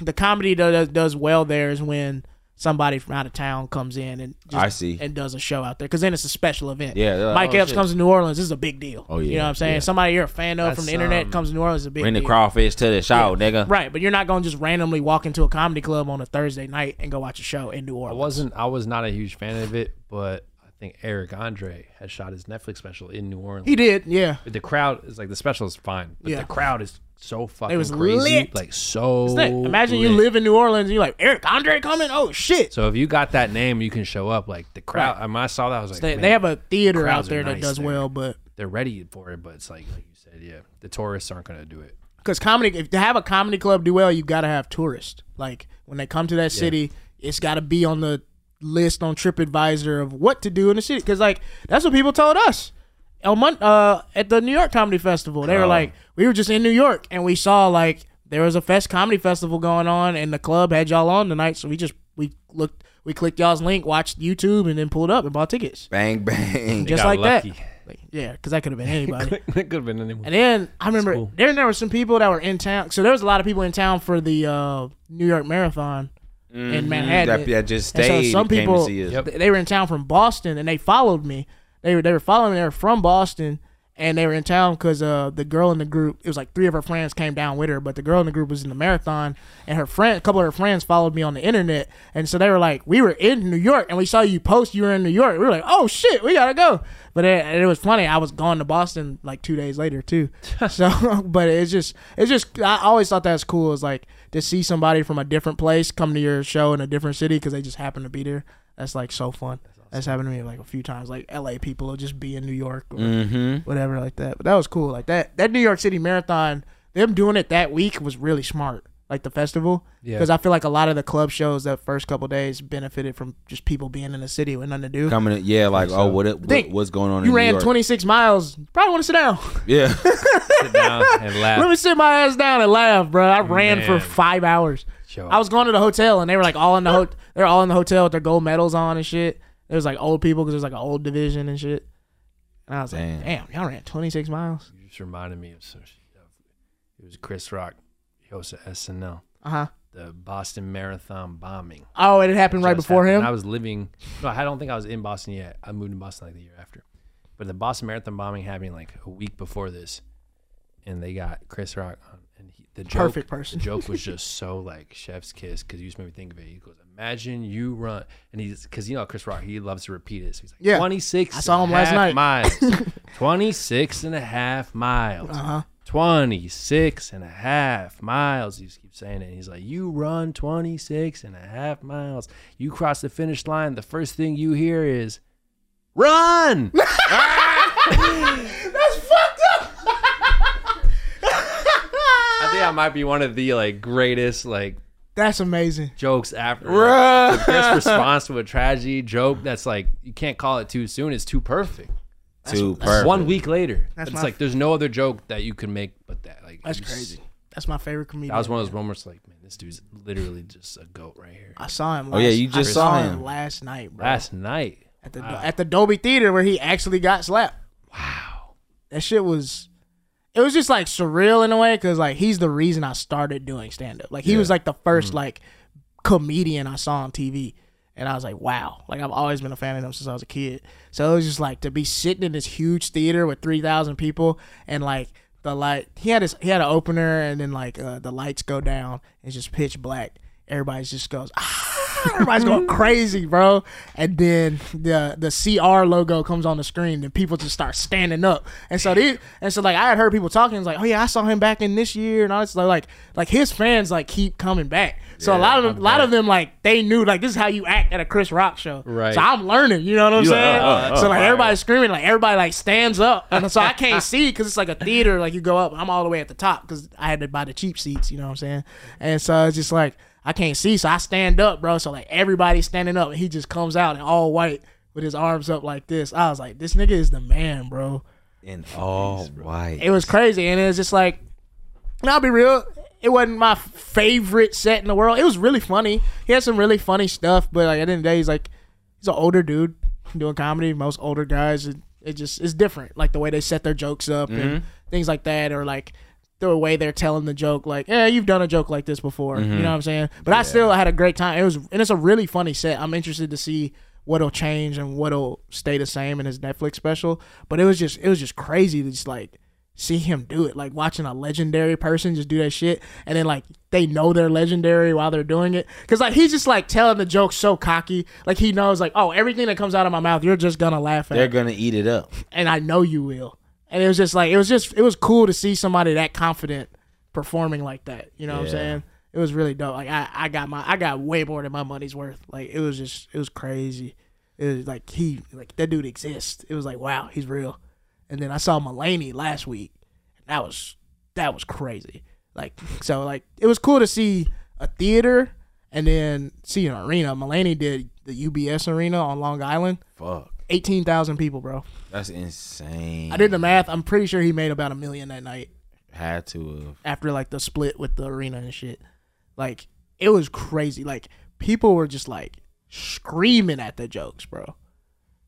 the comedy that does, does well there is when somebody from out of town comes in and just, I see. and does a show out there because then it's a special event. Yeah, they're like, Mike oh, Epps shit. comes to New Orleans. This is a big deal. Oh, you yeah, know what I'm saying? yeah. Somebody you're a fan of from the That's, internet um, comes to New Orleans. Is a big Bring the deal. crawfish to the show, nigga. Right, but you're not gonna just randomly walk into a comedy club on a Thursday night and go watch a show in New I Orleans. wasn't. I was not a huge fan of it, but I think Eric Andre had shot his Netflix special in New Orleans. He did, yeah. But the crowd is like the special is fine, but Yeah. the crowd is so fucking was crazy, lit. like so. Hey, Oh, Imagine you lit. live in New Orleans and you're like Eric Andre coming. Oh shit! So if you got that name, you can show up. Like the crowd, I, mean, I saw that. I was like, They, man, they have a theater out crowds are there that nice does there. well, but they're ready for it, but it's like, like you said, yeah, the tourists aren't gonna do it. because comedy, if to have a comedy club do well, you gotta have tourists. Like when they come to that city, it's gotta be on the list on TripAdvisor of what to do in the city. Because like that's what people told us. On Mon- uh, at the New York Comedy Festival, they Oh. were like, we were just in New York and we saw like there was a fest comedy festival going on and the club had y'all on tonight, so we just we looked, we clicked y'all's link, watched YouTube, and then pulled up and bought tickets. Bang bang. just got like lucky. that. Like, yeah, because that could have been anybody. it could have been anyone. and then I remember cool. then there were some people that were in town. So there was a lot of people in town for the uh, New York Marathon in Manhattan. That, that just And so stayed. some came to people- see us. Mm-hmm. Yep. They- They were in town from Boston and they followed me. They were they were following me. They were from Boston and they were in town because uh, the girl in the group. It was like three of her friends came down with her, but the girl in the group was in the marathon and her friend, a couple of her friends, followed me on the internet. And so they were like, "We were in New York and we saw you post you were in New York." We were like, "Oh shit, we gotta go." But it, and it was funny. I was gone to Boston like two days later too. So, but it's just it's just I always thought that was cool. Is like to see somebody from a different place come to your show in a different city because they just happen to be there. That's like so fun. That's happened to me like a few times. Like LA people will just be in New York or Mm-hmm. whatever like that. But that was cool. Like that that New York City marathon, them doing it that week was really smart. Like the festival, Yeah. because I feel like a lot of the club shows that first couple days benefited from just people being in the city with nothing to do. Coming, in- yeah, like oh, what, it- what Think, what's going on? you in New ran York? 26 miles. Probably want to sit down. Yeah, Sit down and Let laugh. me sit my ass down and laugh, bro. I ran for Man. five hours. Yo. I was going to the hotel, and they were like all in the ho- they're all in the hotel with their gold medals on and shit. There was like old people because there's like an old division and shit. And I was like, damn, y'all ran 26 miles. You just reminded me of some. shit. It was Chris Rock. He hosted SNL, Uh huh. the Boston Marathon bombing. Oh, and it happened right just before happened. I him. was living. No, I don't think I was in Boston yet. I moved to Boston like the year after. But the Boston Marathon bombing happened like a week before this, and they got Chris Rock on, and he, the joke, Perfect person. The joke was just so like chef's kiss because you just made me think of it. He goes, "Imagine you run," and he's because you know Chris Rock, he loves to repeat it. So he's like, Yeah. twenty six. I saw him last night." Miles, 26 and a half miles. Uh-huh. 26 and a half miles. He just keeps saying it. He's like, You run 26 and a half miles. You cross the finish line. The first thing you hear is, Run! That's fucked up. I think I might be one of the like greatest like That's amazing. jokes after like, Run! the best response to a tragedy joke that's like you can't call it too soon. It's too perfect. too perfect. One week later, That's it's my- like there's no other joke that you can make but that. Like That's you s- crazy. That's my favorite comedian. That was one of those moments like, man, this dude's literally just a goat right here. I saw him. Last, Oh, yeah, you I just saw him. last night, bro. Last night, at the at the Dolby Theater where he actually got slapped. wow, that shit was it was just like surreal in a way because like he's the reason i started doing stand-up like he was like the 1st like comedian i saw on tv and i was like wow like i've always been a fan of him since i was a kid so it was just like to be sitting in this huge theater with 3000 people and like the light he had his he had an opener and then like uh, the lights go down it's just pitch black everybody's just goes ah, everybody's going crazy bro and then the the cr logo comes on the screen and people just start standing up and so they and so like i had heard people talking it's like oh yeah i saw him back in this year and all this stuff. like like his fans like keep coming back so a lot of them a lot of them like they knew like this is how you act at a chris rock show Right. so i'm learning you know what i'm You like, saying oh, oh, oh, so like alright. everybody's screaming like everybody like stands up and so i can't see because it's like a theater like you go up i'm all the way at the top because i had to buy the cheap seats you know what i'm saying and so it's just like i can't see so i stand up bro so like everybody's standing up and he just comes out in all white with his arms up like this i was like this nigga is the man bro in all white. it was crazy and it was just like and i'll be real it wasn't my favorite set in the world it was really funny he had some really funny stuff but like at the end of the day he's like he's an older dude doing comedy most older guys it, it just it's different like the way they set their jokes up and things like that or like the way they're telling the joke like yeah you've done a joke like this before you know what i'm saying but i still had a great time it was and it's a really funny set i'm interested to see what'll change and what'll stay the same in his netflix special but it was just it was just crazy to just like see him do it. Like watching a legendary person just do that shit, and then like they know they're legendary while they're doing it. Cause like he's just like telling the joke so cocky, like he knows like oh everything that comes out of my mouth, you're just gonna laugh at, They're gonna eat it up. and I know you will. And it was just like it was just it was cool to see somebody that confident performing like that. You know what I'm saying? It was really dope. Like I, I got my I got way more than my money's worth. Like it was just it was crazy. It was like he like that dude exists. It was like wow he's real. And then I saw Mulaney last week. And that was that was crazy. Like so like it was cool to see a theater and then see an arena. Mulaney did the UBS arena on Long Island. Fuck, Eighteen thousand people, bro. that's insane. I did the math. I'm pretty sure he made about a million that night had to have. after like the split with the arena and shit. Like it was crazy. Like people were just like screaming at the jokes, bro.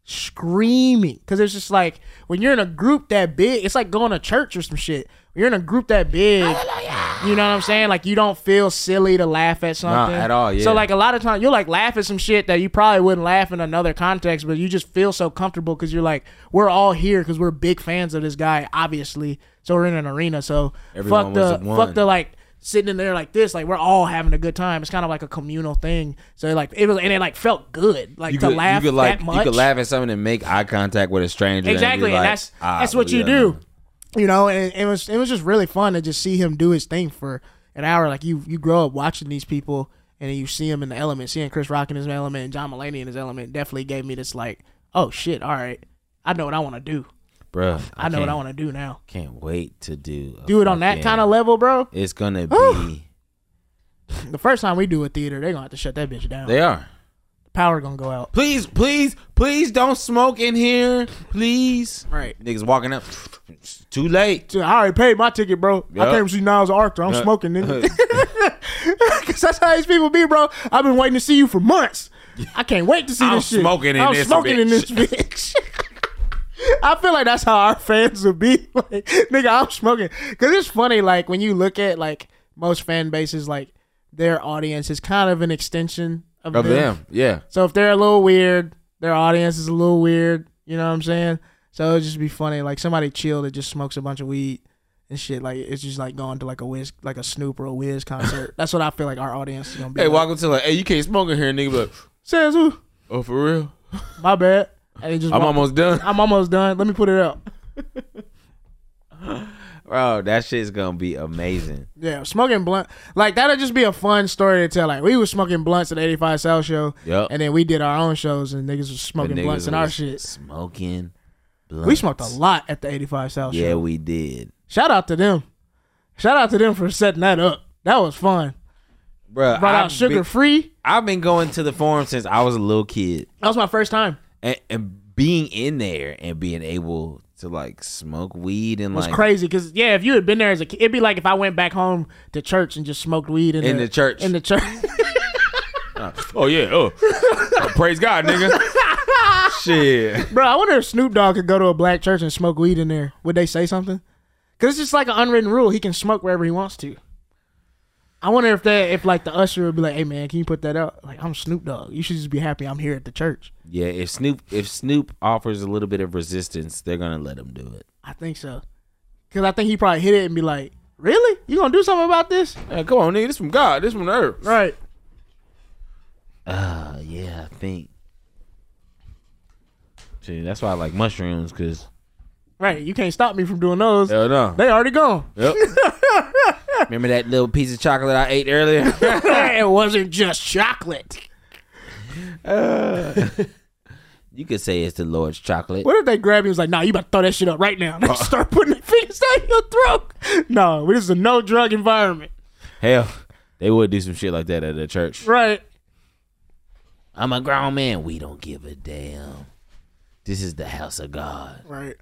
Screaming because it's just like when you're in a group that big, it's like going to church or some shit. When you're in a group that big, you know what I'm saying? Like you don't feel silly to laugh at something at all, yeah. So like a lot of times you'll like laugh at some shit that you probably wouldn't laugh in another context, but you just feel so comfortable because you're like, we're all here because we're big fans of this guy, obviously. So we're in an arena, so Everyone fuck was the one. fuck the like sitting in there like this, like we're all having a good time. It's kind of like a communal thing. So like it was, and it like felt good, like You to could, laugh you could like that much. you could laugh at something and make eye contact with a stranger. exactly, and, be like, and that's "Ah, that's what you yeah, do, you know. And it was it was just really fun to just see him do his thing for an hour. Like you you grow up watching these people, and then you see him in the element, seeing Chris Rock in his element, and John Mulaney in his element, definitely gave me this like, oh shit, all right, I know what I want to do. bruh. I know what I can't- want to do now. Can't wait to do. a Do it on that fucking- kind of level, bro. It's gonna be. The first time we do a theater, they're gonna have to shut that bitch down. They are. Power gonna go out. Please, please, please don't smoke in here, please. Right. Niggas walking up. Too late. Dude, I already paid my ticket, bro. Yeah. I came to see Niles Arthur. I'm smoking, nigga. Because that's how these people be, bro. I've been waiting to see you for months. I can't wait to see I'm this shit. smoking in I'm this smoking in this bitch. I feel like that's how our fans would be. Like, nigga, I'm smoking. Because it's funny, like, when you look at, like, most fan bases, like, their audience is kind of an extension of, Of them. them, yeah. So if they're a little weird, their audience is a little weird. You know what I'm saying? So it'd just be funny, like somebody chill that just smokes a bunch of weed and shit. Like it's just like going to like a whiz, like a Snoop or a Wiz concert. That's what I feel like our audience is gonna be. Hey, like. walk up to like, hey, you can't smoke in here, nigga. But Says who? oh, for real, My bad. And they just I'm walk- almost done. I'm almost done. Let me put it up. Bro, that shit's gonna be amazing. Yeah, smoking blunt. Like that'd just be a fun story to tell. Like we was smoking blunts at 85 South show, Yup. and then we did our own shows, and niggas was The smoking niggas blunts in our was shit. Smoking. We smoked a blunts. lot at the 85 South show. Yeah, we did, Shout out to them. Shout out to them for setting that up. That was fun. bro. Brought out sugar Been, free. I've been going to the forum since I was a little kid, That was my first time. and, and being in there and being able to like smoke weed and It was like crazy because yeah, if you had been there as a kid, it'd be like if I went back home to church and just smoked weed in, In the church. In the church, Oh yeah. Oh, praise God, nigga. Shit. bro. I wonder if Snoop Dogg could go to a black church and smoke weed in there. Would they say something? Because it's just like an unwritten rule. He can smoke wherever he wants to. I wonder if that if like the usher would be like, "Hey man, can you put that up?" Like I'm Snoop Dogg. You should just be happy I'm here at the church. Yeah, if Snoop if Snoop offers a little bit of resistance, they're gonna let him do it. I think so. Cause I think he probably hit it and be like, "Really? You gonna do something about this?" Hey, come on, nigga. This from God. This from earth. Right. Uh, yeah, I think. See, that's why I like mushrooms, cause Right. You can't stop me from doing those. hell no. They already gone. Yep. Remember that little piece of chocolate I ate earlier? it wasn't just chocolate. you could say it's the Lord's chocolate. What if they grab you and was like, nah, you about to throw that shit up right now. They start putting their fingers down your throat. No, this is a no drug environment. Hell, they would do some shit like that at a church. Right. I'm a grown man. We don't give a damn. This is the house of God. Right.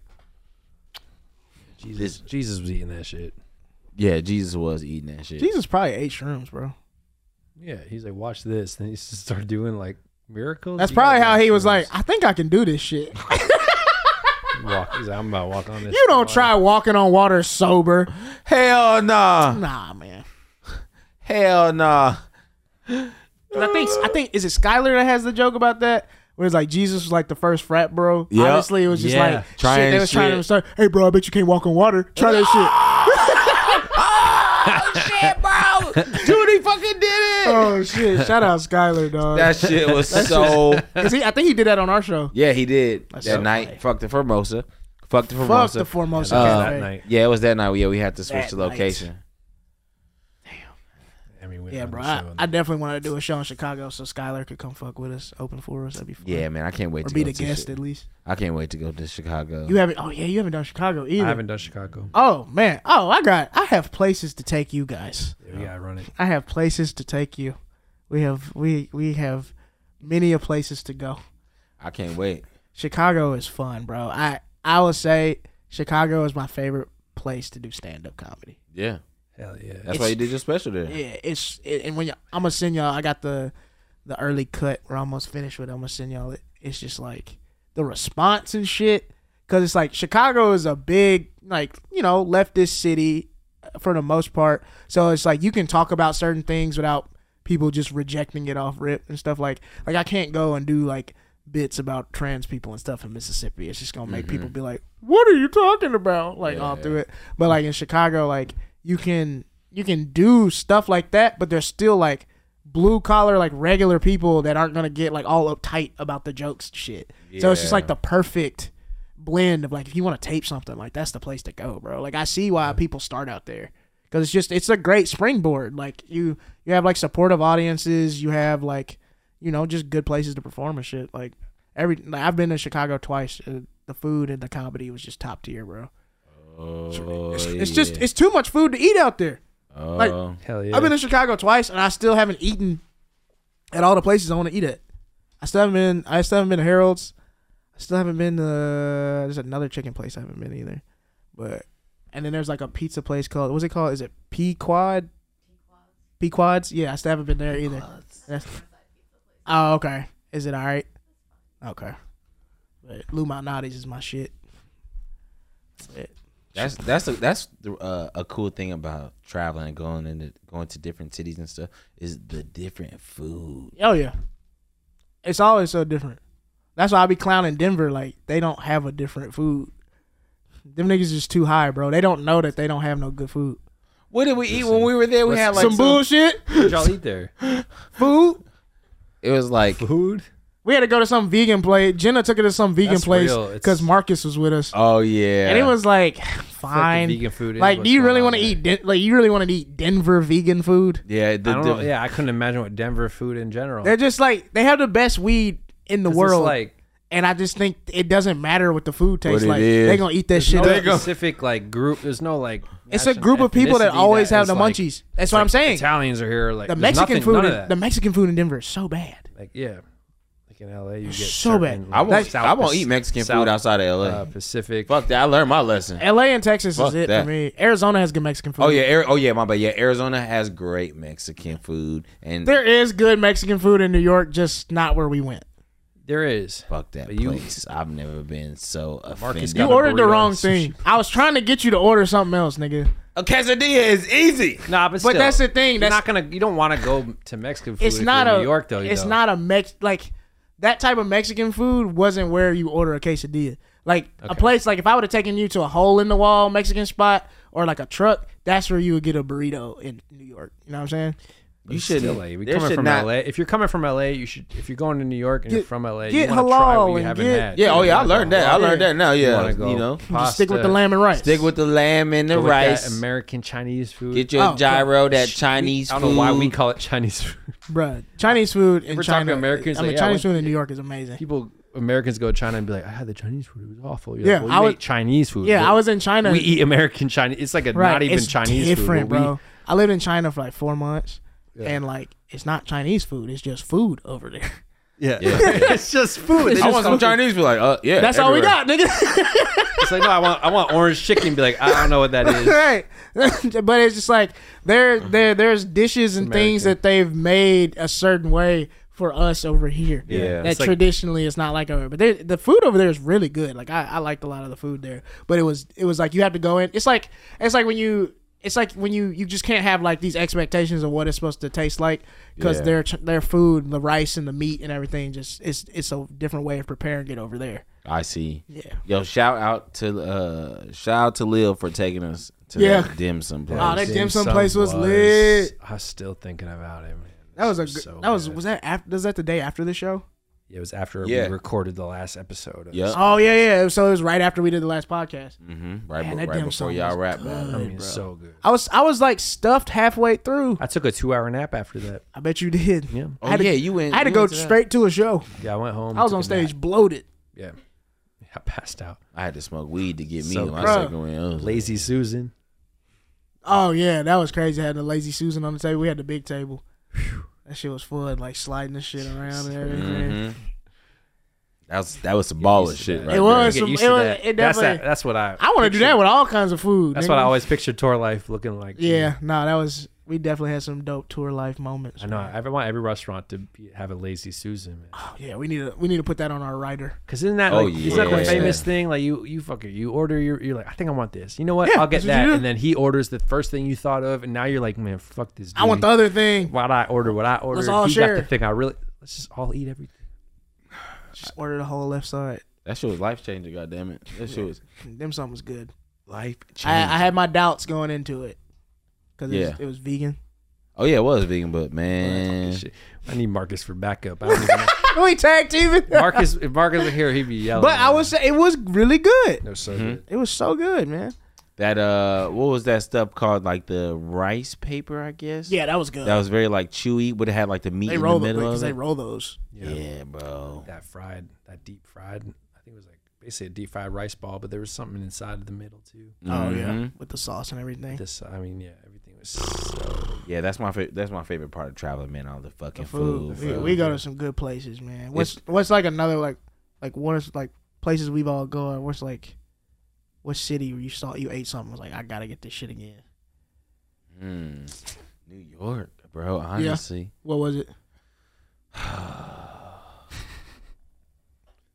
Jesus, Jesus was eating that shit. Yeah, Jesus was eating that shit. Jesus probably ate shrooms, bro. Yeah, he's like, watch this, and he just started doing like miracles. That's You probably gotta how he watch was like, this. I think I can do this shit. walk. He's like, I'm about to walk on this. You don't water." try walking on water sober. Hell nah. Nah, man. Hell nah. And I think I think is it Skylar that has the joke about that Where it's like Jesus was like the first frat bro. Yeah. Honestly, it was just Yeah. like Trying shit. They was trying shit. to start. Hey, bro, I bet you can't walk on water. Try that shit. shit, bro. Dude, he fucking did it. Oh shit! Shout out Skyler, dog. That shit was so. 'Cause he, I think he did that on our show. Yeah, he did That's that so night. funny. Fuck the Formosa. Fuck the Fuck Formosa. the Formosa Uh, Cafe. that night. yeah, it was that night. Yeah, we had to switch That the night. location. I mean, we Yeah, had bro. the I, show and- I definitely want to do a show in Chicago so Skylar could come fuck with us, open for us. That'd be fun. Yeah, man, I can't wait Or to be go the to guest Chi- at least. I can't wait to go to Chicago. You haven't. Oh yeah, you haven't done Chicago either. I haven't done Chicago. Oh man. Oh, I got. I have places to take you guys. Yeah, we gotta run it. I have places to take you. We have. We we have many a places to go. I can't wait. Chicago is fun, bro. I I would say Chicago is my favorite place to do stand up comedy. Yeah, Hell yeah. that's why you did your special there. Yeah, it's it, and when y'all, I'm gonna send y'all. I got the the early cut. We're almost finished with. it. I'm gonna send y'all. It, it's just like the response and shit. Cause it's like Chicago is a big like you know leftist city uh, for the most part. So it's like you can talk about certain things without people just rejecting it off rip and stuff like like I can't go and do like bits about trans people and stuff in Mississippi. It's just gonna make people be like, "What are you talking about?" Like all through it. But like in Chicago, like you can you can do stuff like that, but there's still like blue collar like regular people that aren't gonna get like all uptight about the jokes and shit. So it's just Yeah. like the perfect blend of like if you want to tape something like that's the place to go bro like i see why people start out there because it's just it's a great springboard like you you have like supportive audiences you have like you know just good places to perform and shit like every like, i've been to chicago twice uh, the food and the comedy was just top tier bro Oh, it's, it's just it's too much food to eat out there oh. like, Hell yeah. i've been to chicago twice and i still haven't eaten at all the places i want to eat at i still haven't been i still haven't been to harold's I still haven't been. Uh, there's another chicken place I haven't been either, but and then there's like a pizza place called what's it called? Is it Pequod? Pequods? Yeah, I still haven't been there either. That's- oh, okay. Is it all right? Okay. But Lou Malnati's is my shit. That's that's it. that's a, that's the, uh, a cool thing about traveling and going into going to different cities and stuff is the different food. Oh yeah, it's always so different. That's why I be clowning Denver. Like they don't have a different food. Them niggas is too high, bro. They don't know that they don't have no good food. What did we eat when we were there? We had like some bullshit What'd y'all eat there? food. It was like Food? We had to go to some vegan place. Jenna took it to some vegan That's place real. It's- because Marcus was with us, oh yeah, and it was like Fucking fine. vegan food. is like, what's do you going really on want to there. eat? Den- like, you really want to eat Denver vegan food? yeah. I The, don't know. the- Yeah, I couldn't imagine what Denver food in general. They're just like they have the best weed in the 'Cause it's world, like and I just think it doesn't matter what the food tastes it like. is. They gonna eat that there's shit no up. specific like group. There's no like. It's a national group of people that ethnicity always that have is, the like- munchies. That's what I'm saying. Italians are here. Like The there's Mexican nothing- food, none of in, that. the Mexican food in Denver is so bad. like yeah, like in LA, you get So bad. certain, I like, won't. South I won't Pac- eat Mexican South, food outside of LA. Uh, Pacific. Fuck that. I learned my lesson. L.A. and Texas Fuck is it that. for me. Arizona has good Mexican food. Oh yeah, Ari- oh yeah, my bad. Yeah, Arizona has great Mexican food, and there is good Mexican food in New York, just not where we went. There is. fuck that But you- place. I've never been so Marcus offended. got You a ordered the burrito wrong and sushi. thing. I was trying to get you to order something else, nigga. a quesadilla is easy. Nah, but, But still, that's the thing, You're that's- not gonna. You don't want to go to Mexican food. It's if not you're a in New York though. you It's know. not a Mex like that type of Mexican food wasn't where you order a quesadilla. Like a Okay. place like if I would have taken you to a hole in the wall Mexican spot or like a truck, that's where you would get a burrito in New York. You know what I'm saying? You Still, should. There like, if you're coming should from not. LA, if you're coming from LA, you should. If you're going to New York and you're Get- from LA, get you want to try halal what you and haven't get- had. Yeah. Oh You yeah, I wanna go learned that. I halal. learned that now. You Yeah. wanna You, go know, Just stick with the pasta, lamb and rice. stick with the lamb and the go with that rice. American Chinese food. Get your Oh, gyro that Sh- Chinese I don't know why we food. call it Chinese food. Bruh, Chinese food in We're talking China. Americans, I mean, like, yeah, Chinese what- food in New York is amazing. People, Americans go to China and be like, I had the Chinese food. It was awful. You're Yeah, like, well, I you was- make Chinese food. Yeah, but I was in China. We eat American Chinese. It's like a Right, not even it's Chinese different, food. but we- bro. I lived in China for like four months, Yeah. and like it's not Chinese food; it's just food over there. yeah. it's just food. They I just want some call- Chinese. Be like, uh, yeah. That's all we everywhere. got, nigga. It's like, no, I want, I want orange chicken. Be like, I don't know what that is. right? but it's just like there, there, there's dishes and things American. that they've made a certain way for us over here. Yeah. that It's like- traditionally is not like over. But they, the food over there is really good. Like I, I liked a lot of the food there, but it was, it was like you have to go in. It's like, it's like when you. it's like when you you just can't have like these expectations of what it's supposed to taste like because Yeah. their their food, the rice and the meat and everything, just it's it's a different way of preparing it over there. I see. Yeah. Yo, shout out to uh shout out to Lil for taking us to Yeah. that dim sum place. Oh, that dim sum place was lit. I was still thinking about it, man. That was a It's gr- so that was good. was that after was that the day after the show? Yeah, it was after Yeah. we recorded the last episode. Of Yep. this. Oh yeah, yeah. So it was right after we did the last podcast. Mm-hmm. Right, Man, be- that right dim before sum y'all was rap battle. I mean, it's so good. I was I was like stuffed halfway through. I took a two-hour nap after that. I bet you did. Yeah, Oh I had to- yeah, you went. I had to you go went that. straight to a show. yeah. I went home. I was took on a stage nap. bloated. Yeah, yeah. I passed out. I had to smoke weed to get me So when I good. second win. It was- Lazy Susan. Oh yeah, that was crazy. I had the lazy Susan on the table. We had the big table. That shit was fun, like sliding the shit around and everything. Mhm. That was that was some baller used to shit. that. Right It there. was You some, get it, used to was, that. it that's, definitely. that- that's what I. I want to do pictured. that with all kinds of food. That's what nigga. I always pictured tour life looking like. Yeah, no, that was. We definitely had some dope tour life moments. I know. man. I I want every restaurant to be, have a lazy Susan, man. Oh, yeah, we need to we need to put that on our writer. Cause isn't that Oh, like isn't that yeah. the famous thing? Like you you fucking you order your you're like I think I want this. You know what? Yeah, I'll get that's what that. you do. And then he orders the first thing you thought of, and now you're like, man, fuck this. Dude. I want the other thing. Why'd I order what I ordered? all he got share. the thing I really. Let's just all eat everything. Just order the whole left side. That shit was life changing. God damn it. That shit was Them something was good. life changing. I, I had my doubts going into it because it, was Yeah. it was vegan. oh yeah, it was vegan, but man, Shit. I need Marcus for backup. I don't even know. we tag teaming. Marcus, if Marcus were here, he'd be yelling. But I would say it was really good. No, so Mhm. good. It was so good, man. that uh, what was that stuff called? Like the rice paper, I guess. Yeah, that was good. That was very like chewy, but it had like the meat they in roll the them middle because of they it. roll those. Yeah. Yeah, Oh. bro. That fried, that deep fried. I think it was like basically a deep fried rice ball, but there was something inside of the middle too. Oh yeah, Mhm. with the sauce and everything. This, I mean, yeah, everything was so. yeah. That's my fa- that's my favorite part of traveling, man. All the fucking The food. food. We, bro. we go to some good places, man. What's what's like another like like what is like places we've all gone? What's like what city where you saw you ate something was like I gotta get this shit again? Mm. New York, bro. Honestly, What was it?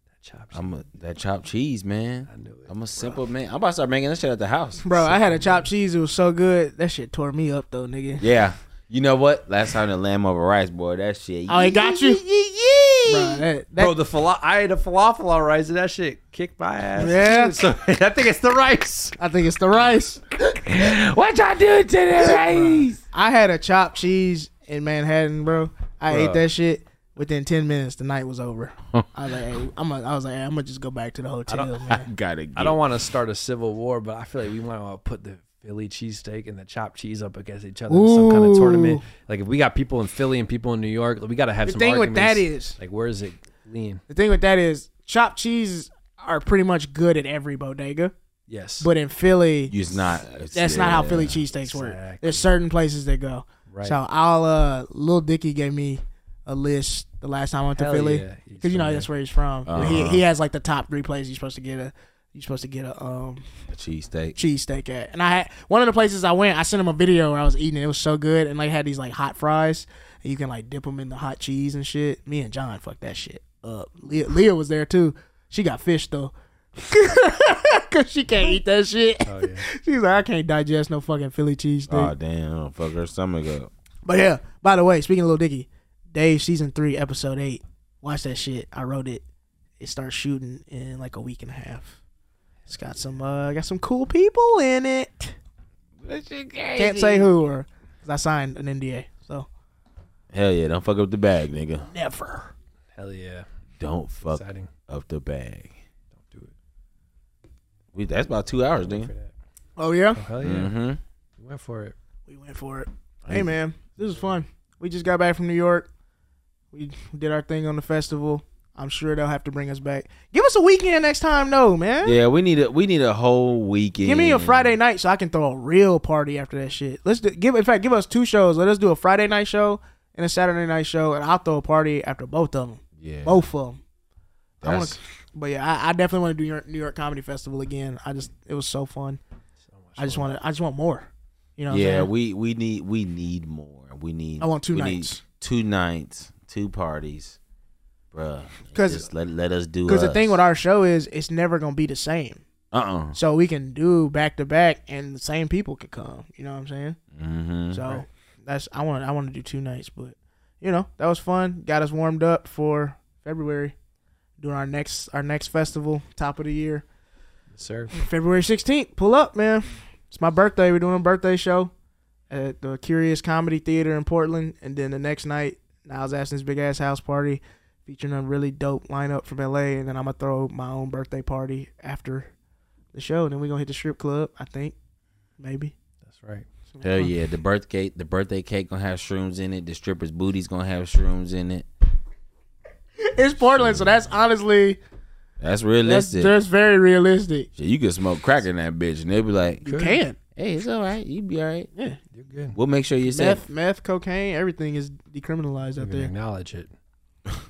That chopped. I'm a, that chopped cheese, man. I knew it. I'm a simple man. I'm about to start making this shit at the house. Bro, I had a chopped cheese. It was so good. That shit tore me up though, nigga. Yeah. You know what? Last time the lamb over rice, boy, that shit. Oh, it got you, bro. That, that, Bro, the fala- I had a falafel all rice, and that shit kicked my ass. Yeah. so I think it's the rice. I think it's the rice. What y'all doing to the rice? I had a chopped cheese in Manhattan, bro. I Bruh. ate that shit. Within ten minutes, the night was over. I was like, hey, I'm. A, I was like, hey, I'm gonna just go back to the hotel, man. Gotta get. I don't want to start a civil war, but I feel like we might want to put the Philly cheesesteak and the chopped cheese up against each other in some kind of Ooh. tournament. Like if we got people in Philly and people in New York, we got to have The some thing with that arguments. is- like where is it lean? The thing with that is chopped cheeses are pretty much good at every bodega, Yes, but in Philly, It's not. it's- that's not how yeah. Philly cheesesteaks Exactly. work. There's certain places they go. right. So I'll uh, Lil Dicky gave me a list the last time I went to Hell Philly yeah. He's because you know from that's where he's from. But He Uh-huh. he has like the top three places you're supposed to get a you're supposed to get a um A cheesesteak. cheesesteak at. And I had one of the places I went, I sent him a video where I was eating. It was so good, and like had these like hot fries, and you can like dip them in the hot cheese and shit. Me and John fucked that shit up. Leah, Leah was there too. She got fish though, cause she can't eat that shit. Oh, yeah. She's like, I can't digest no fucking Philly cheesesteak. Oh damn! I don't fuck her stomach up. But yeah, by the way, speaking of Lil Dicky, Dave season three episode eight. Watch that shit. I wrote it. It starts shooting in like a week and a half. It's got some uh got some cool people in it. Can't say who or because I signed an NDA. So Hell yeah! Don't fuck up the bag, nigga. never. Hell yeah, Don't fuck exciting. up the bag. Don't do it. We, that's about two hours, nigga. For that. Oh yeah, Oh, hell yeah, Mm-hmm. we went for it. we went for it. Hey man, this was fun. We just got back from New York. We did our thing on the festival. I'm sure they'll have to bring us back. Give us a weekend next time, though, man. Yeah, we need a we need a whole weekend. Give me a Friday night so I can throw a real party after that shit. Let's do, give. In fact, give us two shows. Let us do a Friday night show and a Saturday night show, and I'll throw a party after both of them. Yeah. Both of them. I wanna, That's- but yeah, I, I definitely want to do New York, New York Comedy Festival again. I just it was so fun. I just want to. I just want more. You know. What yeah, I'm saying? we we need we need more. We need. I want two we nights. Need two nights, two parties, bruh. 'Cause- Just let let us do. Because the us. thing with our show is it's never gonna be the same. Uh Uh-uh. uh So we can do back to back, and the same people could come. You know what I'm saying? Mm, Mm-hmm. So that's I want I want to do two nights, but you know that was fun. Got us warmed up for February, doing our next our next festival, top of the year, sir. February 16th. Pull up, man. It's my birthday. We're doing a birthday show at the Curious Comedy Theater in Portland, and then the next night, Niles Ashton's big ass house party, featuring a really dope lineup from LA, and then I'm gonna throw my own birthday party after the show, and then we gonna hit the strip club. I think, maybe. That's right. uh-huh. Hell yeah, the birth cake, the birthday cake gonna have shrooms in it. The stripper's booty's gonna have shrooms in it. It's Portland, so that's honestly. That's That's, realistic. that's very realistic. Shit, you could smoke crack in that bitch, and they'd be like, You can. hey, it's all right. You be all right. Yeah. You're good. We'll make sure you're safe. Meth, meth, cocaine, everything is decriminalized You're out gonna there. acknowledge it.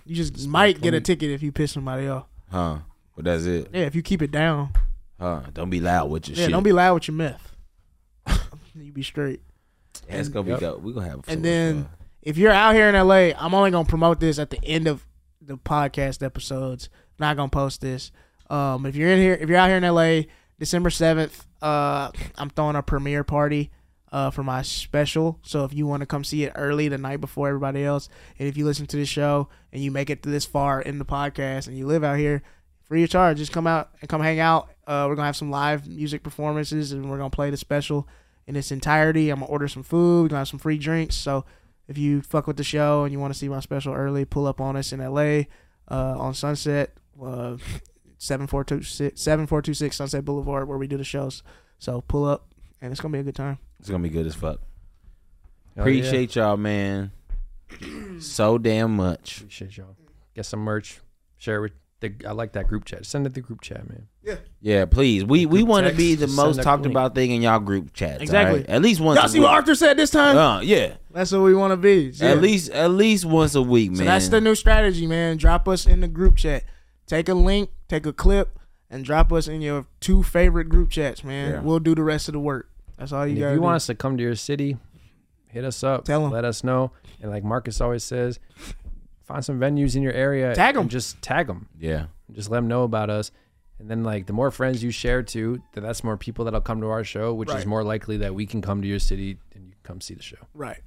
You just might get a ticket if you piss somebody off. huh? But that's it, Yeah, if you keep it down. huh? Don't be loud with your Yeah, shit. don't be loud with your meth. you be straight. That's gonna Yep. be dope. We gonna have. so much And then fun. if you're out here in LA, I'm only gonna promote this at the end of the podcast episodes. not gonna post this. Um, if you're in here, if you're out here in LA, December seventh, uh, I'm throwing a premiere party. Uh, for my special, so if you want to come see it early the night before everybody else, and if you listen to the show and you make it this far in the podcast and you live out here, free of charge, just come out and come hang out. Uh, we're gonna have some live music performances and we're gonna play the special in its entirety. I'm gonna order some food. We're gonna have some free drinks. So if you fuck with the show and you want to see my special early, pull up on us in LA uh, on Sunset, uh, 7426 7426 Sunset Boulevard, where we do the shows. So pull up, and it's going to be a good time. it's gonna be good as fuck. Oh, Hell yeah. Appreciate y'all, man. so damn much. Appreciate y'all. Get some merch. Share with the. I like that group chat. Send it the group chat, man. Yeah, please. We we Group want to text, be the send most that talked link. about thing in y'all group chats. Exactly. alright? At least once. Y'all a see what week. Arthur said this time? Uh, yeah. that's what we want to be. Yeah. At least at least once a week, man. So that's the new strategy, man. Drop us in the group chat. Take a link, take a clip, and drop us in your two favorite group chats, man. Yeah. We'll do the rest of the work. That's all you And got if to you do. want us to come to your city, hit us up. Tell 'em. Let us know. And like Marcus always says, find some venues in your area. Tag 'em. and Just tag them. yeah. Just let them know about us. And then like the more friends you share to, then that's more people that'll come to our show, which Right. is more likely that we can come to your city and you can come see the show. right.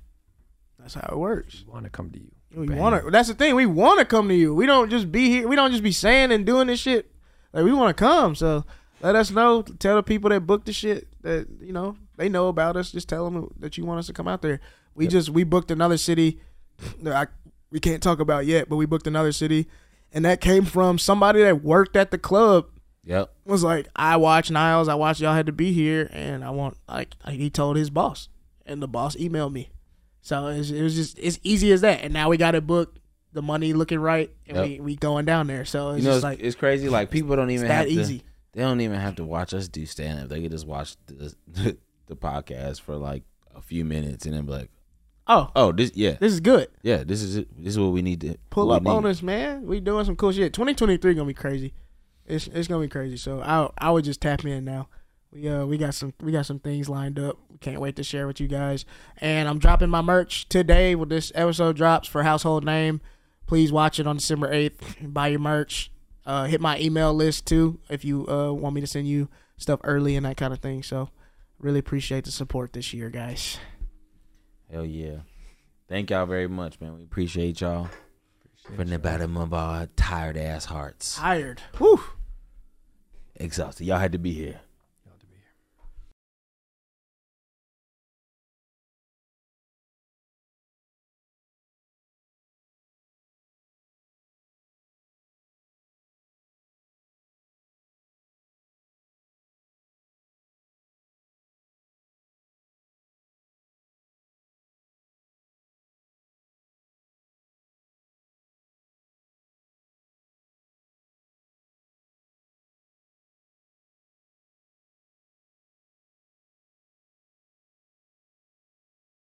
That's how it works. We want to come to you. We Bang. want to. That's the thing. We want to come to you. We don't just be here. We don't just be saying and doing this shit. Like we want to come. So let us know. Tell the people that booked the shit that you know they know about us. Just tell them that you want us to come out there. We just we booked another city that I, we can't talk about yet, but we booked another city, and that came from somebody that worked at the club Yep. was like, I watch Niles, I watch y'all had to be here, and I want like like, he told his boss, and the boss emailed me. So it was, it was just as easy as that, and now we got it booked, the money looking right, and Yep. we we going down there. So it's You know, just it's, like it's crazy. Like people don't even have that to- easy. They don't even have to watch us do stand up. They could just watch the, the podcast for like a few minutes and then be like, Oh, "Oh, this yeah, this is good. yeah, this is it. This is what we need to Pull what up we on need." us, man. We doing some cool shit. Twenty twenty three gonna be crazy. It's it's gonna be crazy. So I I would just tap in now. We uh we got some we got some things lined up. Can't wait to share with you guys. And I'm dropping my merch today when this episode drops for household name. Please watch it on December eighth. Buy your merch. Uh, hit my email list too if you uh want me to send you stuff early and that kind of thing. So really appreciate the support this year, guys. Hell yeah! Thank y'all very much, man. We appreciate y'all from the bottom of our tired ass hearts. Tired. Whew. Exhausted. Y'all had to be here.